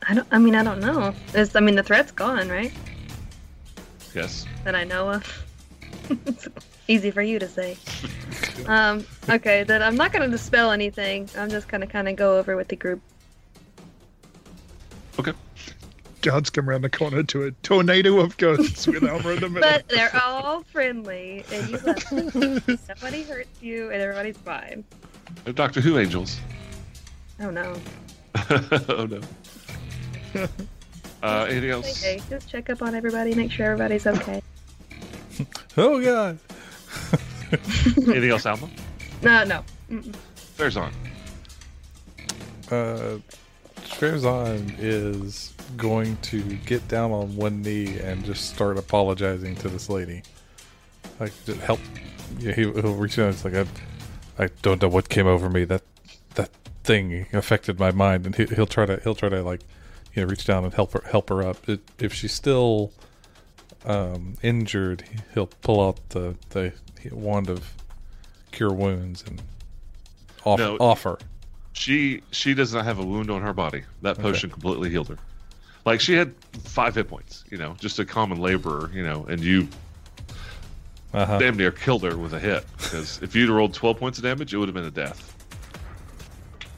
I don't. I mean, I don't know. Is I mean, the threat's gone, right? yes. That I know of. <laughs> it's easy for you to say. Um, okay, then I'm not gonna dispel anything. I'm just gonna kind of go over with the group. Guards come around the corner to a tornado of ghosts with Alma in the middle. <laughs> But they're all friendly, and you left. Nobody hurts you, and everybody's fine. They're Doctor Who angels. Oh no. <laughs> oh no. uh, anything else? Okay, just check up on everybody, make sure everybody's okay. Oh god. anything else, Alma? No, no. Mm-mm. There's on. Uh, Trevzon is going to get down on one knee and just start apologizing to this lady. Like, just help. Yeah, he, he'll reach out. It's like I, I don't know what came over me. That that thing affected my mind, and he, he'll try to he'll try to like, you know, reach down and help her help her up. It, if she's still um, injured, he'll pull out the the wand of cure wounds and off, No. offer. She she does not have a wound on her body. That potion completely healed her. Like she had five hit points, you know, just a common laborer, you know, and you Uh-huh. damn near killed her with a hit. Because if you'd rolled twelve points of damage, it would have been a death.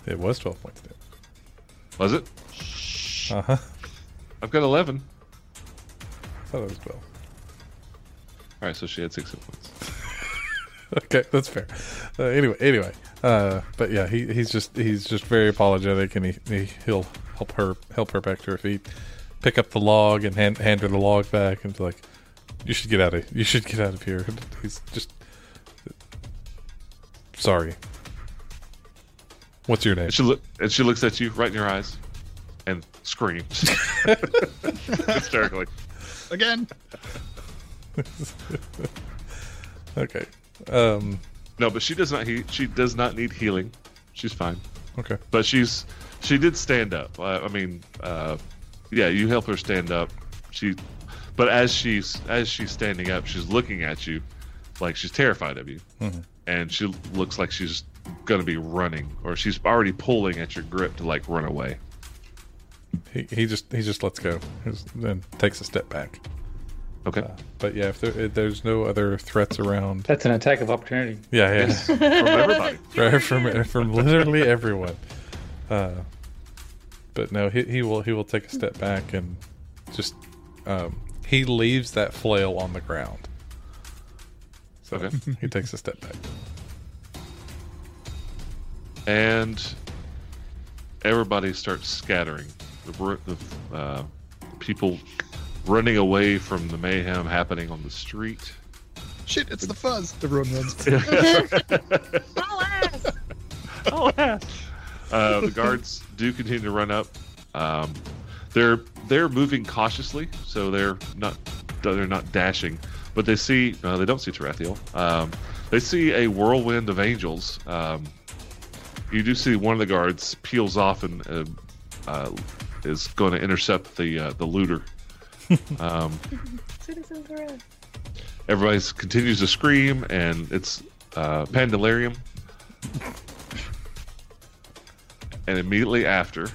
It was 12 points. Damage. Was it? Uh huh. I've got eleven. <laughs> I thought it was 12. All right, so she had six hit points. Okay, that's fair. Uh, anyway, anyway. Uh, but yeah, he, he's just he's just very apologetic, and he, he he'll help her help her back to her feet, pick up the log and hand hand her the log back, and be like, you should get out of you should get out of here. He's just sorry. What's your name? And she look and she looks at you right in your eyes, and screams <laughs> hysterically. Again. okay. Um. No, but she does not. He, she does not need healing. She's fine. Okay. But she's she did stand up. I, I mean, uh, yeah, you help her stand up. She, but as she's as she's standing up, she's looking at you, like she's terrified of you, Mhm. and she looks like she's gonna be running, or she's already pulling at your grip to like run away. He, he just he just lets go, He's- then takes a step back. Okay. But yeah, if, there, if there's no other threats around, That's an attack of opportunity. yeah, yeah, Yes. From everybody. <laughs> Right, from from literally everyone. Uh, but no, he, he will he will take a step back and just um, he leaves that flail on the ground. So Okay. <laughs> he takes a step back. and everybody starts scattering. The, br- the uh, people running away from the mayhem happening on the street. Shit, it's the fuzz. Everyone runs. All ass! <laughs> Uh, the guards do continue to run up. Um, they're they're moving cautiously, so they're not they're not dashing, but they see uh, they don't see Tarathiel. Um, they see a whirlwind of angels. Um, you do see one of the guards peels off and uh, uh, is going to intercept the uh, the looter. um, Citizens arrest. everybody continues to scream, and it's uh, Pandelarium. and immediately after,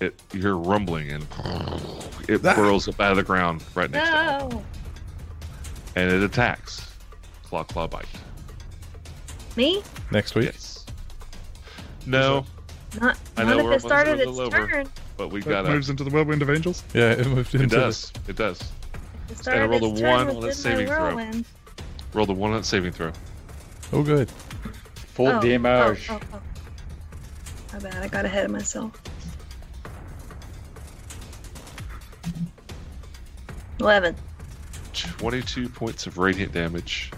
it you hear rumbling and it Ah. burrows up out of the ground right next to Alma, No! and it attacks. Claw claw bite. Me? Next week, Yes. No, Not, I not know, if we're it started almost a its little over. turn. but we've That got a. moves into the whirlwind of angels. yeah, it moved It into the- does. It does. The start I of rolled its a turn one within on its my saving throw. whirlwind. Roll the one on saving throw. Oh, good. Full oh, damage. Oh, oh, oh. My bad, I got ahead of myself. Eleven. 22 points of radiant damage.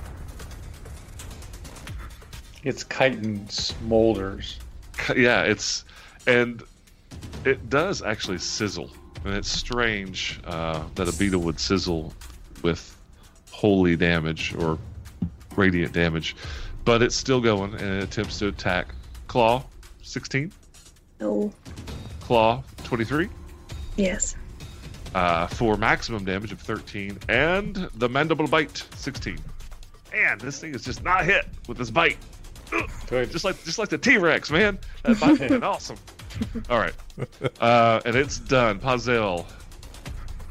Its chitin smolders. yeah it's and it does actually sizzle and it's strange uh, that a beetle would sizzle with holy damage or radiant damage but it's still going and it attempts to attack claw 16 No. claw 23 Oh, Yes. uh, for maximum damage of 13 and the mandible bite 16 and this thing is just not hit with this bite Good. just like just like the T-Rex, man. That might have been awesome. All right, uh, and it's done. Pazel.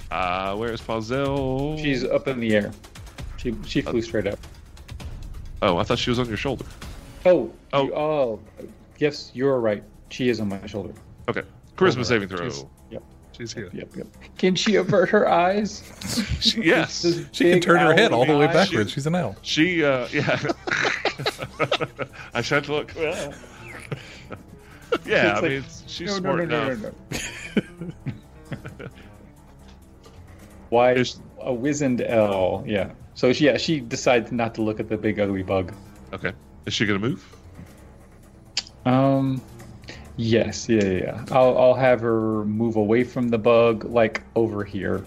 Uh, where is Pazel? She's up in the air. She she flew straight up. Oh, I thought she was on your shoulder. Oh. Oh. you- oh. Yes, you're right. She is on my shoulder. Okay, charisma Over. saving throw. Oh, She's- Yep. She's here. Yep. Yep. Can she avert her eyes? <laughs> She- yes, This She can big turn her head owl all the way eye. backwards. She's an <laughs> owl. she. Uh, yeah. <laughs> I should look. Well, <laughs> yeah, I It's like, mean, it's- she's smart enough. no. Why There's- a wizened L? Yeah. So she, yeah, she decides not to look at the big ugly bug. Okay, is she gonna move? Um, yes, yeah, yeah. yeah. I'll I'll have her move away from the bug, like over here.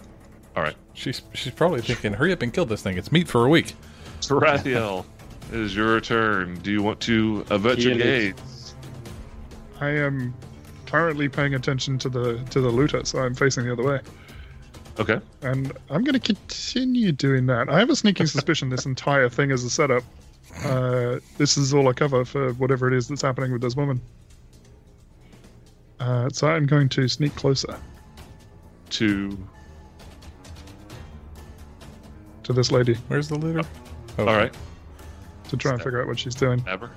All right, She's she's probably thinking, "Hurry up and kill this thing. It's meat for a week." Tarathiel, <laughs> it is your turn. Do you want to avert your Kill it. gaze? I am currently paying attention to the to the looter, so I'm facing the other way, Okay. and I'm going to continue doing that. I have a sneaking suspicion this entire thing is a setup. Uh, this is all I cover for whatever it is that's happening with this woman. Uh, so I'm going to sneak closer Two. to this lady Where's the looter? Oh. All right. to try and figure out what she's doing. Ever.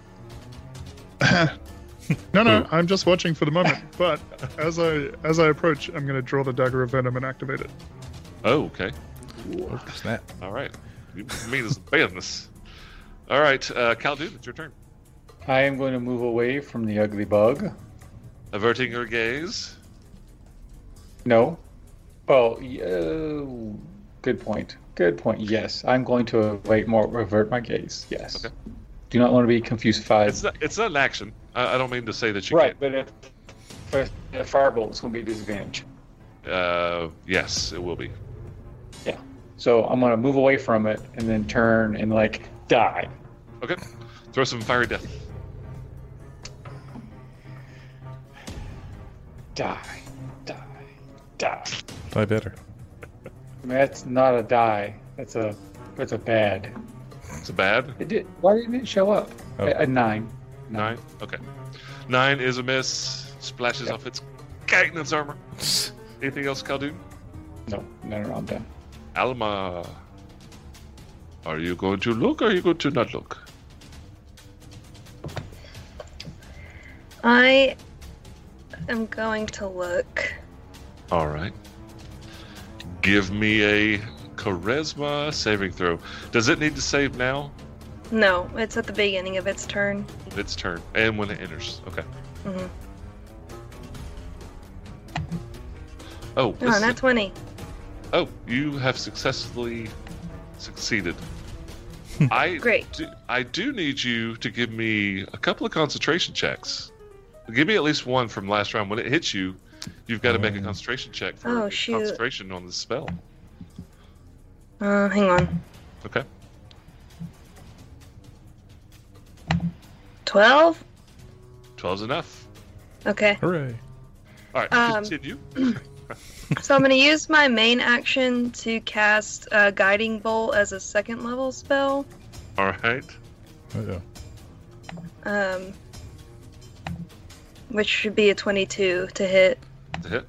No, no, I'm just watching for the moment. <laughs> But as I as I approach, I'm going to draw the dagger of venom and activate it. Oh, okay. Oh, snap. All right. You mean as business. All right, uh, Khaldun, it's your turn. I am going to move away from the ugly bug. Averting her gaze. No. Well, yeah, good point. Good point. Yes, I'm going to wait more. Revert my gaze. Yes. Okay. Do not want to be confusified. It's not, it's not an action. I, I don't mean to say that you Right, but if, if a fireball is going to be disadvantage. can't. Uh, yes, it will be. So I'm going to move away from it and then turn and like die. Okay. Throw some fiery death. Die. Die. Die. I better. I mean, that's not a die. That's a that's a bad. It's a bad It did, why didn't it show up? Oh. A, a nine. nine. Okay. Nine is a miss. Splashes off its chitinous armor. Anything else, Khaldun? No, no, no, I'm done. Alma. Are you going to look or are you going to not look? I am going to look. All right. Give me a charisma saving throw. Does it need to save now? No, it's at the beginning of its turn. Its turn and when it enters. Okay. Mhm. Oh, No, this not is- twenty. oh, you have successfully succeeded. I Great. Do, I do need you to give me a couple of concentration checks. Give me at least one from last round. When it hits you, you've got to make a Oh. concentration check for Oh, the shoot. concentration on the spell. Uh, hang on. Okay. Twelve. 12's enough. Okay. <laughs> Hooray! All right, Um, continue. So I'm going to use my main action to cast uh, Guiding Bolt as a second level spell. All right. Uh-oh. Um, which should be a 22 to hit. To hit.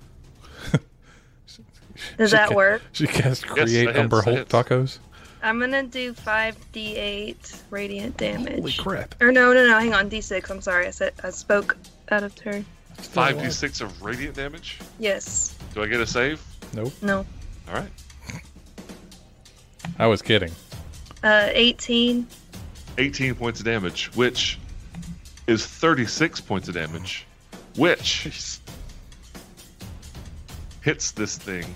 Does She that ca- work? She cast that create hits, umber that Hulk hits. tacos. I'm going to do 5d8 radiant damage. Holy crap! Or no, no, no, hang on. D6. I'm sorry. I said I spoke out of turn. Five d six of radiant damage. Yes. Do I get a save? Nope. No. All right. I was kidding. Uh, 18. 18 points of damage, which is 36 points of damage, which hits this thing,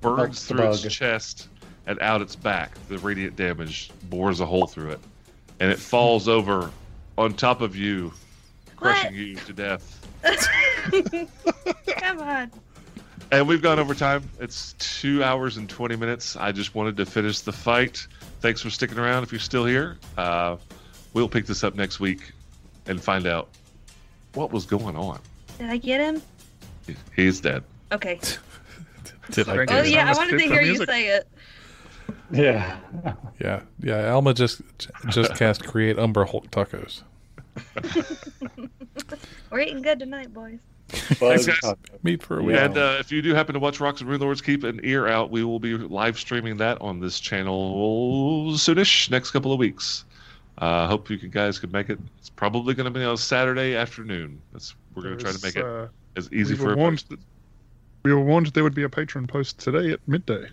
burns Melts the through its bug. chest and out its back. The radiant damage bores a hole through it, and it falls over on top of you, crushing What? you to death. <laughs> Come on. And we've gone over time. It's two hours and 20 minutes. I just wanted to finish the fight. Thanks for sticking around if you're still here. Uh, we'll pick this up next week and find out what was going on. Did I get him? He's dead. Okay. Did I Thank Oh get you. it? yeah, I Sounds wanted good to for hear you music. say it. <laughs> Yeah. Yeah, yeah. Alma just <laughs> just cast create Umber Hulk tacos. We're eating good tonight, boys. Thanks, Buzz guys. Taco. Meat for a week. Yeah. And uh, if you do happen to watch Rocks and Rune Lords, keep an ear out. We will be live streaming that on this channel soonish, next couple of weeks. Uh, hope you guys could make it. It's probably going to be on Saturday afternoon. That's we're going to try to make it Uh, as easy we for were everybody. warned that we were warned there would be a patron post today at midday.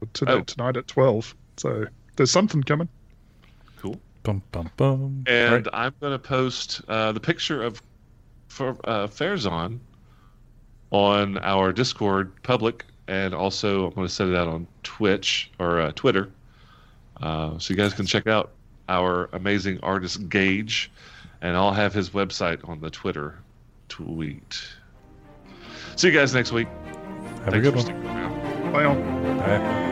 Or Today, Oh. tonight at twelve. So there's something coming. Cool. Bum bum bum. And Right. I'm going to post uh, the picture of for, uh, Fairzon on our Discord public, and also I'm going to set it out on Twitch or uh, Twitter, uh, so you guys can check out our amazing artist Gage, and I'll have his website on the Twitter tweet. See you guys next week. have a good for one. sticking around. Bye all. Bye.